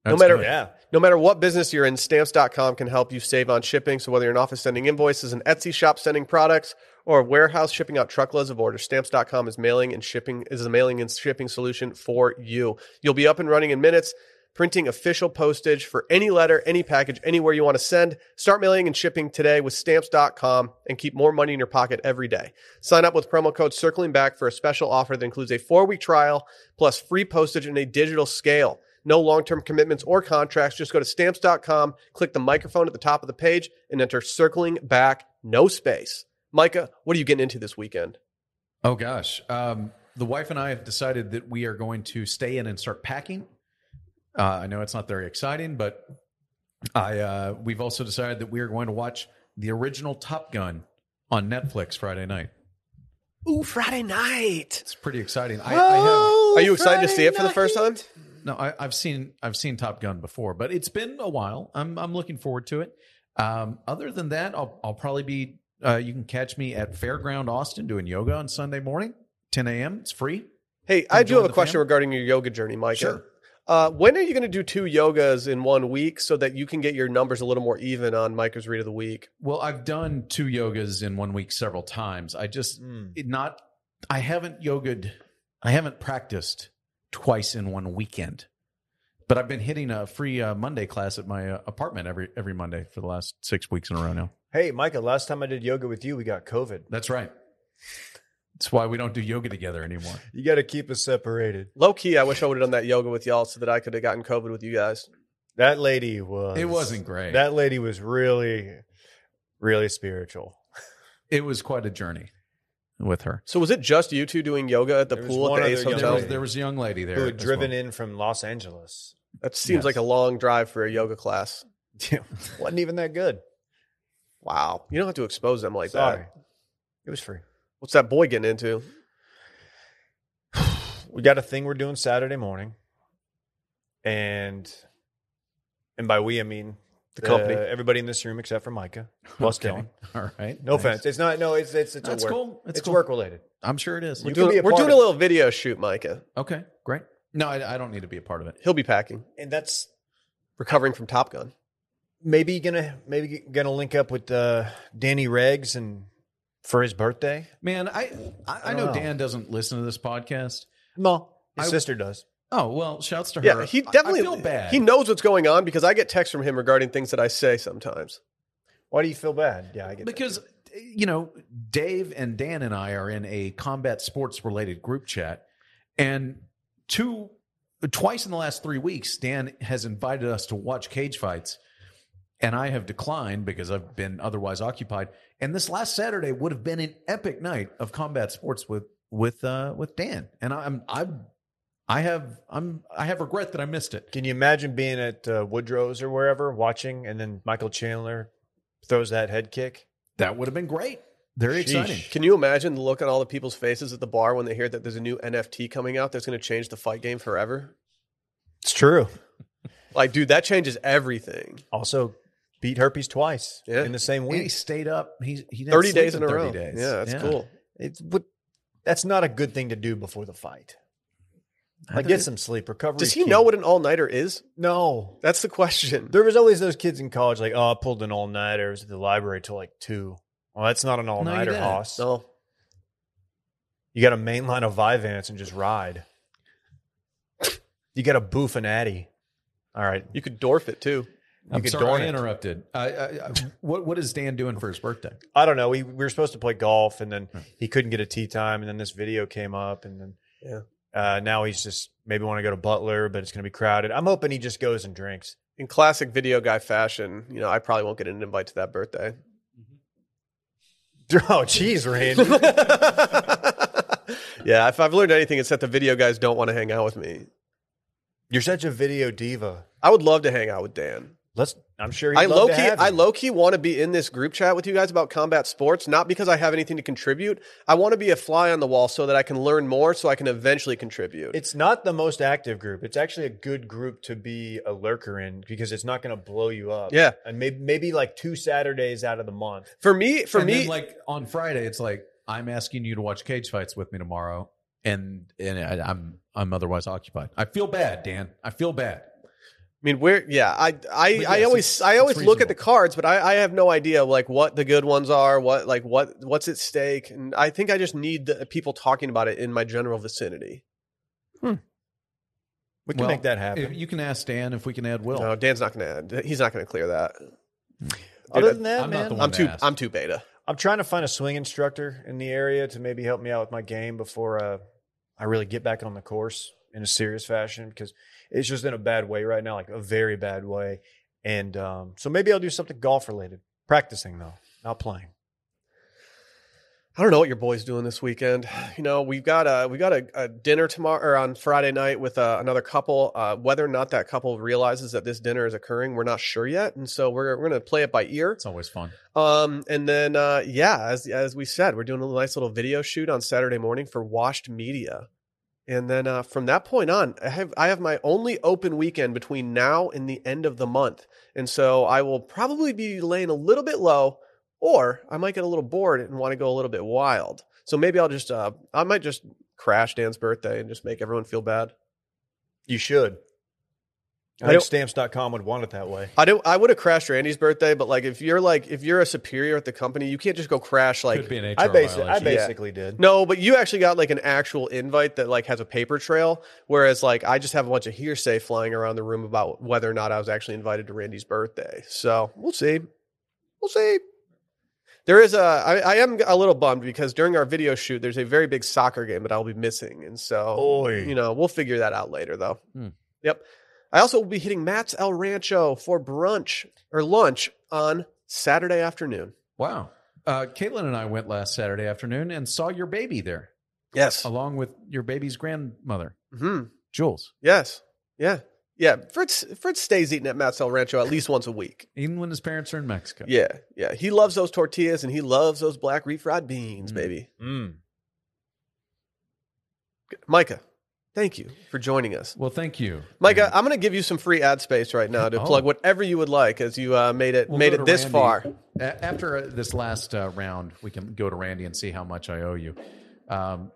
Speaker 1: No
Speaker 3: That's
Speaker 1: matter-
Speaker 3: good.
Speaker 2: Yeah.
Speaker 1: No matter what business you're in, stamps.com can help you save on shipping. So whether you're an office sending invoices, an Etsy shop sending products, or a warehouse shipping out truckloads of orders, stamps.com is mailing and shipping is a mailing and shipping solution for you. You'll be up and running in minutes, printing official postage for any letter, any package, anywhere you want to send. Start mailing and shipping today with stamps.com and keep more money in your pocket every day. Sign up with promo code circling back for a special offer that includes a 4-week trial plus free postage and a digital scale. No long term commitments or contracts. Just go to stamps.com, click the microphone at the top of the page, and enter circling back, no space. Micah, what are you getting into this weekend?
Speaker 3: Oh gosh. Um, the wife and I have decided that we are going to stay in and start packing. Uh, I know it's not very exciting, but I uh, we've also decided that we are going to watch the original Top Gun on Netflix Friday night.
Speaker 1: Ooh, Friday night.
Speaker 3: It's pretty exciting. I, I
Speaker 1: Are you excited to see it for the first time?
Speaker 3: have no, I, I've seen I've seen Top Gun before, but it's been a while. I'm I'm looking forward to it. Um, other than that, I'll I'll probably be. Uh, you can catch me at Fairground Austin doing yoga on Sunday morning, 10 a.m. It's free.
Speaker 1: Hey, I do
Speaker 3: Enjoying
Speaker 1: have a
Speaker 3: the
Speaker 1: question
Speaker 3: fam?
Speaker 1: regarding your yoga journey, Micah. Uh, when are you going to do two yogas in one week so that you can get your numbers a little more even on Micah's read of the week?
Speaker 3: Well, I've done two yogas in one week several times. I just
Speaker 2: Mm.
Speaker 3: it not I haven't yogaed I haven't practiced twice in one weekend. But I've been hitting a free uh, Monday class at my uh, apartment every every Monday for the last 6 weeks in a row now.
Speaker 2: Hey, Micah. Last time I did yoga with you, we got COVID.
Speaker 3: That's right. That's why we don't do yoga together anymore.
Speaker 2: You got to keep us separated.
Speaker 1: Low key, I wish I would have done that yoga with y'all so that I could have gotten COVID with you guys.
Speaker 2: That lady was.
Speaker 3: It wasn't great.
Speaker 2: That lady was really, really spiritual.
Speaker 3: It was quite a journey with her.
Speaker 1: So was it just you two doing yoga at the
Speaker 2: There was
Speaker 1: pool
Speaker 2: one
Speaker 1: at the
Speaker 2: other
Speaker 1: Ace
Speaker 2: young
Speaker 3: There
Speaker 1: Hotel?
Speaker 3: was, there was a young lady there
Speaker 2: Who had
Speaker 3: as
Speaker 2: driven
Speaker 3: well.
Speaker 2: in from Los Angeles?
Speaker 1: That seems
Speaker 3: Yes.
Speaker 1: like a long drive for a yoga class.
Speaker 2: wasn't even that good.
Speaker 1: Wow. You don't have to expose them like
Speaker 2: Sorry,
Speaker 1: that.
Speaker 2: it was free.
Speaker 1: What's that boy getting into?
Speaker 2: we got a thing we're doing Saturday morning, and and by we I mean
Speaker 1: The company.
Speaker 2: everybody in this room except for Micah, plus Dylan.
Speaker 3: All right.
Speaker 2: No
Speaker 3: Thanks.
Speaker 2: offense. It's not. No, it's it's it's
Speaker 3: That's
Speaker 2: a work.
Speaker 3: cool. That's
Speaker 2: it's
Speaker 3: cool.
Speaker 2: work related.
Speaker 3: I'm sure it is.
Speaker 1: We're,
Speaker 2: You can be
Speaker 1: doing,
Speaker 2: a
Speaker 1: we're
Speaker 2: part
Speaker 1: doing a
Speaker 2: of it.
Speaker 1: little video shoot, Micah.
Speaker 3: Okay. Great. No, I, I don't need to be a part of it.
Speaker 1: He'll be packing,
Speaker 2: And that's
Speaker 1: recovering from Top Gun.
Speaker 2: maybe gonna maybe gonna link up with uh, Danny Reggs and for his birthday.
Speaker 3: Man, I I, I,
Speaker 2: I don't
Speaker 3: know,
Speaker 2: know.
Speaker 3: Dan doesn't listen to this podcast.
Speaker 2: No, his
Speaker 3: I-
Speaker 2: sister does.
Speaker 3: Oh well, shouts to her.
Speaker 1: Yeah, he
Speaker 3: I-
Speaker 1: definitely.
Speaker 3: I feel bad.
Speaker 1: He knows what's going on because I get texts from him regarding things that I say sometimes.
Speaker 2: Why do you feel bad? Yeah, I get that.
Speaker 3: because eh, you know Dave and Dan and I are in a combat sports related group chat, and two twice in the last three weeks, Dan has invited us to watch cage fights, and I have declined because I've been otherwise occupied. And this last Saturday would have been an epic night of combat sports with with uh, with Dan, and I'm I'm I have I'm I have regret that I missed it.
Speaker 2: Can you imagine being at uh, Woodrow's or wherever watching, and then Michael Chandler throws that head kick?
Speaker 3: That would have been great. Very
Speaker 2: Sheesh.
Speaker 3: exciting.
Speaker 1: Can you imagine the look on all the people's faces at the bar when they hear that there's a new NFT coming out that's going to change the fight game forever?
Speaker 2: It's true.
Speaker 1: Like, dude, that changes everything.
Speaker 2: Also, beat herpes twice
Speaker 1: Yeah.
Speaker 2: in the same
Speaker 3: And he
Speaker 2: week.
Speaker 3: stayed up. He, he didn't
Speaker 1: Thirty
Speaker 3: sleep
Speaker 1: days in a
Speaker 3: 30
Speaker 1: row.
Speaker 3: days.
Speaker 1: Yeah, that's cool.
Speaker 2: It's but that's not a good thing to do before the fight. Like get some sleep, recovery.
Speaker 1: Does he know what an all nighter is?
Speaker 2: No.
Speaker 1: That's the question.
Speaker 2: There was always those kids in college, like, oh, I pulled an all nighter. was at the library till like two. Well, that's not an all nighter,
Speaker 3: didn't.
Speaker 2: Hoss.
Speaker 1: No,
Speaker 2: You got a main line of Vyvanse and just ride. You got a boof and Addy. All right.
Speaker 1: you could dwarf it too.
Speaker 3: I'm
Speaker 2: could
Speaker 3: sorry, I
Speaker 2: darn it.
Speaker 3: interrupted. I, I, I, what what is Dan doing for his birthday?
Speaker 2: I don't know. We, we were supposed to play golf, and
Speaker 3: Hmm.
Speaker 2: then he couldn't get a tee time, and then this video came up, and then
Speaker 1: Yeah.
Speaker 2: uh, now he's just maybe want to go to Butler, but it's going to be crowded. I'm hoping he just goes and drinks.
Speaker 1: In classic video guy fashion, you know, I probably won't get an invite to that birthday.
Speaker 2: Oh, jeez, Randy.
Speaker 1: yeah, if I've learned anything, it's that the video guys don't want to hang out with me.
Speaker 2: You're such a video diva.
Speaker 1: I would love to hang out with Dan.
Speaker 2: Let's. I'm sure. He'd
Speaker 1: I
Speaker 2: love
Speaker 1: low
Speaker 2: to
Speaker 1: key,
Speaker 2: have
Speaker 1: I
Speaker 2: you.
Speaker 1: low key want to be in this group chat with you guys about combat sports, not because I have anything to contribute. I want to be a fly on the wall so that I can learn more, so I can eventually contribute.
Speaker 2: It's not the most active group. It's actually a good group to be a lurker in because it's not going to blow you up.
Speaker 1: Yeah.
Speaker 2: and maybe maybe like two Saturdays out of the month.
Speaker 1: for me, for
Speaker 3: and
Speaker 1: me,
Speaker 3: then, like on Friday, it's like I'm asking you to watch cage fights with me tomorrow, and and I, I'm I'm otherwise occupied. I feel bad, Dan. I feel bad.
Speaker 1: I mean, we're yeah. I I,
Speaker 3: yes,
Speaker 1: I always
Speaker 3: it's-
Speaker 1: I
Speaker 3: it's
Speaker 1: always look at
Speaker 3: reasonable.
Speaker 1: the cards, but I, I have no idea like what the good ones are, what like what what's at stake, and I think I just need the people talking about it in my general vicinity.
Speaker 2: We can
Speaker 3: Well,
Speaker 2: make that happen.
Speaker 3: If you can ask Dan if we can add Will.
Speaker 1: No, Dan's not gonna he's not gonna clear that.
Speaker 2: Other
Speaker 1: Dude,
Speaker 2: than that,
Speaker 3: I'm not
Speaker 2: man,
Speaker 3: the one
Speaker 1: I'm
Speaker 3: to
Speaker 1: too
Speaker 3: ask.
Speaker 1: I'm too beta.
Speaker 2: I'm trying to find a swing instructor in the area to maybe help me out with my game before uh, I really get back on the course in a serious fashion because it's just in a bad way right now, like a very bad way. And um, so maybe I'll do something golf related. Practicing though, not playing.
Speaker 1: I don't know what your boy's doing this weekend. You know, we've got a we got a, a dinner tomorrow or on Friday night with uh, another couple. Uh, whether or not that couple realizes that this dinner is occurring, we're not sure yet, and so we're we're gonna play it by ear.
Speaker 3: It's always fun.
Speaker 1: Um, and then uh, yeah, as as we said, we're doing a nice little video shoot on Saturday morning for Washed Media, and then uh, from that point on, I have I have my only open weekend between now and the end of the month, and so I will probably be laying a little bit low, or I might get a little bored and want to go a little bit wild. So maybe I'll just uh, I might just crash Dan's birthday and just make everyone feel bad.
Speaker 2: You should.
Speaker 1: I
Speaker 2: I think
Speaker 1: don't-
Speaker 2: stamps.com would want it that way.
Speaker 1: I don't I would have crashed Randy's birthday, but like if you're like if you're a superior at the company, you can't just go crash like
Speaker 3: Could be an HR
Speaker 2: I, basi- I
Speaker 3: violation.
Speaker 1: basi-
Speaker 2: basically did.
Speaker 1: No, but you actually got like an actual invite that like has a paper trail, whereas like I just have a bunch of hearsay flying around the room about whether or not I was actually invited to Randy's birthday. So we'll see, we'll see. There is a I, I am a little bummed because during our video shoot, there's a very big soccer game that I'll be missing, and so
Speaker 2: Oy.
Speaker 1: you know we'll figure that out later though.
Speaker 3: Hmm.
Speaker 1: Yep. I also will be hitting Matt's El Rancho for brunch or lunch on Saturday afternoon.
Speaker 3: Wow. Uh, Caitlin and I went last Saturday afternoon and saw your baby there,
Speaker 1: Yes.
Speaker 3: along with your baby's grandmother,
Speaker 1: hmm
Speaker 3: Jules.
Speaker 1: Yes. Yeah. Yeah. Fritz Fritz stays eating at Matt's El Rancho at least once a week.
Speaker 3: Even when his parents are in Mexico.
Speaker 1: Yeah. Yeah. He loves those tortillas and he loves those
Speaker 3: Mm-hmm.
Speaker 1: black refried beans,
Speaker 3: Mm.
Speaker 1: baby.
Speaker 2: Mm.
Speaker 1: Micah, Thank you for joining us.
Speaker 3: Well, thank you.
Speaker 1: Micah, I'm going to give you some free ad space right now to
Speaker 3: Mm-hmm. Oh.
Speaker 1: plug whatever you would like as you uh, made it
Speaker 3: We'll
Speaker 1: made
Speaker 3: go to
Speaker 1: it this
Speaker 3: Randy.
Speaker 1: far.
Speaker 3: A- After uh, this last uh, round, we can go to Randy and see how much I owe you. Um,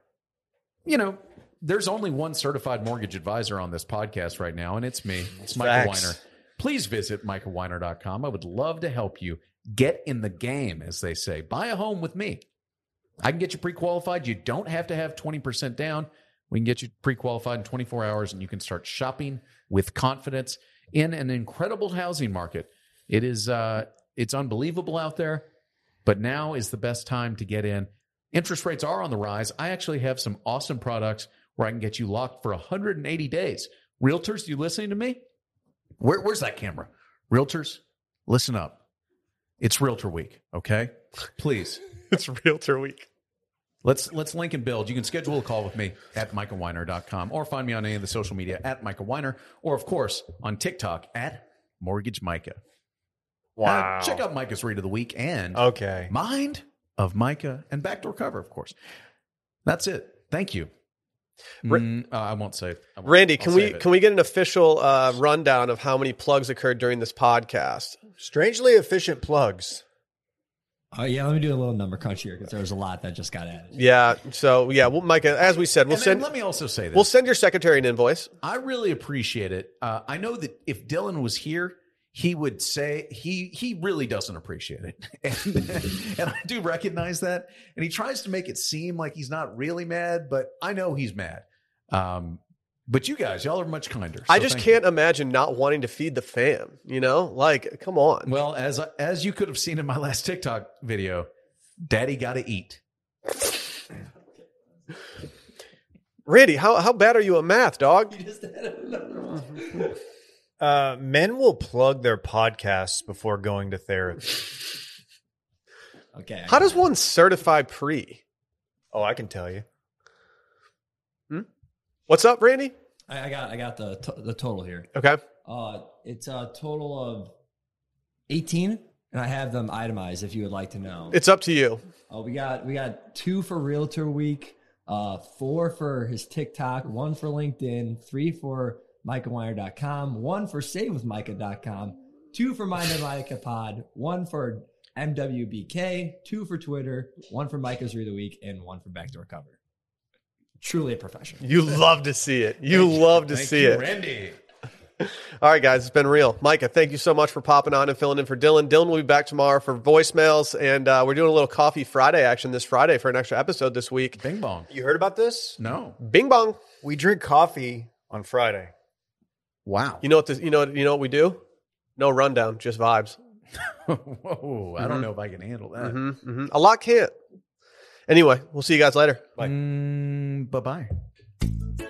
Speaker 3: you know, there's only one certified mortgage advisor on this podcast right now, and it's me. It's Michael
Speaker 2: Facts.
Speaker 3: Weiner. Please visit michaelweiner.com. I would love to help you get in the game, as they say. Buy a home with me. I can get you pre qualified. You don't have to have 20% down. We can get you pre qualified in 24 hours, and you can start shopping with confidence in an incredible housing market. It is uh, it's unbelievable out there, but now is the best time to get in. Interest rates are on the rise. I actually have some awesome products where I can get you locked for 180 days. Realtors, you listening to me? Where, where's that camera? Realtors, listen up. It's Realtor Week, okay? Please
Speaker 1: It's Realtor Week.
Speaker 3: Let's let's link and build. You can schedule a call with me at michaelweiner.com or find me on any of the social media at Michael Weiner or of course on TikTok at Mortgage Micah. Uh,
Speaker 2: Wow.
Speaker 3: check out Micah's read of the week and
Speaker 2: Okay.
Speaker 3: Mind of Micah and Backdoor Cover, of course. That's it. Thank you.
Speaker 1: Ra-
Speaker 3: Mm, uh, I won't say. I won't.
Speaker 1: Randy,
Speaker 3: I'll
Speaker 1: can
Speaker 3: save
Speaker 1: we
Speaker 3: it.
Speaker 1: can we get an official uh, rundown of how many plugs occurred during this podcast?
Speaker 2: Strangely efficient plugs.
Speaker 5: Oh yeah, let me do a little number crunch here because there was a lot that just got added.
Speaker 1: Yeah. So yeah, well, Micah, as we said,
Speaker 3: And
Speaker 1: we'll
Speaker 3: then
Speaker 1: send
Speaker 3: let me also say this.
Speaker 1: we'll send your secretary an invoice.
Speaker 3: I really appreciate it. Uh, I know that if Dylan was here, he would say he he really doesn't appreciate it, and, and I do recognize that. And he tries to make it seem like he's not really mad, but I know he's mad. Um, but you guys, y'all are much kinder.
Speaker 1: I
Speaker 3: so
Speaker 1: just
Speaker 3: thank you.
Speaker 1: can't imagine not wanting to feed the fam. You know, like come on.
Speaker 3: Well, as as you could have seen in my last TikTok video, Daddy got to eat.
Speaker 1: Randy, how how bad are you at math, dog?
Speaker 2: Uh, men will plug their podcasts before going to therapy.
Speaker 5: Okay. I
Speaker 1: How
Speaker 5: got
Speaker 1: does
Speaker 5: it.
Speaker 1: one certify pre?
Speaker 2: Oh, I can tell you.
Speaker 1: What's up, Randy?
Speaker 5: I, I got I got the to- the total here.
Speaker 1: Okay.
Speaker 5: Uh, it's a total of eighteen, and I have them itemized if you would like to know.
Speaker 1: It's up to you.
Speaker 5: Oh, we got we got two for Realtor Week, uh, four for his TikTok, one for LinkedIn, three for MicahWire.com, one for SaveWithMicah.com, two for Mind of Micah Pod, one for MWBK, two for Twitter, one for Micah's Read of the Week, and one for Backdoor Cover. Truly a professional.
Speaker 1: You love to see it. You love to
Speaker 3: Thank
Speaker 1: see
Speaker 3: you,
Speaker 1: it.
Speaker 3: Randy.
Speaker 1: All right, guys, it's been real. Micah, thank you so much for popping on and filling in for Dylan. Dylan will be back tomorrow for voicemails, and uh, we're doing a little Coffee Friday action this Friday for an extra episode this week.
Speaker 3: Bing bong.
Speaker 2: You heard about this?
Speaker 3: No.
Speaker 1: Bing bong.
Speaker 2: We drink coffee on Friday.
Speaker 3: Wow.
Speaker 1: You know what? This, you know. You know what we do? No rundown, just vibes.
Speaker 3: Whoa. I
Speaker 1: Mm-hmm.
Speaker 3: don't know if I can handle that.
Speaker 1: hmm
Speaker 3: mm-hmm.
Speaker 1: hmm A lot can't. Anyway, we'll see you guys later.
Speaker 2: Like-
Speaker 3: bye bye.